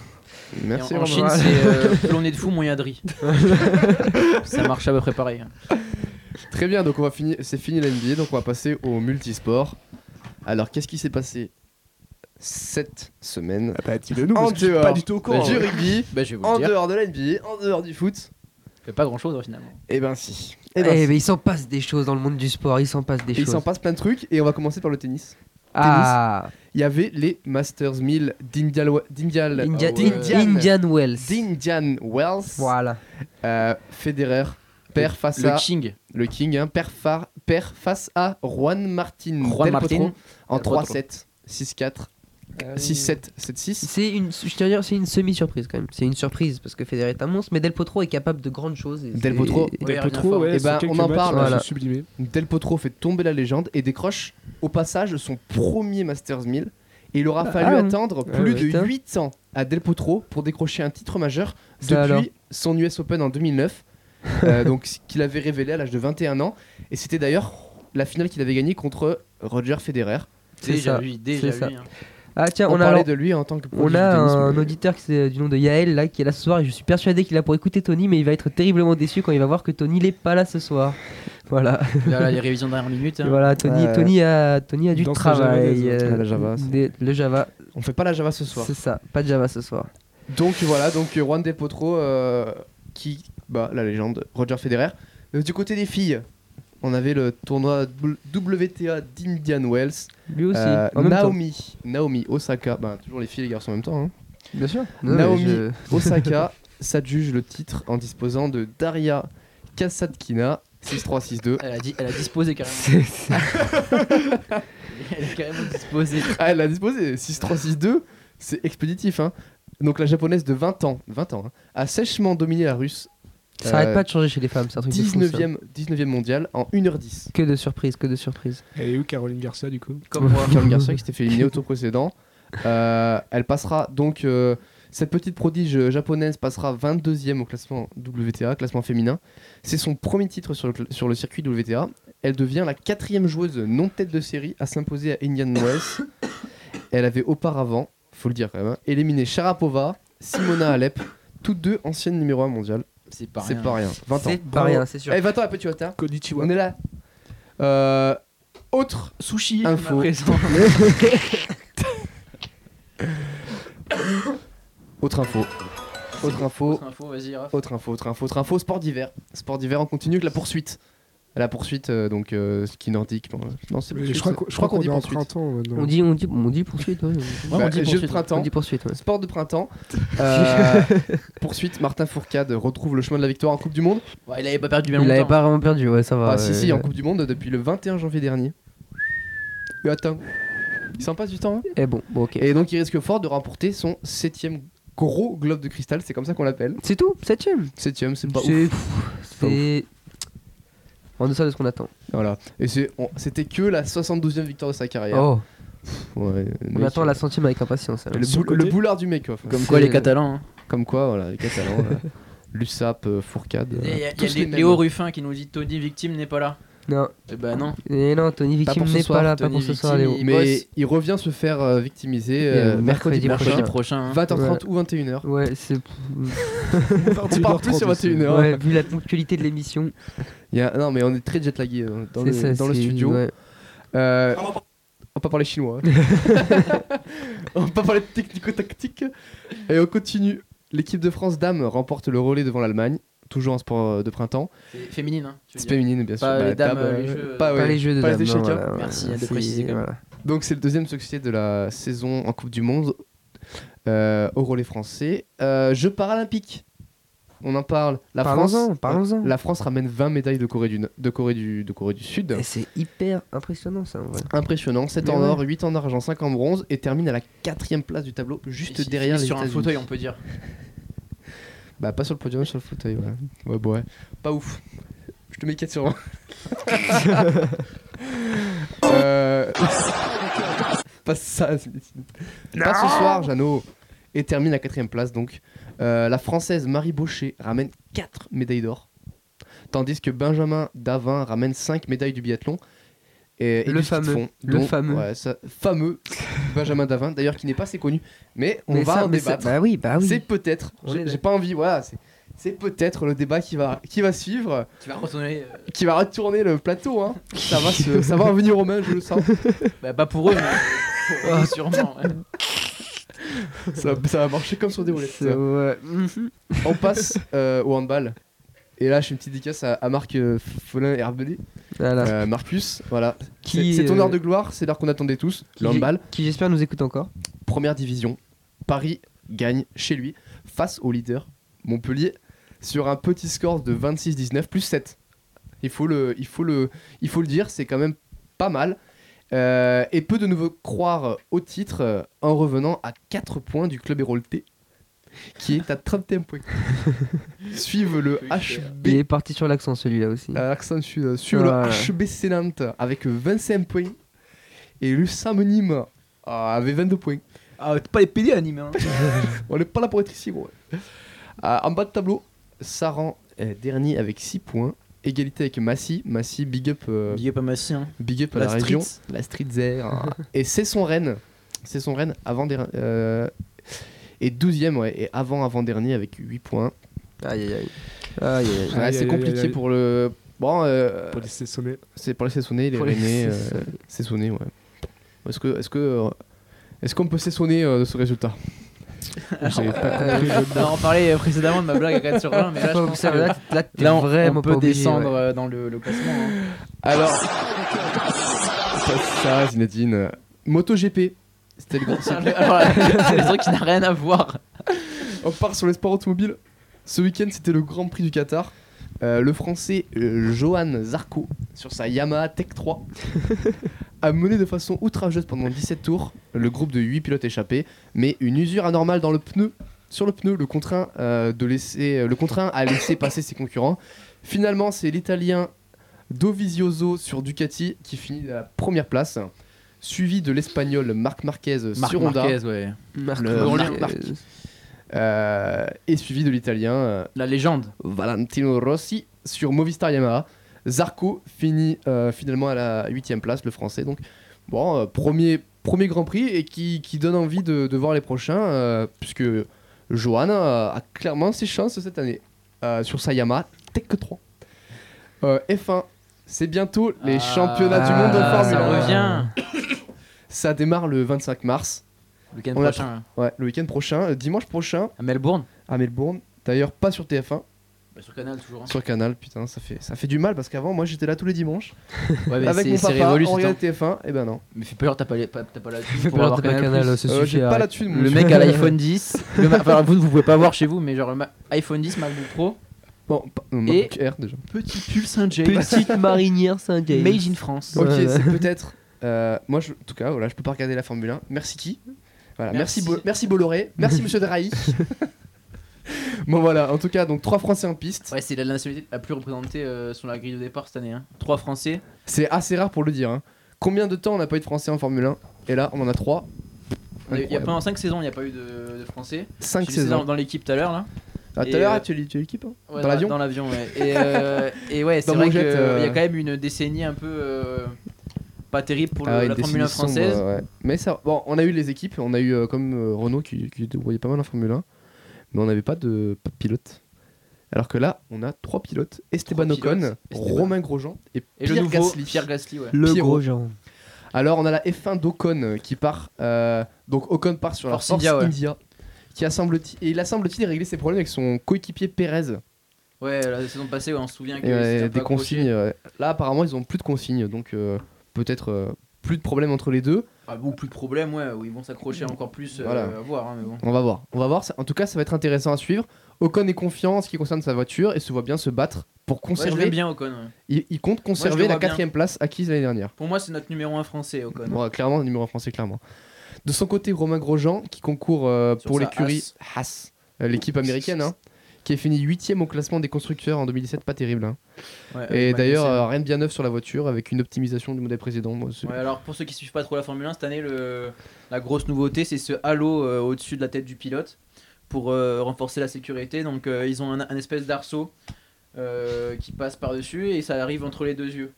H: Et
E: Merci
H: en, en
E: Romain.
H: Chine, c'est euh, plus on est de fous, moins il y a de riz. ça marche à peu près pareil. hein.
E: Très bien, donc on va finir, c'est fini l'NBA, donc on va passer au multisport. Alors, qu'est-ce qui s'est passé cette semaine
F: Bah, dis-le nous,
E: En dehors
F: tout au
E: du rugby,
H: Bah, je vais vous
E: en
H: le dire.
E: dehors de la NBA, en dehors du foot
H: Fait pas grand chose finalement.
E: Eh ben si.
G: Eh,
E: Eh ben, si.
G: mais il s'en passe des choses dans le monde du sport. Il s'en passe des
E: Il
G: choses.
E: s'en passe plein de trucs et on va commencer par le tennis.
G: ah,
E: Il y avait les Masters 1000 d'Indial- d'Indial-
G: India-
H: ouais.
G: In- Indian Wells.
E: d'Indian Wells.
G: Voilà.
E: Euh, Federer perd face
H: Le
E: à
H: King.
E: le King, hein, perd, fa- perd face à Juan Martin
H: Juan
E: Del
H: Martin.
E: Potro en
H: Del Potro.
E: 3-7, 6-4, 6-7, 7-6.
G: Euh, C'est une, je tiens à dire, c'est une semi-surprise quand même. C'est une surprise parce que Federer est un monstre, mais Del Potro est capable de grandes choses. et
E: Del
G: c'est-
E: Potro.
G: et-
H: Ouais, rien à
F: trop,
H: fort.
F: ouais,
E: Eh
F: sur
E: ben,
F: quelques
E: on en
F: matchs,
E: parle,
F: ils sont
G: voilà.
F: sublimés.
E: Del Potro fait tomber la légende et décroche au passage son premier Masters 1000. Et il aura fallu
G: ouais.
E: attendre
F: Ah
E: plus
G: ouais.
E: de
G: Putain.
E: 8 ans à Del Potro pour décrocher un titre majeur
G: Ça alors.
E: depuis son US Open en
G: [laughs]
E: 2009, euh, donc ce qu'il avait révélé à l'âge de 21 ans. Et c'était d'ailleurs la finale qu'il avait gagnée contre Roger Federer.
G: C'est
H: Déjà
G: ça,
H: lui, déjà
G: c'est ça.
H: lui. hein.
G: Ah tiens,
E: On,
G: on, a,
E: parlait
G: alors-
E: de lui en tant que produit
G: on
E: du
G: a
E: tennis,
G: un
E: mais-
G: auditeur qui c'est du nom de Yael là qui est là ce soir et je suis persuadé qu'il a pour écouter Tony mais il va être terriblement déçu quand il va voir que Tony n'est pas là ce soir. Voilà.
H: Là, là, les révisions dernière minute.
G: Et
H: hein.
G: voilà Tony,
E: Ouais.
G: Tony a Tony a du
F: Dans sa
G: travail.
F: javanaise,
G: euh,
E: Ah, la Java, ça.
G: des- le Java,
E: On fait pas la Java ce soir.
G: c'est ça. Pas de Java ce soir.
E: Donc voilà, donc euh, Juan Del Potro euh, qui bat la légende Roger Federer. Euh, du côté des filles, on avait le tournoi W- WTA d'Indian Wells.
G: Lui aussi.
E: Euh,
G: en même temps.
E: Naomi, Naomi Osaka, bah, toujours les filles et les garçons en même temps. hein.
G: Bien sûr.
E: Naomi
G: [laughs]
E: Osaka s'adjuge le titre en disposant de Daria Kasatkina 6-3-6-2.
H: Elle a, dit, elle a disposé carrément. [laughs] Elle a carrément disposé.
E: Ah, elle a disposé 6-3-6-2, c'est expéditif. Hein. Donc la japonaise de 20 ans, 20 ans hein, a sèchement dominé la russe.
G: Ça arrête
E: Euh,
G: pas de changer chez les femmes, c'est un truc de fou, ça.
E: 19e, 19e mondiale en 1h10.
G: Que de surprises, que de surprises.
F: Elle est où Caroline Garcia du coup
H: Comme moi.
E: Caroline Garcia qui s'était fait éliminer au tour précédent. Euh, elle passera donc. euh, cette petite prodige japonaise passera 22e au classement WTA, classement féminin. C'est son premier titre sur le, cl- sur le circuit WTA. Elle devient la quatrième joueuse non tête de série à s'imposer à Indian Wells. Elle avait auparavant, faut le dire quand même, hein, éliminé Sharapova, Simona Alep, toutes deux anciennes numéro 1 mondiales.
H: C'est pas
E: C'est
H: rien.
E: pas rien. 20 ans.
G: C'est pas rien, c'est sûr.
E: Eh, 20 ans, un peu tu vois, t'as-
F: Konichiwa.
E: On est là. Euh, autre
H: Sushi,
E: Info.
H: à présent.
E: [laughs] Autre info. Autre info.
H: Autre info, vas-y, Raph.
E: Autre info, autre info, autre info. Sport d'hiver. Sport d'hiver, on continue avec la poursuite. La poursuite, euh, donc euh, ski nordique. bon, euh, non, c'est
F: Mais
E: poursuite,
F: Je crois
E: ça.
F: qu'on je crois qu'on est en
E: poursuite.
F: printemps. maintenant.
G: On
F: [laughs]
G: dit, on dit, on dit poursuite, ouais.
H: Ouais,
E: Bah,
H: on dit
E: jeu de
H: poursuite.
E: printemps.
G: on dit poursuite. Ouais.
E: Sport de
F: [laughs]
E: printemps. Euh, poursuite, Martin Fourcade retrouve le chemin de la victoire en Coupe du Monde.
H: Ouais, il avait pas perdu bien
G: Il avait
H: longtemps.
G: pas vraiment perdu, ouais, ça va. euh,
E: Ah,
G: ouais.
E: si, si, en Coupe du Monde depuis le 21 janvier dernier. Et attends, il s'en passe du temps. hein.
G: Eh bon, bon, ok.
E: Et donc, il risque fort de remporter son septième gros globe de cristal. C'est comme ça qu'on l'appelle.
G: C'est tout, septième.
E: Septième, c'est pas ouf.
G: C'est.
E: pas ouf.
G: C'est. En deçà de ce qu'on attend.
E: Voilà. Et c'est- on- c'était que la 72e victoire de sa carrière.
G: Oh,
E: Ouais, le
G: on
E: mec,
G: attend
E: euh,
G: la centième avec impatience. alors.
E: Le,
F: Sur
E: boul-
F: le côté.
E: le boulard du mec, quoi. Comme,
H: Comme quoi, les
G: C'est-
H: Catalans. hein.
E: comme quoi, voilà, les
G: [laughs]
E: Catalans, voilà. l'USAP, euh, Fourcade. euh,
H: Il y a, il y a
E: tous
H: Lé-
E: les mêmes.
H: Léo Ruffin qui nous dit Tony victime n'est pas là.
G: Non,
H: Eh ben non.
G: et non, Tony Victime
E: pour ce
G: n'est
E: soir,
G: pas là, pas
H: Tony
G: pour ce soir,
H: Victime,
G: Léo.
H: il-
E: Mais
H: bosse.
E: il revient se faire euh, victimiser
G: Euh,
E: euh, mercredi,
G: mercredi prochain.
H: Mercredi
E: prochain,
H: prochain. hein.
E: 20h30 ou 21h.
G: Ouais, c'est.
E: On parle plus sur 21h.
G: Ouais, vu la ponctualité de l'émission.
E: Il y a- Non, mais on est très jetlagué euh, dans,
G: c'est
E: le,
G: ça,
E: dans le
G: c'est-
E: studio.
G: ouais.
E: Euh, on va pas parler chinois. hein.
G: [laughs]
E: [laughs] on va pas parler de technico-tactique. Et on continue. L'équipe de France dames remporte le relais devant l'Allemagne, toujours en sport euh, de printemps.
H: C'est Féminine. hein, tu veux
E: C'est
H: dire.
E: féminine, bien sûr.
H: Pas les dames,
E: dame,
H: euh, les
E: euh,
H: jeux,
E: pas,
H: euh,
E: ouais,
G: Pas les jeux de
E: pas
G: dames,
E: échecs,
G: non,
E: hein.
G: voilà,
H: Merci
G: voilà,
H: de
G: c'est-
H: préciser quand même.
G: voilà.
E: Donc c'est le deuxième succès de la saison en Coupe du Monde euh, au relais français. Euh, Jeux paralympiques. On en parle. La
G: Parlons-en,
E: France,
G: parlons-en.
E: La France ramène 20 médailles de Corée du, de Corée du, de Corée du Sud.
G: Et C'est hyper impressionnant ça en vrai.
E: Impressionnant. 7
G: Mais
E: en
G: ouais.
E: or, 8 en argent, 5 en bronze et termine à la quatrième place du tableau, juste
H: Et si-
E: derrière les
H: Sur un
E: États-Unis.
H: fauteuil, on peut dire.
E: Bah pas sur le podium, sur le fauteuil. Ouais,
G: bah
E: ouais, bon, ouais. Pas ouf. Je te mets 4 sur
G: [laughs]
E: 20. Euh, Pas ça. c'est- Pas ce soir, Jeannot. Et termine à quatrième place donc. Euh, la française Marie Baucher ramène 4 médailles d'or. Tandis que Benjamin Davin ramène 5 médailles du biathlon. Et, et du ski
G: Le
E: de
G: fameux,
E: fond,
G: le
E: dont-
G: fameux.
E: ouais, ça- fameux Benjamin Davin, d'ailleurs qui n'est pas assez connu. Mais on
G: Mais
E: va
G: ça,
E: en
G: mais ça-
E: débattre.
G: Bah oui, bah oui.
E: C'est peut-être.
G: On est
E: J'ai j'ai
G: d'accord.
E: pas envie. Voilà, c'est c'est peut-être le débat qui va qui va suivre,
H: Tu vas retourner. euh,
E: qui va retourner le plateau. Hein. Ça va se- ça va en venir aux mains, je le sens.
H: Bah, pas pour eux, mais [laughs] pour eux, Oh, sûrement. ouais.
E: Ça, ça va marcher comme sur des roulettes.
G: C'est- ouais. Mhm.
E: On passe euh, au handball. Et là, je fais une petite dédicace à, à Marc euh, Follin et RBD.
G: Voilà.
E: Euh, Marcus, voilà. C'est
G: Qui,
E: c'est ton
G: euh,
E: heure de gloire, c'est l'heure qu'on attendait tous. Le handball,
G: Qui j'espère nous écoute encore.
E: première division. Paris gagne chez lui face au leader Montpellier sur un petit score de 26-19 plus 7. Il faut le, il faut le, il faut le dire, c'est quand même pas mal. Euh, et peut de nouveau croire au titre euh, en revenant à 4 points du club Hérolté qui est à 31 points. Suive le euh,
G: Il
E: HB
G: est parti sur l'accent celui-là aussi.
E: à l'accent sud. Suive
G: Voilà.
E: le HBC Nantes avec 25 points et le Sam Nîmes euh, avec 22 points.
H: Ah, t'es pas les PD animés. Hein.
E: On n'est pas là pour être ici, gros. Euh, en bas de tableau, Saran est dernier avec 6 points. Égalité avec Massy. Massy, big up, euh,
H: Big up à Massy, hein.
E: big up à
H: la
E: la,
H: street.
G: [laughs]
E: région. La street zère. Et c'est son Rennes C'est son Rennes avant der- euh, et 12e ouais, et avant avant dernier avec 8 points.
G: Aïe aïe aïe. Aïe aïe aïe.
E: Ouais,
F: aïe,
E: c'est
F: aïe,
E: compliqué
F: aïe, aïe.
E: pour le bon euh,
F: Pour les saisonner.
E: c'est pour les saisonner, les
G: Pour les [laughs]
E: Rennais euh,
G: saisonner.
E: saisonner ouais. Est-ce que est-ce que euh, est-ce qu'on peut saisonner euh, de ce résultat J'ai
G: Ah,
E: pas compris.
G: [laughs]
H: On en parlait précédemment de ma blague à 4 sur 1, mais là, je
G: Faut
H: pense
G: que ça-
H: que-
G: Là, là, t'es
H: là, on,
G: vraiment
H: on peut
G: pas obligé,
H: descendre
G: ouais.
H: euh, dans le, le classement. hein.
E: Alors, ça, ça, Zinedine. MotoGP. C'était le grand.
H: [laughs] C'est- alors là, C'est le truc qui n'a rien à voir.
E: On part sur les sports automobiles. Ce week-end, c'était le Grand Prix du Qatar. Euh, le Français euh, Johan Zarco, sur sa Yamaha Tech 3,
H: [laughs]
E: a mené de façon outrageuse pendant 17 tours le groupe de 8 pilotes échappés, mais une usure anormale dans le pneu, sur le pneu, le contraint, euh, de laisser, le contraint à laisser
H: [laughs]
E: passer ses concurrents. Finalement, c'est l'Italien Dovizioso sur Ducati qui finit la première place, suivi de l'Espagnol Marc Marquez
H: Marc
E: sur Honda,
H: Marquez, ouais.
G: Marc
E: Le-
G: Marquez.
E: Marc- euh, et suivi de l'Italien euh,
H: La légende.
E: Valentino Rossi sur Movistar Yamaha. Zarco finit euh, finalement à la 8 place, le français. Donc, bon, euh, premier, premier Grand Prix et qui, qui donne envie de, de voir les prochains, euh, puisque Johan euh, a clairement ses chances cette année euh, sur sa Yamaha Tech 3. Euh, F1, c'est bientôt les
H: Ah,
E: championnats du monde
H: ah,
E: en Formule
H: Ça
E: 1.
H: revient.
E: Ça démarre le 25 mars,
H: Le week-end
E: On l'a
H: prochain.
E: ouais, le week-end prochain, euh, dimanche prochain,
H: À Melbourne.
E: à Melbourne. D'ailleurs, pas sur TF1,
H: Bah, sur Canal, toujours. hein.
E: sur Canal, putain, ça fait, ça fait du mal parce qu'avant, moi j'étais là tous les dimanches. avec mon
H: Ah c'est
E: papa,
H: révolu
E: on
H: ce
E: regarde
H: temps.
E: TF1, et ben non.
H: Mais fais pas l'heure, t'as pas les- pas- t'as [laughs] pas la
G: Fais
H: pour
G: pas leur
H: avoir
G: taper un
H: Canal+.
G: canal, ça
E: Euh,
G: suffit.
E: J'ai pas
G: arrête.
E: là-dessus de mon
H: Le
E: jeu.
H: mec à l'iPhone 10. le ma- enfin, vous, vous pouvez pas voir chez vous, mais genre le ma- iPhone 10, MacBook Pro,
E: Bon, pa- euh,
H: Et-
E: MacBook Air, déjà.
H: petit pull
E: [laughs]
H: Saint-James,
G: Petite marinière Saint-James.
H: made in France.
E: Ok,
H: [laughs]
G: ouais.
E: c'est peut-être. euh, moi, je- en tout cas, voilà, je peux pas regarder la Formule 1. Merci qui voilà, merci.
H: Merci.
E: Bo- merci Bolloré, merci Monsieur
H: [laughs]
E: Drahi. [laughs] bon voilà, en tout cas, donc trois Français en piste.
H: Ouais, c'est la nationalité la plus représentée euh, sur la grille de départ cette année. Hein. Trois Français.
E: C'est assez rare pour le dire. hein. Combien de temps on n'a pas eu de Français en Formule 1 Et là, on en a trois.
H: Il y a- il y a
E: Incroyable.
H: pendant 5 saisons, il n'y a pas eu de, de Français.
E: Cinq
H: Je disais
E: saisons.
H: Dans, dans l'équipe tout à l'heure, là.
E: Ah, Tout
H: et,
E: à l'heure,
H: euh,
E: tu es l'équipe hein
H: Ouais,
E: Dans l'avion
H: Dans l'avion, ouais. Et,
E: [laughs]
H: euh, et ouais, c'est
E: Dans
H: vrai
E: mon
H: qu'il
E: jet, euh,
H: y a quand même une décennie un peu euh, pas terrible pour le-
E: Ah, une
H: la Formule 1
E: décennie sombre,
H: française.
E: ouais. Mais ça, bon, on a eu les équipes, on a eu euh, comme euh, Renault qui, qui débrouillait pas mal en Formule 1, mais on n'avait pas de, pas de pilote. Alors que là, on a trois pilotes Esteban
H: Trois
E: Ocon,
H: pilotes, Esteban.
E: Romain Grosjean et,
H: Et
E: Pierre
H: le nouveau
E: Gasly.
H: Pierre Gasly, ouais.
G: Le
E: Pierrot.
G: gros Jean.
E: Alors on a la F1 d'Ocon euh, qui part, euh, donc Ocon part sur
H: Force
E: la Force
H: India, ouais.
E: qui a semble-t-il, et il a semble-t-il réglé ses problèmes avec son coéquipier Pérez.
H: Ouais, la saison passée, ouais, on se souvient que
E: Et,
H: c'était
E: euh,
H: un peu
E: des
H: accroché.
E: consignes. ouais. Là, apparemment, ils ont plus de consignes, donc euh, peut-être euh, plus de problèmes entre les deux.
H: Ah, bon, plus de problème, ouais, où ils vont s'accrocher encore plus euh,
E: Voilà.
H: à voir. hein, mais bon.
E: On va voir. On va voir. Ça- En tout cas, ça va être intéressant à suivre. Ocon est confiant en ce qui concerne sa voiture et se voit bien se battre pour
H: Ouais, je
E: conserver.
H: l'aime bien Ocon. ouais.
E: il, il compte
H: Moi, je
E: conserver
H: le
E: la
H: vois bien. Ah
E: quatrième place acquise l'année dernière.
H: Pour moi, c'est notre numéro 1 français, Ocon.
E: Bon, clairement, le numéro un français, clairement. De son côté, Romain Grosjean, qui concourt euh,
H: Sur
E: pour
H: sa
E: l'écurie Haas, euh, l'équipe américaine, hein, qui a fini huitième au classement des constructeurs en 2017, pas terrible. hein.
H: Ouais,
E: et
H: avec
E: d'ailleurs,
H: Magnussen.
E: euh, rien de bien neuf sur la voiture, avec une optimisation du modèle précédent. Moi, c'est-
H: Ouais, alors pour ceux qui suivent pas trop la Formule 1, cette année, le- la grosse nouveauté, c'est ce halo euh, au-dessus de la tête du pilote pour euh, renforcer la sécurité. Donc euh, ils ont un, un espèce d'arceau euh, qui passe par-dessus et ça arrive entre les deux yeux.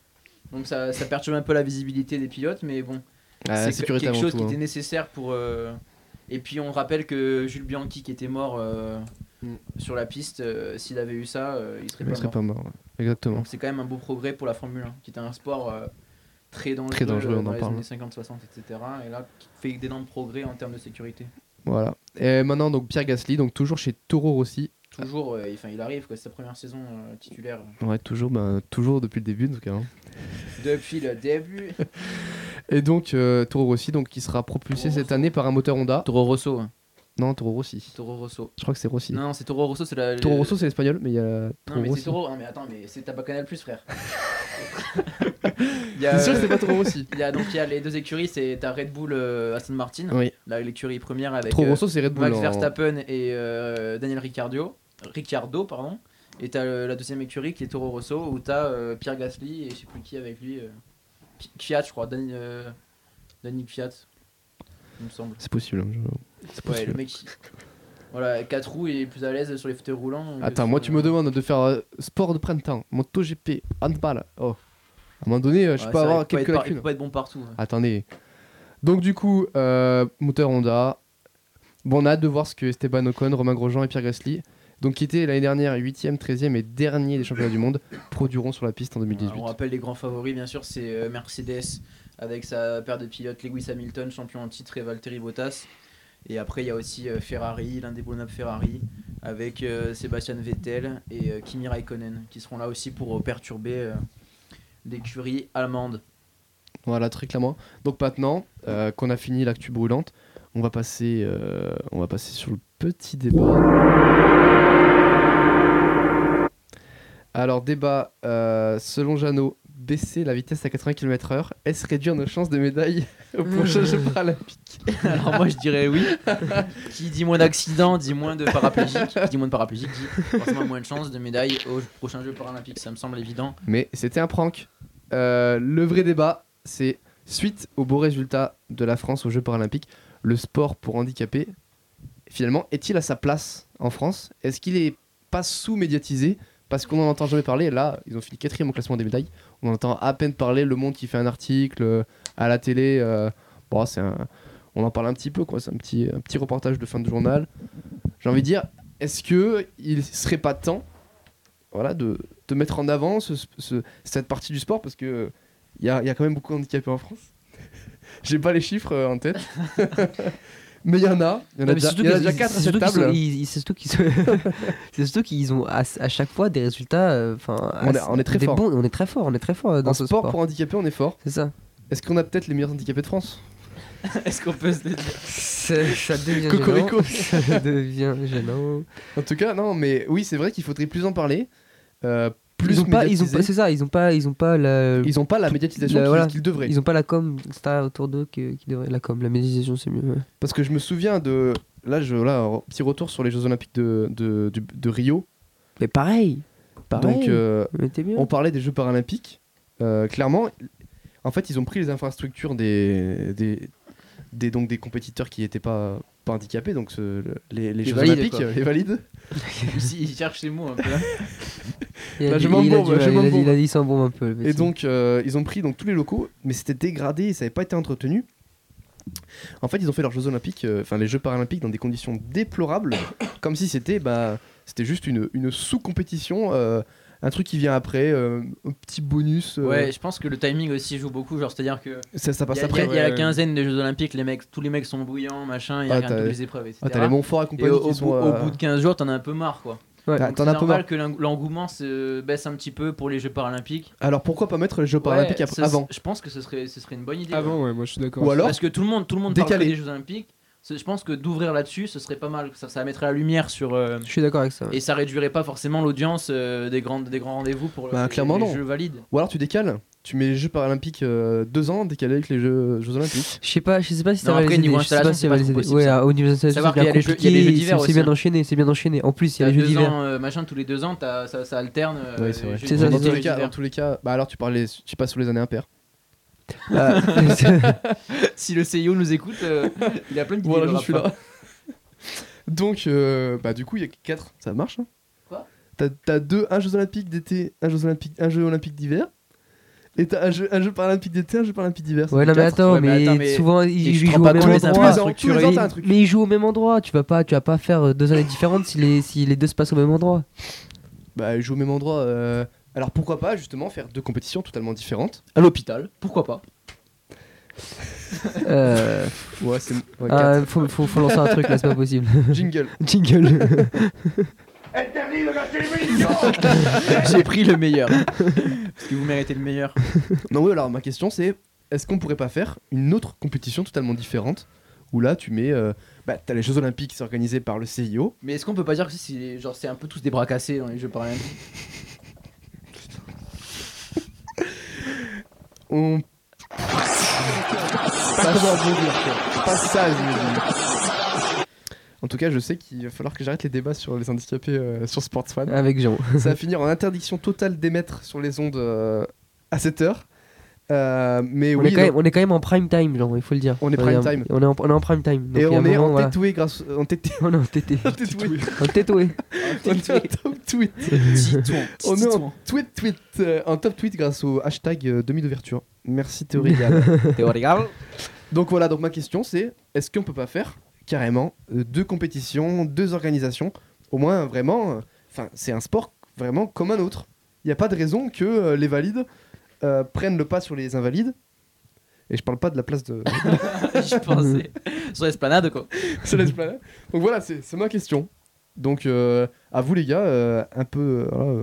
H: Donc ça, ça perturbe un peu la visibilité des pilotes, mais bon,
E: Ah, la
H: c'est que-
E: sécurité
H: quelque
E: avant
H: chose
E: tout,
H: qui
E: hein.
H: était nécessaire pour. euh, Et puis on rappelle que Jules Bianchi, qui était mort euh,
E: Mm.
H: sur la piste, euh, s'il avait eu ça, euh, il serait
E: Mais il
H: pas
E: serait
H: mort.
E: pas mort. ouais. Exactement.
H: Donc c'est quand même un beau progrès pour la Formule 1, qui était un sport euh, très dangereux,
E: Très dangereux,
H: euh,
E: on
H: dans
E: en
H: les
E: parle.
H: années 50, 60, etc. Et là, qui fait d'énormes progrès en termes de sécurité.
E: Voilà. Et maintenant, donc Pierre Gasly, donc toujours chez Toro Rossi,
H: Toujours, euh, il, enfin, il arrive, quoi, c'est sa première saison euh, titulaire.
E: Ouais, toujours, bah, toujours depuis le début en tout cas. hein.
H: Depuis le début.
E: Et donc euh, Toro Rossi, donc qui sera propulsé
H: Toro
E: cette année par un moteur Honda.
H: Toro Rosso. hein.
E: Non, Toro Rossi.
H: Toro Rosso.
E: Je crois que c'est Rossi.
H: Non, non, c'est Toro Rosso, c'est la.
E: Toro
H: le-
E: Rosso, c'est l'espagnol, mais il y a Toro
H: Non, mais
E: Rossi.
H: c'est Toro. Non, mais attends, mais c'est t'as pas Canal
E: [laughs]
H: Plus, frère. Il y a,
E: C'est sûr que
H: euh,
E: c'est pas Toro Rossi.
H: il y a- donc il y a les deux écuries, c'est t'as Red Bull euh, Aston Martin,
E: Oui.
H: la l'écurie première avec
E: Toro
H: euh,
E: Rosso, c'est Red Bull.
H: Max
E: en-
H: Verstappen et euh, Daniel Ricciardo, Ricciardo pardon. Et t'as euh, la deuxième écurie qui est Toro Rosso où t'as euh, Pierre Gasly et je sais plus qui avec lui. euh, Pi- Fiat je crois, Dani, euh, Dani Fiat, il me semble.
E: C'est possible. hein, je- C'est
H: Ouais
E: possible.
H: le mec. qui- Voilà, 4 roues, il est plus à l'aise sur les fauteuils roulants. que
E: Attends,
H: sur,
E: moi tu me
H: euh,
E: demandes de faire euh, sport de printemps, MotoGP, handball. Oh. À un moment donné, euh, je
H: ouais,
E: peux
H: c'est vrai
E: avoir
H: qu'il faut
E: quelques
H: être par- Il
E: lacunes.
H: peut pas être bon partout. ouais.
E: Attendez. Donc du coup, euh, moteur Honda. Bon, on a hâte de voir ce que Esteban Ocon, Romain Grosjean et Pierre Gasly, donc qui étaient l'année dernière 8e, 13e et dernier des championnats du monde, produiront sur la piste en 2018.
H: On rappelle les grands favoris, bien sûr, c'est euh, Mercedes avec sa paire de pilotes Lewis Hamilton, champion en titre, et Valtteri Bottas. Et après, il y a aussi euh, Ferrari, l'indéboulonnable Ferrari, avec euh, Sébastien Vettel et euh, Kimi Raikkonen, qui seront là aussi pour euh, perturber euh, l'écurie allemande.
E: Voilà, très clairement. Donc maintenant euh, qu'on a fini l'actu brûlante, on va passer, euh, on va passer sur le petit débat. Alors débat, euh, selon Jeannot, baisser la vitesse à 80 km/h, est-ce réduire nos chances de médaille [laughs] au prochain Jeux paralympiques
H: [laughs] Alors moi, je dirais oui. [laughs] qui dit moins d'accidents, dit moins de paraplégiques. Qui dit moins de paraplégiques, dit forcément moins de chances de médaille au prochain Jeux paralympiques. Ça me semble évident.
E: Mais c'était un prank. Euh, le vrai débat, c'est suite au beau résultat de la France aux Jeux paralympiques, le sport pour handicapés, finalement, est-il à sa place en France Est-ce qu'il est pas sous-médiatisé parce qu'on n'en entend jamais parler Là, ils ont fini quatrième au classement des médailles. On en entend à peine parler. Le Monde qui fait un article euh, à la télé. euh, bon, c'est un- on en parle un petit peu, quoi. C'est un petit, un petit reportage de fin de journal. J'ai envie de dire, est-ce que il serait pas temps, voilà, de, de mettre en avant ce- ce- cette partie du sport parce que il y a, il y a quand même beaucoup d'handicapés en France. [laughs] J'ai pas les chiffres euh, en tête, [laughs] mais il y en a. Il y en a
G: Non, mais
E: déjà-
G: surtout
E: il y en a
G: que-
E: déjà
G: c'est-
E: quatre à cette
G: c'est surtout qu'ils sont-
E: table.
G: ils- ils- C'est surtout qu'ils sont-
E: [laughs]
G: c'est surtout qu'ils ont à, à chaque fois des résultats. euh, Enfin,
E: On est-
G: assez-
E: on est très
G: des
E: fort.
G: bons- on est très fort. On est très fort euh, dans
E: En
G: ce
E: sport
G: sport.
E: pour handicapés, on est fort.
G: C'est ça.
E: Est-ce qu'on a peut-être les meilleurs handicapés de France
H: Est-ce qu'on peut se le dire
E: [laughs]
G: C'est- Ça devient
E: Cocorico.
G: gênant.
E: [laughs]
G: Ça devient gênant.
E: En tout cas, non, mais oui, c'est vrai qu'il faudrait plus en parler. euh, plus
G: Ils ont pas. Ils ont
E: médiatiser.
G: pas. C'est ça. Ils ont pas. Ils ont pas la.
E: Ils ont pas la médiatisation
G: Euh,
E: qu'ils
G: voilà.
E: qu'ils devraient.
G: Ils ont pas la com star autour d'eux qui, qui devrait la com. La méditation c'est mieux. ouais.
E: Parce que je me souviens de. Là, je, là un petit retour sur les Jeux Olympiques de, de, du- de Rio.
G: Mais pareil. Pareil.
E: Donc, euh,
G: mais t'es bien.
E: on parlait des Jeux Paralympiques. Euh, clairement, en fait, ils ont pris les infrastructures des, des, des, donc, des compétiteurs qui n'étaient pas, pas handicapés, donc ce- le- les, les Jeux
H: valides,
E: Olympiques,
H: quoi.
E: euh, les valides.
H: Si, il cherche les mots un peu.
G: Il a
E: Là, Bah, je
G: dit-
E: m'en
G: il a
E: bombe,
G: dit-
E: je
G: il
E: m'en
G: a dit-
E: bombe.
G: Il a dit il s'en bombe un peu. le
E: Et
G: petit.
E: donc, euh, ils ont pris donc, tous les locaux, mais c'était dégradé, ça n'avait pas été entretenu. En fait, ils ont fait leurs Jeux Olympiques, euh, enfin les Jeux Paralympiques, dans des conditions déplorables, [coughs] comme si c'était bah, c'était juste une, une sous-compétition, euh, un truc qui vient après, euh, un petit bonus. euh,
H: Ouais, je pense que le timing aussi joue beaucoup. Genre, c'est-à-dire que
E: ça, ça
H: Il y
E: passe
H: a-
E: après.
H: Il y a la
F: ouais.
H: quinzaine des Jeux Olympiques, les mecs, tous les mecs sont bouillants, machin, il y
E: Ah,
H: a rien
E: t'as-
H: toutes les épreuves, etc.
E: Ah, t'as les Montfort et
H: et
E: compagnie
H: au,
E: qui
H: au
E: sont,
H: bout, au
E: euh, bah,
H: bout de 15 jours, t'en as un peu marre quoi.
E: t'en-
H: Donc,
E: t'en
H: c'est
E: as pas
H: normal
E: marre.
H: que l'eng- l'engouement se baisse un petit peu pour les Jeux Paralympiques.
E: Alors pourquoi pas mettre les Jeux Paralympiques
H: Ouais,
E: ap-
H: ce-
E: avant
H: Je pense que ce serait, ce serait une bonne idée.
F: Avant, ouais, moi je suis d'accord.
E: Ou alors,
H: Parce que tout le monde, tout le monde parle
E: Décalé.
H: que des Jeux Olympiques. C'est- Je pense que d'ouvrir là-dessus, ce serait pas mal. Ça, ça mettrait la lumière sur. euh,
G: je suis d'accord avec ça. ouais.
H: et ça réduirait pas forcément l'audience euh, des, grandes, des grands rendez-vous pour
E: Bah,
H: les,
E: clairement,
H: les
E: non.
H: Jeux valides.
E: ou alors tu décales, tu mets les Jeux Paralympiques euh, deux ans décalés avec les Jeux, Jeux Olympiques.
G: Je sais pas, je sais pas si ça
H: Non,
G: va
H: après,
G: les aider.
H: niveau
G: je sais
H: installation,
G: si
H: c'est
G: ça
H: pas
G: va les
H: trop
G: aider.
H: possible,
G: Ouais,
H: ça.
G: au niveau de l'installation,
H: Savoir
G: c'est bien
H: qu'il y a les jeux- il y a les
G: compliqué,
H: jeux d'hiver
G: c'est- C'est
H: aussi,
G: bien
H: hein.
G: enchaîné, c'est bien enchaîné. En plus, il y
H: Il
G: a les jeux
H: deux
G: d'hiver.
H: ans, euh, machin, tous les deux ans, t'as- ça, ça alterne. euh,
E: Ouais, c'est vrai.
H: les jeux
G: C'est ça,
H: d'hiver,
E: dans,
G: c'est
E: tous
H: les
E: les
H: jeux
E: cas, dans
H: d'hiver.
E: tous les cas, bah alors tu parlais, tu passes sous les années impaires.
G: Ah, [laughs]
H: [laughs] Si le CIO nous écoute,
E: [laughs]
H: euh, il a plein de
E: Voilà, je suis
H: [laughs]
E: là. [laughs] Donc, euh, bah, du coup, il y a 4, ça marche. hein.
H: Quoi
E: T'as- T'as deux, un Jeux Olympiques d'été, un Jeux Olympique, un Jeu Olympique d'hiver. Et t'as un jeu, un jeu paralympique d'été, un jeu paralympique d'hiver. ça
G: Ouais,
E: fait
G: non, mais
E: quatre.
G: attends,
H: ouais, mais attends,
G: mais
H: mais-
G: souvent ils
H: je te
G: ils
H: rends
G: jouent au
H: pas
G: même
H: compte, les
G: endroit.
E: infrastructures, Tous les ans, t'as un truc.
G: Mais ils jouent au même endroit, tu vas pas, tu vas pas faire euh, deux années différentes si les, si les deux se passent au même endroit.
E: Bah, ils jouent au même endroit. euh, Alors pourquoi pas justement faire deux compétitions totalement différentes
H: À l'hôpital, pourquoi pas
G: Euh,
H: [laughs]
E: Ouais, c'est. ouais,
G: ah, faut, faut, faut lancer un truc là, c'est pas possible.
E: quatre. Jingle.
G: Jingle.
H: J'ai pris
E: [laughs]
H: le meilleur. Parce que vous méritez le meilleur.
E: Non, oui, alors ma question c'est est-ce qu'on pourrait pas faire une autre compétition totalement différente où là tu mets. euh, Bah, t'as les Jeux Olympiques qui sont organisés par le CIO.
H: Mais est-ce qu'on peut pas dire que c'est genre c'est un peu tous des bras cassés dans les
E: [laughs]
H: jeux paralympiques
E: On. Pas comment rebondir, quoi. Pas ça, je me dis. En tout cas, je sais qu'il va falloir que j'arrête les débats sur les handicapés euh, sur Sportsfan.
G: [laughs] Avec Jean. [laughs]
E: ça va finir en interdiction totale d'émettre sur les ondes euh, à 7 heures. Euh, mais
G: On,
E: oui,
G: est quand même,
E: non.
G: on est quand même en prime time, Jean, il faut le dire.
E: On est
G: Faut le
E: prime
G: dire. On est en, on est en prime time. Donc
E: et
G: il y a
E: on
G: un
E: est
G: moment,
E: en
G: voilà.
E: tétoué grâce en tété-
G: [laughs] On est [laughs]
H: [laughs]
G: en tété.
E: en tétoué.
G: En tétoué.
E: On est en top tweet. On est en tweet tweet euh, en top tweet grâce au hashtag euh, demi d'ouverture. Merci Théorie Gall.
H: Théorical.
E: Donc voilà, donc ma question c'est est-ce qu'on peut pas faire carrément euh, deux compétitions, deux organisations Au moins vraiment, euh, enfin c'est un sport vraiment comme un autre. Il n'y a pas de raison que euh, les valides euh, prennent le pas sur les invalides. Et je parle pas de la place de.
H: je pensais. [laughs] Sur l'esplanade, quoi.
E: sur l'esplanade. Donc voilà, c'est c'est ma question. Donc euh, à vous les gars, euh, un peu. euh, voilà, euh,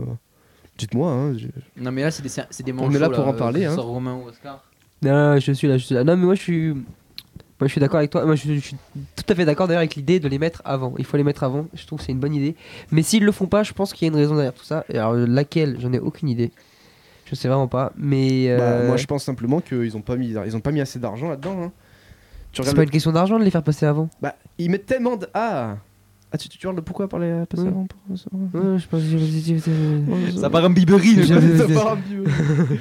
E: Dites-moi, hein, j'ai-
H: Non, mais là, c'est des, c'est des
E: On est là
H: manchots,
E: pour en
H: euh,
E: parler,
H: que ce
E: hein.
H: soit Romain ou Oscar.
G: Non, non, non, je suis là, je suis là. Non, mais moi je suis. Moi je suis d'accord avec toi. Moi je, je suis tout à fait d'accord d'ailleurs avec l'idée de les mettre avant. Il faut les mettre avant. Je trouve que c'est une bonne idée. Mais s'ils le font pas, je pense qu'il y a une raison derrière tout ça. Et alors laquelle J'en ai aucune idée. Je sais vraiment pas. Mais.
E: Bah,
G: euh,
E: moi je pense simplement qu'ils ont pas mis, ils ont pas mis assez d'argent là-dedans. hein. Tu
G: C'est
E: regardes
G: pas
E: le-
G: une question d'argent de les faire passer avant.
E: Bah, ils mettent tellement de. Ah Ah, tu, tu regardes le pourquoi par les passer
G: Oui.
E: avant pour
H: [laughs]
E: ça
G: Ouais, je euh, pense que je- je- je-
H: Ça part en
E: [laughs]
H: biberie,
G: le
H: le
G: gars.
E: Ça part un
H: [laughs]
E: petit peu.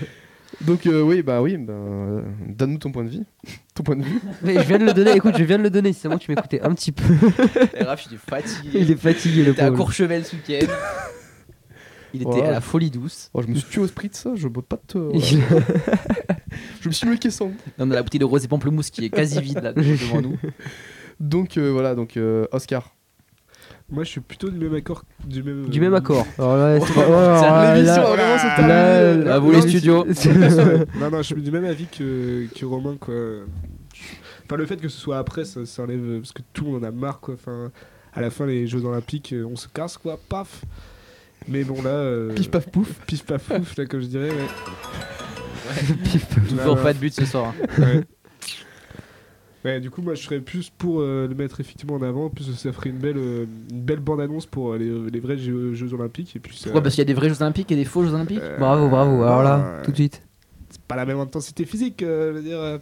E: Donc, euh, oui, bah oui, bah, euh, donne-nous ton point de vue. [laughs] Ton point de vue.
G: Mais je viens de le donner. Écoute, je viens de le donner. Si seulement tu m'écoutais un petit peu.
H: Raph, il est fatigué.
G: [laughs] Il est fatigué le
H: T'es à
G: pauvre.
H: Courchevel ce week-end. Il était
E: Voilà.
H: à la folie douce.
E: Oh, je me suis tué au sprint, ça, je bois pas
H: [laughs]
E: de.
G: Il-
E: je me suis lequé sans.
H: Non, on a la bouteille de rosé pamplemousse qui est quasi vide
E: [laughs]
H: là devant nous.
E: Donc, euh, voilà, donc euh, Oscar.
F: Moi, je suis plutôt du même accord. Du même,
G: Du même accord. Alors là, c'est pas-
H: C'est
G: alors là,
E: L'émission,
G: là-
E: vraiment, c'est
G: là,
E: terminé.
H: à vous les
G: là,
H: studios.
G: c'est-
F: non, non, je suis du même avis que, que Romain, quoi. Je- Enfin, le fait que ce soit après, ça, ça enlève. euh, Parce que tout le monde en a marre, quoi. Enfin, à la fin, les Jeux Olympiques, euh, on se casse, quoi. Paf Mais bon, là. euh,
E: Pif paf pouf.
F: Pif paf pouf, là, comme je dirais, ouais.
H: Toujours
F: Ouais,
H: pas de but ce soir. hein.
F: ouais. Ouais, du coup, moi, je serais plus pour euh, le mettre effectivement en avant. En plus, ça ferait une belle, euh, une belle bande-annonce pour euh, les, les vrais Jeux, Jeux Olympiques. Et puis, ça-
H: Pourquoi Parce qu'il y a des vrais Jeux Olympiques et des faux Jeux Olympiques.
F: euh,
E: Bah,
G: Bravo, bravo. Alors là,
F: euh,
G: tout de suite.
F: c'est pas la même intensité physique, euh, je veux dire. euh.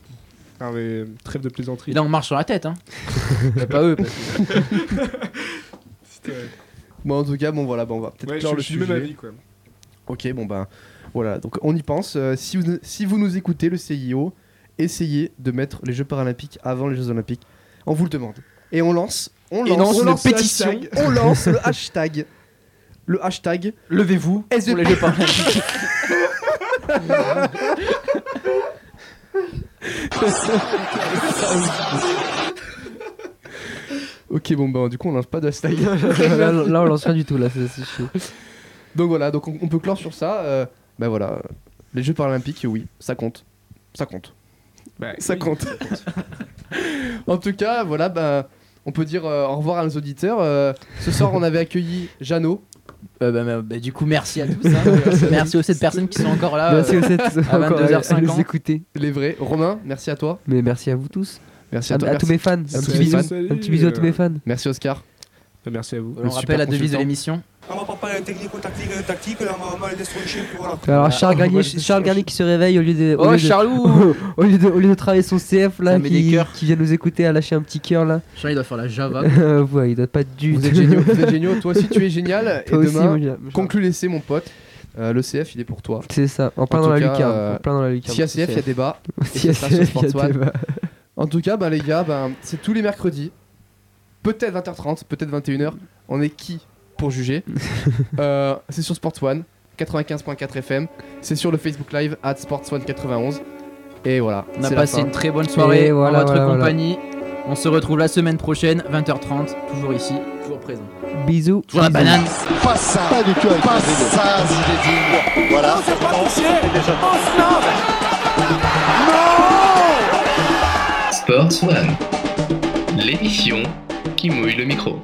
F: Non, mais euh, trêve de plaisanterie.
H: Et là, on marche sur la tête. Hein. Mais pas eux. parce
E: [laughs]
H: que-
F: C'était-
E: Bon, en tout cas, bon, voilà, bon, on va peut-être
F: Ouais,
E: clore
F: je,
E: le
F: je suis
E: sujet.
F: du même avis, quoi.
E: Ok, bon bah voilà, donc on y pense. Euh, si, vous, si vous nous écoutez, le CIO, essayez de mettre les Jeux paralympiques avant les Jeux olympiques. On vous le demande. Et on lance, on
H: Et
E: lance,
H: lance
E: on
H: le
E: le
H: pétition.
E: hashtag, on lance le hashtag, le
H: [laughs]
E: hashtag
H: Levez-vous pour les Jeux Paralympiques.
E: Ok, bon bah du coup on lance pas de hashtag.
G: [laughs] là, là, on lance rien du tout, là, c'est c'est chaud.
E: donc voilà, donc on, on peut clore sur ça. euh, bah voilà, les Jeux paralympiques, oui, ça compte, ça compte, ça compte. [laughs] en tout cas, voilà, bah on peut dire euh, au revoir à nos auditeurs. Euh, ce soir, on avait accueilli Jeannot.
H: Euh, bah, bah, bah, du coup, merci à tous. hein. merci aux 7 personnes qui sont encore là.
G: merci
H: euh,
G: aux 7 [laughs] encore à- à
H: 22h50.
G: nous écouter.
E: Les vrais. Romain, merci à toi.
G: Mais merci à vous tous.
E: Merci
G: À,
E: à toi.
G: à tous
E: Merci,
G: mes fans. Un
E: Salut,
G: petit bisou,
F: salut,
G: un petit bisou à tous
F: euh.
G: mes fans.
E: merci Oscar.
F: Merci à vous.
H: on rappelle la devise de l'émission.
A: On va pas parler technico-tactique, euh, tactique, là, on va- on va les troncher, puis voilà.
E: Euh,
G: Alors
H: Ah,
G: Charles,
H: on
G: Garnier,
H: va-
G: Charles Garnier qui se réveille au lieu de... Au
H: Oh,
G: lieu de...
H: Charlou
G: au, lieu de, au lieu de travailler son CF là,
H: Ça met des
G: qui,
H: cœurs.
G: qui vient nous écouter à lâcher un petit cœur là,
H: [laughs]
G: [laughs]
H: Charlou, il doit faire la Java.
G: ouais, il doit pas du
E: Vous êtes
G: [laughs]
E: géniaux. Vous êtes géniaux. Toi aussi, tu es génial.
G: Toi
E: et
G: aussi,
E: demain,
G: moi, j'ai-
E: conclu l'essai, mon pote. Euh, le CF, il est pour toi.
G: C'est ça, en plein
E: En
G: dans
E: tout
G: la
E: cas,
G: lucarne.
E: euh,
G: en plein dans la lucarne.
E: Si y a CF, il y a débat.
G: Si
E: et c'est ça sur
G: ACF, il y a
E: Sports One.
G: débat.
E: En tout cas, bah, les gars, bah, c'est tous les mercredis. Peut-être 20h30, peut-être 21h. On est qui pour
H: [laughs]
E: juger Euh, C'est sur Sports One, 95.4 FM. C'est sur le Facebook Live, at Sports One 91. Et voilà.
H: On a
E: c'est la
H: passé
E: fin.
H: une très bonne soirée
G: Et voilà,
H: en votre
G: voilà, voilà.
H: compagnie. On se retrouve la semaine prochaine, 20h30, toujours ici, toujours présent.
G: Bisous.
H: Toujours la
G: Bisous.
H: banane
B: Pas ça. Pas du tout. Pas ça, Zinedine. Voilà.
C: C'est pas touché Osnard
D: Sports One, l'émission qui mouille le micro.